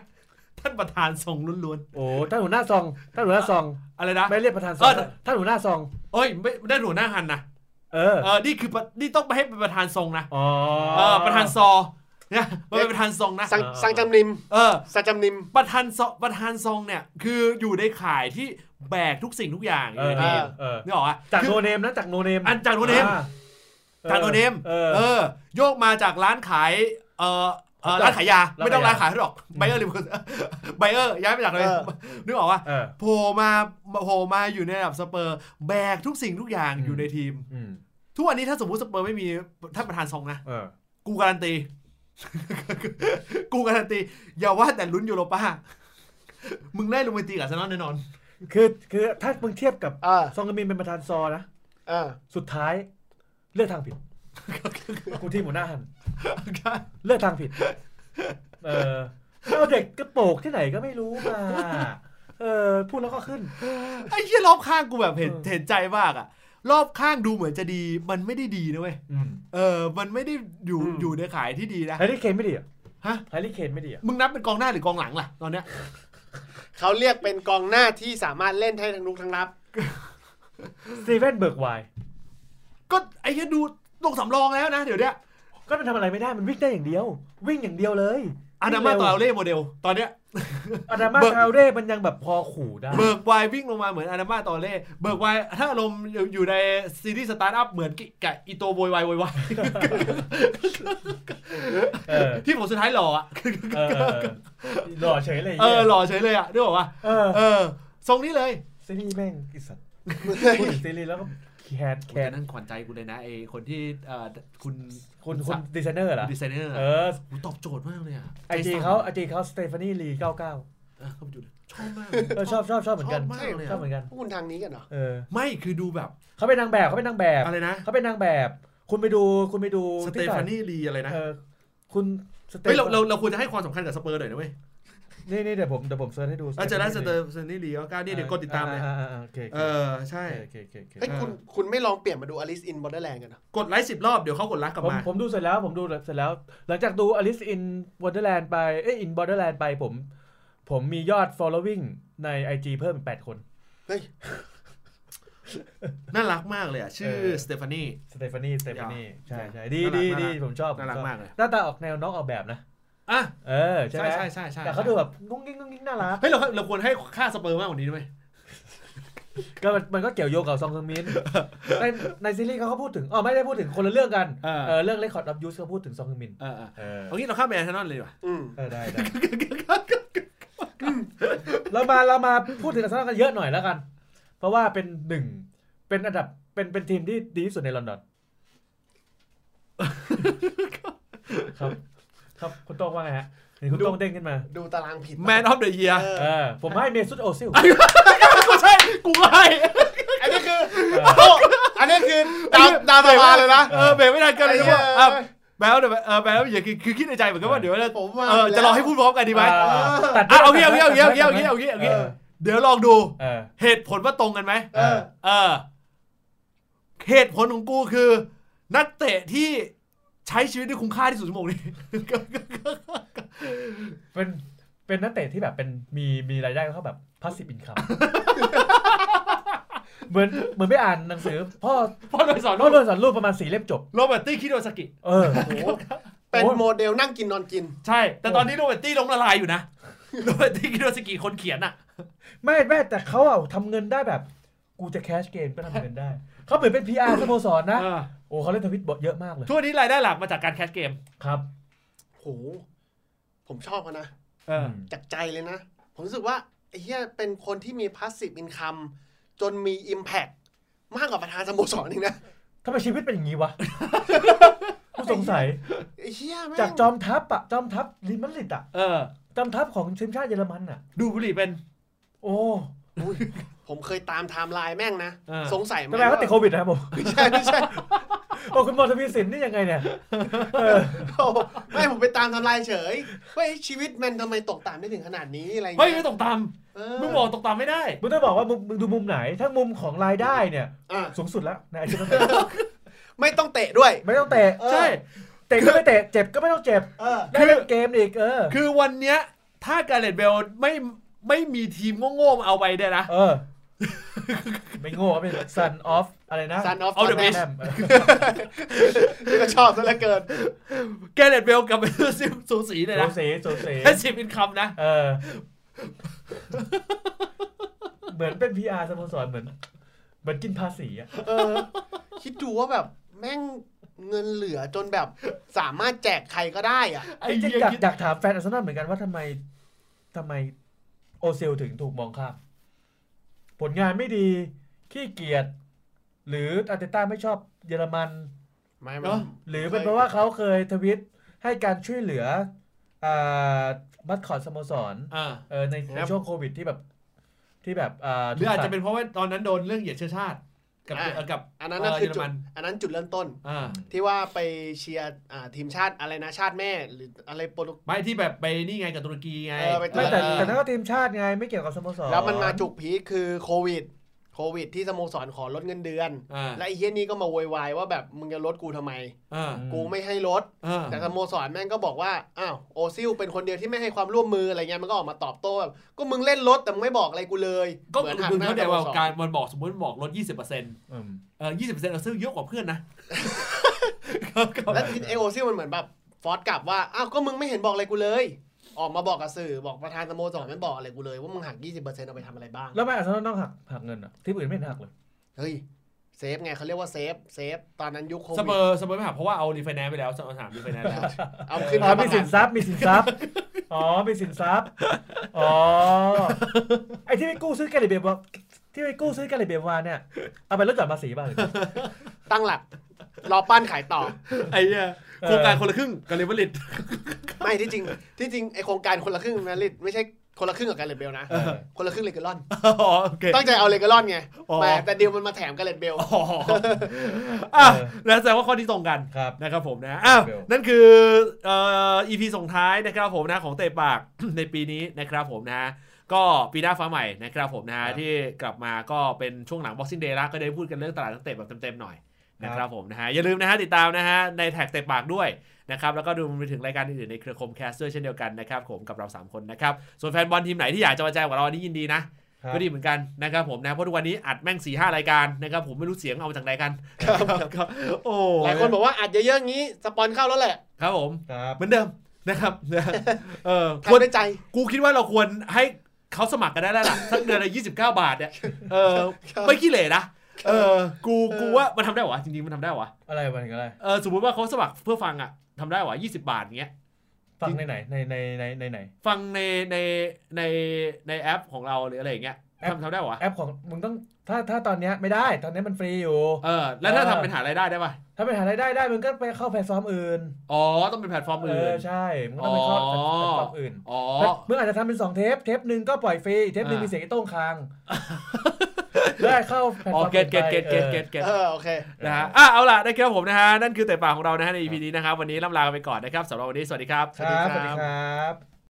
Speaker 1: ท่านประธานส่งล้วน
Speaker 3: โอ้ท่านหัวหน้าซองท่านหัวหน้าซอง
Speaker 1: ๆ อะไรนะ
Speaker 3: ไม่เรียกประธานซ
Speaker 1: เอ
Speaker 3: อง
Speaker 1: อ
Speaker 3: ท่านหัวหน้าซอง
Speaker 1: เอ้ยไม่ไม่ได้หัวหน้าหันนะ
Speaker 3: เออ
Speaker 1: เออ นี่คือประนี่ต้องไปให้เป็นประธานทรงนะ
Speaker 3: อ๋อ
Speaker 1: เออ ประธานซอเนี่ยมันเป็นประธานทรงนะ
Speaker 4: สัง
Speaker 3: เออ
Speaker 4: สังจำนิม
Speaker 1: เออ
Speaker 4: สังจำนิม
Speaker 1: ประธานซอประธานทรงเนี่ย คืออยู่ในข่ายที่แบกทุกสิ่งทุกอย่างอ
Speaker 3: เอยู่ อ
Speaker 1: ใน
Speaker 3: เอ
Speaker 1: ทีม
Speaker 3: อเออ
Speaker 1: นี่หรอกปะ
Speaker 3: จาก
Speaker 1: คือ
Speaker 3: โนเนมนะจากโนเนม
Speaker 1: อันจาก no name จากโนเนม
Speaker 3: เออ
Speaker 1: เออ โยกมาจากร้านขาย เออเออร้านขายยา
Speaker 3: ร้านขายยา
Speaker 1: ไม่ต้องร้านขาย หรอกไบเออร์หรือไบเออร์ย้ายมาจากเลย
Speaker 4: เออ
Speaker 1: นึกออกว่า
Speaker 3: เออ
Speaker 1: โผล่มาโผล่มาอยู่ในระดับสเปอร์ แบกทุกสิ่งทุกอย่าง
Speaker 3: อืม
Speaker 1: อยู่ในทีม
Speaker 3: อืม
Speaker 1: ทุกวันนี้ถ้าสมมติสเปอร์ไม่มีท่านประธานทรงนะ
Speaker 3: เออ
Speaker 1: กูการันตี กูการันตี อย่าว่าแต่ลุ้นยูโรป้า มึงได้ลูมินตีกับอาร์เซนอลแน่น อน
Speaker 3: คือคือถ้ามึงเทียบกับ
Speaker 4: เออ
Speaker 3: ซองกามินเป็นประธานซอนะ
Speaker 4: เออ
Speaker 3: สุดท้ายเลือก ทางผิดกูที่หัวหน้าหันเลือกทางผิด เออเอาเด็กกระโปกที่ไหนก็ไม่รู้มาเออพูดแล้วก็ขึ้น
Speaker 1: ไอ้เหี้ยรอบข้างกูแบบเห็น
Speaker 3: เออ
Speaker 1: เห็นใจมากอะรอบข้างดูเหมือนจะดี มันไม่ได้ดีนะเว้ย
Speaker 3: อืม
Speaker 1: เออ มันไม่ได้อยู่
Speaker 4: อืม
Speaker 1: อยู่ในขายที่ดีนะ
Speaker 3: แฮร์รี่เคนไม่ดีเหรอ่ะ
Speaker 1: ฮะ
Speaker 3: แฮร์รี่เคนไม่ดีเหรอ่ะ
Speaker 1: มึงนับเป็นกองหน้าหรือกองหลังล่ะตอนเนี้ย
Speaker 4: เขาเรียกเป็นกองหน้าที่สามารถเล่นให้ทั้งลุกทั้งรับ
Speaker 3: สตีเวนเบิร์กไวน์
Speaker 1: ก็ไอ้เหี้ยดูลงสำรองแล้วนะ เดี๋ยวเนี้ย
Speaker 3: ก็มันทำอะไรไม่ได้มันวิ่งได้อย่างเดียว วิ่งอย่างเดียวเลย
Speaker 1: อาดามาตราเล่โมเดล ตอนเนี้ย
Speaker 3: อาดามา
Speaker 1: เบิก
Speaker 3: ทาวเร่มันยังแบบพอขู่ได้
Speaker 1: เบิกไวายวิ่งลงมาเหมือนอาดามาตราเล่เบิกไวายถ้าอารมณ์อยู่อยู่ในซีรีส์สตาร์ทอัพเหมือนกับอีโตโวยวายโวยวาย
Speaker 3: เออ
Speaker 1: ที่ผมสุดท้ายหล่ออ่ะ
Speaker 3: เออเออหล่อเฉยเลย
Speaker 1: เออหล่อเฉยเลยอ่ะนึกออกปะ
Speaker 3: เออ
Speaker 1: เออ ทรงนี้เลย
Speaker 3: ซีรีส์แม่งไอิสัตว์พูดถึงซีรีส์แล้วก็แคทแค
Speaker 1: แต่
Speaker 3: ท
Speaker 1: นั่นขวัญใจกูเลยนะไอคนที่เอ่อคุณ
Speaker 3: คุณคุณดีไซเนอร์เหรอ
Speaker 1: ดีไซเนอร์
Speaker 3: เออ
Speaker 1: กูตอบโจทย์มากเลยอ่ะ
Speaker 3: ไอจีเขาไอจีเขาสเตฟานีลี99เ
Speaker 1: เออเข้าไปดูเลยชอบมาก
Speaker 3: ออชอบชอบชอบเหมือนกั
Speaker 1: ช
Speaker 3: น
Speaker 1: อบมากเลยอะ
Speaker 3: ชอบเหมือนกัน
Speaker 4: พวกคุณทางนี้กันเหรอ
Speaker 3: เออ
Speaker 1: ไม่คือดูแบบ
Speaker 3: เขาเป็นนางแบบเขาเป็นนางแบบ
Speaker 1: อะไรนะ
Speaker 3: เขาเป็นนางแบบ คุณไปดูคุณไปดู
Speaker 1: สเต
Speaker 3: ที่
Speaker 1: ฟา
Speaker 3: ถ่ย
Speaker 1: นีลีอะไรนะ
Speaker 3: เออคุณสเต
Speaker 1: เฮ้ยเรา
Speaker 3: ฟา
Speaker 1: เราเราควรจะให้ความสำคัญกับสเปอร์หน่อยนะเว้ย
Speaker 3: นี่นี่เดี๋ยวผมเดี๋ยวผมเซิร์ชให้ดู
Speaker 1: อาจารย์ส
Speaker 3: Stephanie
Speaker 1: เตฟานีลีก็กล้านี่เดี๋ยวกดติดตามเลย
Speaker 3: อ่อ่าอ่าโอเค
Speaker 1: เออใช่
Speaker 3: โอเคโอเคโอเค
Speaker 4: เอ้ยคุณคุณไม่ลองเปลี่ยนมาดู Alice in Borderland กันเหรอก
Speaker 1: ดไลค์สิบรอบ เดี๋ยวเขากดไลค์กลับ
Speaker 3: ผม
Speaker 1: มา
Speaker 3: ผมดูเสร็จแล้วผมดูเสร็จแล้ว หลังจากดู Alice in Wonderland ไปเอ้ย in Borderland ไปผม ผมมียอด following ใน IG เพิ่มอีก8คน
Speaker 1: น่ารักมากเลยอ่ะ ชื่อ
Speaker 3: เออ
Speaker 1: สเตฟานี
Speaker 3: สเตฟานีสเตฟานี
Speaker 1: ยาว
Speaker 3: ใช่ใช่
Speaker 1: ยาว
Speaker 3: ดี
Speaker 1: น่ารั
Speaker 3: ดี
Speaker 1: ก
Speaker 3: ดี
Speaker 1: น่ารัก
Speaker 3: ผมชอบ
Speaker 1: น่ารักมากเลย
Speaker 3: หน้าตาออกแนวน้องออกแบบนะ
Speaker 1: อ่ะ
Speaker 3: เออ ใช่
Speaker 1: ใช่
Speaker 3: ไหม
Speaker 1: ใช่ใช่ใช่
Speaker 3: แต่เขาดูแบบงุ้งงิ้งงุ้งงิ้งน่า รัก
Speaker 1: เฮ้ยเราเราควรให้ค่าสเปอร์มากกว่านี้ด้วย
Speaker 3: ก็มันมันก็เกี่ยวโยงกับซองซังมิน ในในซีรีส์เขาก็พูดถึงอ๋อไม่ได้พูดถึงคนละเรื่องกัน
Speaker 1: เออ
Speaker 3: เออเรื่อง Record of Use เขาพูดถึงซองซังมิน
Speaker 1: เออเออ
Speaker 3: เออ
Speaker 1: เอางี้เราข้ามไปอาร์เซนอลเลยดีกว่า
Speaker 4: อืม
Speaker 3: เออได้ได้ เรามาเรามาพูดถึงอาร์เซนอลกันเยอะหน่อยแล้วกัน เพราะว่าเป็นหนึ่งเป็นอันดับเป็นเป็นทีมที่ดีที่สุดในลอน ดอน ครับ ครับคุณโต้งว่าไงฮะเห็นคุณโต้งเด้งขึ้นมา
Speaker 4: ดูตารางผิด
Speaker 1: Man of the Year
Speaker 4: เออ
Speaker 3: เออผมให้เมซุตโอ ซิล
Speaker 1: กูใช่กูให้
Speaker 4: อันนี้คือโต๊ะอันนี้คือดาวดาวตาวาเลยนะ
Speaker 1: เออเบรกไม่ทันกันเลย
Speaker 4: ไอ้
Speaker 1: ใช่
Speaker 4: เหี้ย
Speaker 1: ปะอ่ะแบลเดี๋ยวเออแบลอย่าคือคือคิดในใจเหมือนกันว่าเดี๋ยวเรา
Speaker 4: ผมมา
Speaker 1: เออจะรอให้พูดพร้อมกันดีไหม
Speaker 3: อ่าตัด
Speaker 1: อ่ะเอางี้เอางี้เอางี้เอางี้เอางี้เอางี้เอางี้
Speaker 3: เออ
Speaker 1: เดี๋ยวลองดู
Speaker 3: เออ
Speaker 1: เหตุผลว่าตรงกันไหม
Speaker 3: เออ
Speaker 1: เออ เหตุผลของกูคือ นักเตะที่ใช้ชีวิตด้วยคุ้มค่าที่สุดชั่วโมงนี้
Speaker 3: เป็นเป็นนักเตะที่แบบเป็นมีมีรายได้เขาแบบพาสซีฟอินคัม เหมือนเหมือนไม่อ่านหนังสือ พ่อ
Speaker 6: เพราะโดยสอน
Speaker 3: พ่อโดนสอนรูปประมาณสี่เล่มจบ
Speaker 1: โรเบิร์ตตี้คิโดซากิ
Speaker 3: เออ
Speaker 4: โอ้โหเป็นโมเดลนั่งกินนอนกิน
Speaker 1: ใช่ แต่ตอนนี้โรเบิร์ตตี้ล้มละลายอยู่นะ โรเบิร์ตตี้คิโดซากิคนเขียนอ่ะ
Speaker 3: ไม่แม่แต่เขาเอาทำเงินได้แบบ กูจะแคชเกมก็ทำเงินได้ เขาเหมือนเป็น PR สโมสรนะ
Speaker 1: เออ
Speaker 3: โอ้เขาเล่นทวิตบอทเยอะมากเลย
Speaker 1: ทั่วนี้รายได้หลักมาจากการแคสเกม
Speaker 3: ครับ
Speaker 4: โห ผมชอบเขานะ
Speaker 1: เออ
Speaker 4: จากใจเลยนะ ผมรู้สึกว่าไอ้เฮียเป็นคนที่มีพาสซีฟอินคัมจนมี Impact มากกว่าประธานสโมสรอีกนะ
Speaker 3: ทำไมชีวิตเป็นอย่างนี้ วะ กูสงสัย
Speaker 4: ไอ้เฮียแม่ง
Speaker 3: จากจอมทัพอะจอมทัพลิมาดริดอะ
Speaker 1: เออ
Speaker 3: จอมทัพของทีมชาติเยอรมันอะ
Speaker 1: ดูบุหรี่เป็น
Speaker 3: โอ้
Speaker 4: อุ๊ยผมเคยตามไทม์ไลน์แม่งนะ
Speaker 1: เออ
Speaker 4: สงสัย
Speaker 3: ทำไมเขาติดโควิดนะครับผม
Speaker 4: ไม่ใช่ไม่ใช่
Speaker 3: โอ้คุณบอลทวีสินนี่ยังไงเนี่ย
Speaker 4: โอ้ไม่ผมไปตามทำลายเฉยเฮ้ยชีวิตมันทำไมตกต่ำได้ถึงขนาดนี้อะไร
Speaker 1: เฮ้ย
Speaker 4: เงี้
Speaker 1: ไม่
Speaker 4: ย
Speaker 1: ตกตาม
Speaker 4: เออ
Speaker 1: มึงบอกตกตามไม่ได้
Speaker 3: มึงต้องบอกว่ามึงมึงดูมุมไหน ถ้ามุมของรายได้เนี่ย
Speaker 4: อ่ะ
Speaker 3: สูงสุดแล้วในอาชีพนัก เตะ
Speaker 4: ไม่ต้องเตะด้วย
Speaker 3: ไม่ต้องเตะ
Speaker 4: เออ
Speaker 1: ใช่
Speaker 3: เตะก็ไม่เตะ เจ็บก็ไม่ต้องเจ็บ
Speaker 4: เออ
Speaker 3: ได้เล่นเกมอีกเออ
Speaker 1: คือวันเนี้ย ถ้าการเลตเบลไม่ไม่มีทีมโง่ๆมาเอาไปเนี่ยนะ
Speaker 3: เออ ไม่โง่เป็น Sun of อะไรนะ
Speaker 4: Son of
Speaker 1: Of the
Speaker 4: Tottenham
Speaker 1: Beast
Speaker 3: เออ
Speaker 4: นี่ก็ชอบซะเหลือเกิน
Speaker 1: การเลตเบลกับเบลซิลสูสีเลย
Speaker 3: โซ
Speaker 1: นะ
Speaker 3: เซโซเซ
Speaker 1: แคสซีฟอินคัมนะ
Speaker 3: เออ เหมือนเป็น PR สโมสรเหมือนเหมือนกินภาษีอะ
Speaker 4: เออ คิดดูว่าแบบแม่งเงินเหลือจนแบบสามารถแจกใครก็ได้อ่ะ
Speaker 1: ไอ้
Speaker 3: จริง
Speaker 1: เหี้ย
Speaker 3: ๆอยาก
Speaker 1: คิด
Speaker 3: อยากถามแฟนอาร์เซนอลเหมือนกันว่าทำไมทำไมโอเซลถึงถูกมองข้ามผลงานไม่ดี ขี้เกียจหรืออาร์เตต้าไม่ชอบเยอรมัน
Speaker 4: ไม่
Speaker 3: เนอะหรือเป็นเพราะว่าเขาเคยทวิตให้การช่วยเหลืออ่ามัดคอดสโมสร
Speaker 1: อ่า
Speaker 3: เออในในช่วงโควิดที่แบบ ที่แบบอ่า
Speaker 1: หรืออาจจะเป็นเพราะว่าตอนนั้นโดนเรื่องเหยียดเชื้อชาติ กับ
Speaker 4: อ่ะ
Speaker 1: เอ่อกับ
Speaker 4: อันนั้นน่ะคือ
Speaker 1: เยอร
Speaker 4: จุด
Speaker 1: มัน
Speaker 4: อันนั้นจุดเริ่มต้น
Speaker 1: อ่า
Speaker 4: ที่ว่าไปเชียร์อ่าทีมชาติอะไรนะชาติแม่หรืออะไรโปรตุ
Speaker 1: ไม่ที่แบบไปนี่ไงกับตุรกีไง
Speaker 4: เออไปตุ
Speaker 3: ไม่
Speaker 4: รกี
Speaker 3: แต่แต่นั่นก็ทีมชาติไงไม่เกี่ยวกับสโมสร
Speaker 4: แล้วมันมาจุกพีคคือโควิด โควิด ที่สโมสรขอลดเงินเดือน
Speaker 1: อ่า
Speaker 4: และไอ้เฮียนี่ก็มาโวยวายว่าแบบมึงจะลดกูทำไม
Speaker 1: อ่า
Speaker 4: กูไม่ให้ลด
Speaker 1: อ่า
Speaker 4: แต่สโมสรแม่งก็บอกว่า อ้าว โอซิลเป็นคนเดียวที่ไม่ให้ความร่วมมืออะไรเงี้ย มันก็ออกมาตอบโต้แบบก็มึงเล่นรถแต่มึงไม่บอกอะไรกูเลย
Speaker 1: ก็
Speaker 4: หมือน
Speaker 1: มึง
Speaker 4: หั
Speaker 1: เข้าใจ
Speaker 4: สโม
Speaker 1: ว่า
Speaker 4: ส
Speaker 1: การมันบอกสมมติมันบอกลด 20%เ
Speaker 3: อืม
Speaker 1: ออ20%เอาซื้อเยอะกว่าเพื่อน นะ
Speaker 4: แล้วไอโอซิลมันเหมือนแบบฟอร์สกลับว่า อ้าว ก็มึงไม่เห็นบอกอะไรกูเลย ออกมาบอกกับสื่อบอกประธานสโมสรไม่บอกอะไรกูเลย ว่ามึงหัก 20%เอาไปทำอะไรบ้าง
Speaker 3: แล้วทำไม่อาร์เซนอลต้องหักหักเงินเหรอ่ะที่อื่นไม่เห็นหักเลย
Speaker 4: เฮ้ย เซฟไงเขาเรียกว่าเซฟ เซฟ ตอนนั้นยุคโควิ
Speaker 6: ส
Speaker 4: ด
Speaker 6: เปอร์สเปอร์ไม่หักเพราะว่าเอารีไฟแนนซ์ไปแล้วเอาสนามรีไฟแนนซ์แล้ว
Speaker 4: เอาขึ้น
Speaker 3: อ๋อ
Speaker 4: มาป
Speaker 3: มี
Speaker 4: ระ
Speaker 3: สิ
Speaker 4: กัน
Speaker 3: นทรัพย์มีสินทรัพย์อ๋อมีสินทรัพย์อ๋อไอ้ที่ไปกู้ซื้อแกลลิเบียบอกที่ไปกู้ซื้อแกลลิเบียมาเนี่ยเอาไปลดหย่อนภาษีบ้าง
Speaker 4: ตั้งหลัก รอปั้นขายต่อ
Speaker 1: ไอ้เนี่ยโครงการคนละครึ่งกับเลเวอเรจ
Speaker 4: ไม่ที่จริง ที่จริงไอโครงการคนละครึ่งนะลิตไม่ใช่คนละครึ่งกับการเลดเบลนะ คนละครึ่งเลกเกอรอน
Speaker 1: อ๋อโอเค
Speaker 4: ตั้งใจเอาเลกเกอรอนไง
Speaker 1: อ๋อ
Speaker 4: แต่แต่เดียวมันมาแถมการเลดเบล
Speaker 1: อ๋ออ่ะ
Speaker 3: เออ
Speaker 1: แล้วแสดงว่าข้อที่ตรงกัน
Speaker 3: ครับ
Speaker 1: นะครับผมนะอ้าว
Speaker 3: เบล
Speaker 1: นั่นคือเอ่อ EP ส่งท้ายนะครับผมนะของเตะปาก ในปีนี้นะครับผมนะ ก็ปีหน้าฟ้าใหม่นะครับผมนะที่กลับมาก็เป็นช่วงหลัง Boxing Day ละก็ได้พูดกันเรื่องตลาดนักเตะแบบเต็มๆหน่อยนะครับผมนะฮะอย่าลืมนะฮะติดตามนะฮะในแท็กเตะปากด้วยนะครับแล้วก็ดูไปถึงรายการอื่นๆในเครือคมแคสด้วยเช่นเดียวกันนะครับผมกับเราสามคนนะครับส่วนแฟนบอลทีมไหนที่อยากจะมาแจ้งกับเราอันนี้ยินดีนะ ก็ดีเหมือนกันนะครับผมนะเพราะทุกวันนี้อัดแม่งสี่ห้ารายการนะครับผมไม่รู้เสียงเอามาจากไหนกันก็โอ้
Speaker 4: หลายคนบอกว่าอัดเยอะๆงี้ สปอนเข้าแล้วแหละ
Speaker 1: ครับผม
Speaker 3: ครับ
Speaker 1: เหมือนเดิมนะครับ เออควร
Speaker 4: ทำด้วยใจ
Speaker 1: กูคิดว่าเราควรให้เขาสมัครกันได้แล้วล่ะ สักเดือนละยี่สิบเก้าบาทเนี่ยเออ
Speaker 4: ครับ
Speaker 1: ไม่ขี้เหร่นะเออกู
Speaker 4: เออ
Speaker 1: กูว่ามันทำได้หวะจริงๆมันทำได้หวะ
Speaker 3: อะไรมันถึงอะไร
Speaker 1: เออสมมติว่าเขาสมัครเพื่อฟังอ่ะทำได้หวะยี่สิบาทเงี้ย
Speaker 3: ฟังในไหนในในในในไหน
Speaker 1: ฟังในในในในแอปของเราหรืออะไรอย่างเงี้ย
Speaker 3: แอป
Speaker 1: ทำทำได้หวะ
Speaker 3: แอปของมึงต้องถ้าถ้าตอนเนี้ยไม่ได้ตอนเนี้ยมันฟรีอยู่
Speaker 1: เออแล้วถ้า
Speaker 3: เออ
Speaker 1: ทำเป็นหารายได้ได้ป่ะ
Speaker 3: ถ้าไปหารายได้ได้มึงก็ไปเข้าแพลตฟอร์มอื่น
Speaker 1: อ๋อต้องเป็นแพลตฟอร์ม
Speaker 3: เอ
Speaker 1: อื่
Speaker 3: อน ใช่มึงก็ต้องไปเข้าแพลตฟอร์มอื่น
Speaker 1: อ๋อ
Speaker 3: มึงอาจจะทำเป็นสองเทปเทปหนึ่งก็ปล่อยฟรีเทปหนึ่ง
Speaker 1: อ่ามี
Speaker 3: มีเสียงไอ้โต้ง คางได้เข้าแพลตฟ
Speaker 1: อ๋
Speaker 3: อ
Speaker 1: อ
Speaker 3: ร์ม
Speaker 1: เกตเกตเกตเกตเกตเกต
Speaker 4: เออโอเค
Speaker 1: นะฮะอ่ะเอาล่ะนะครับผมนะฮะ นั่นคือเตะปากของเรานะฮะใน EP นี้นะครับ วันนี้ล่ำลากันไปก่อนนะครับสำหรับวันนี้ สวัสดีครับ
Speaker 3: ครับสวัสดีครับ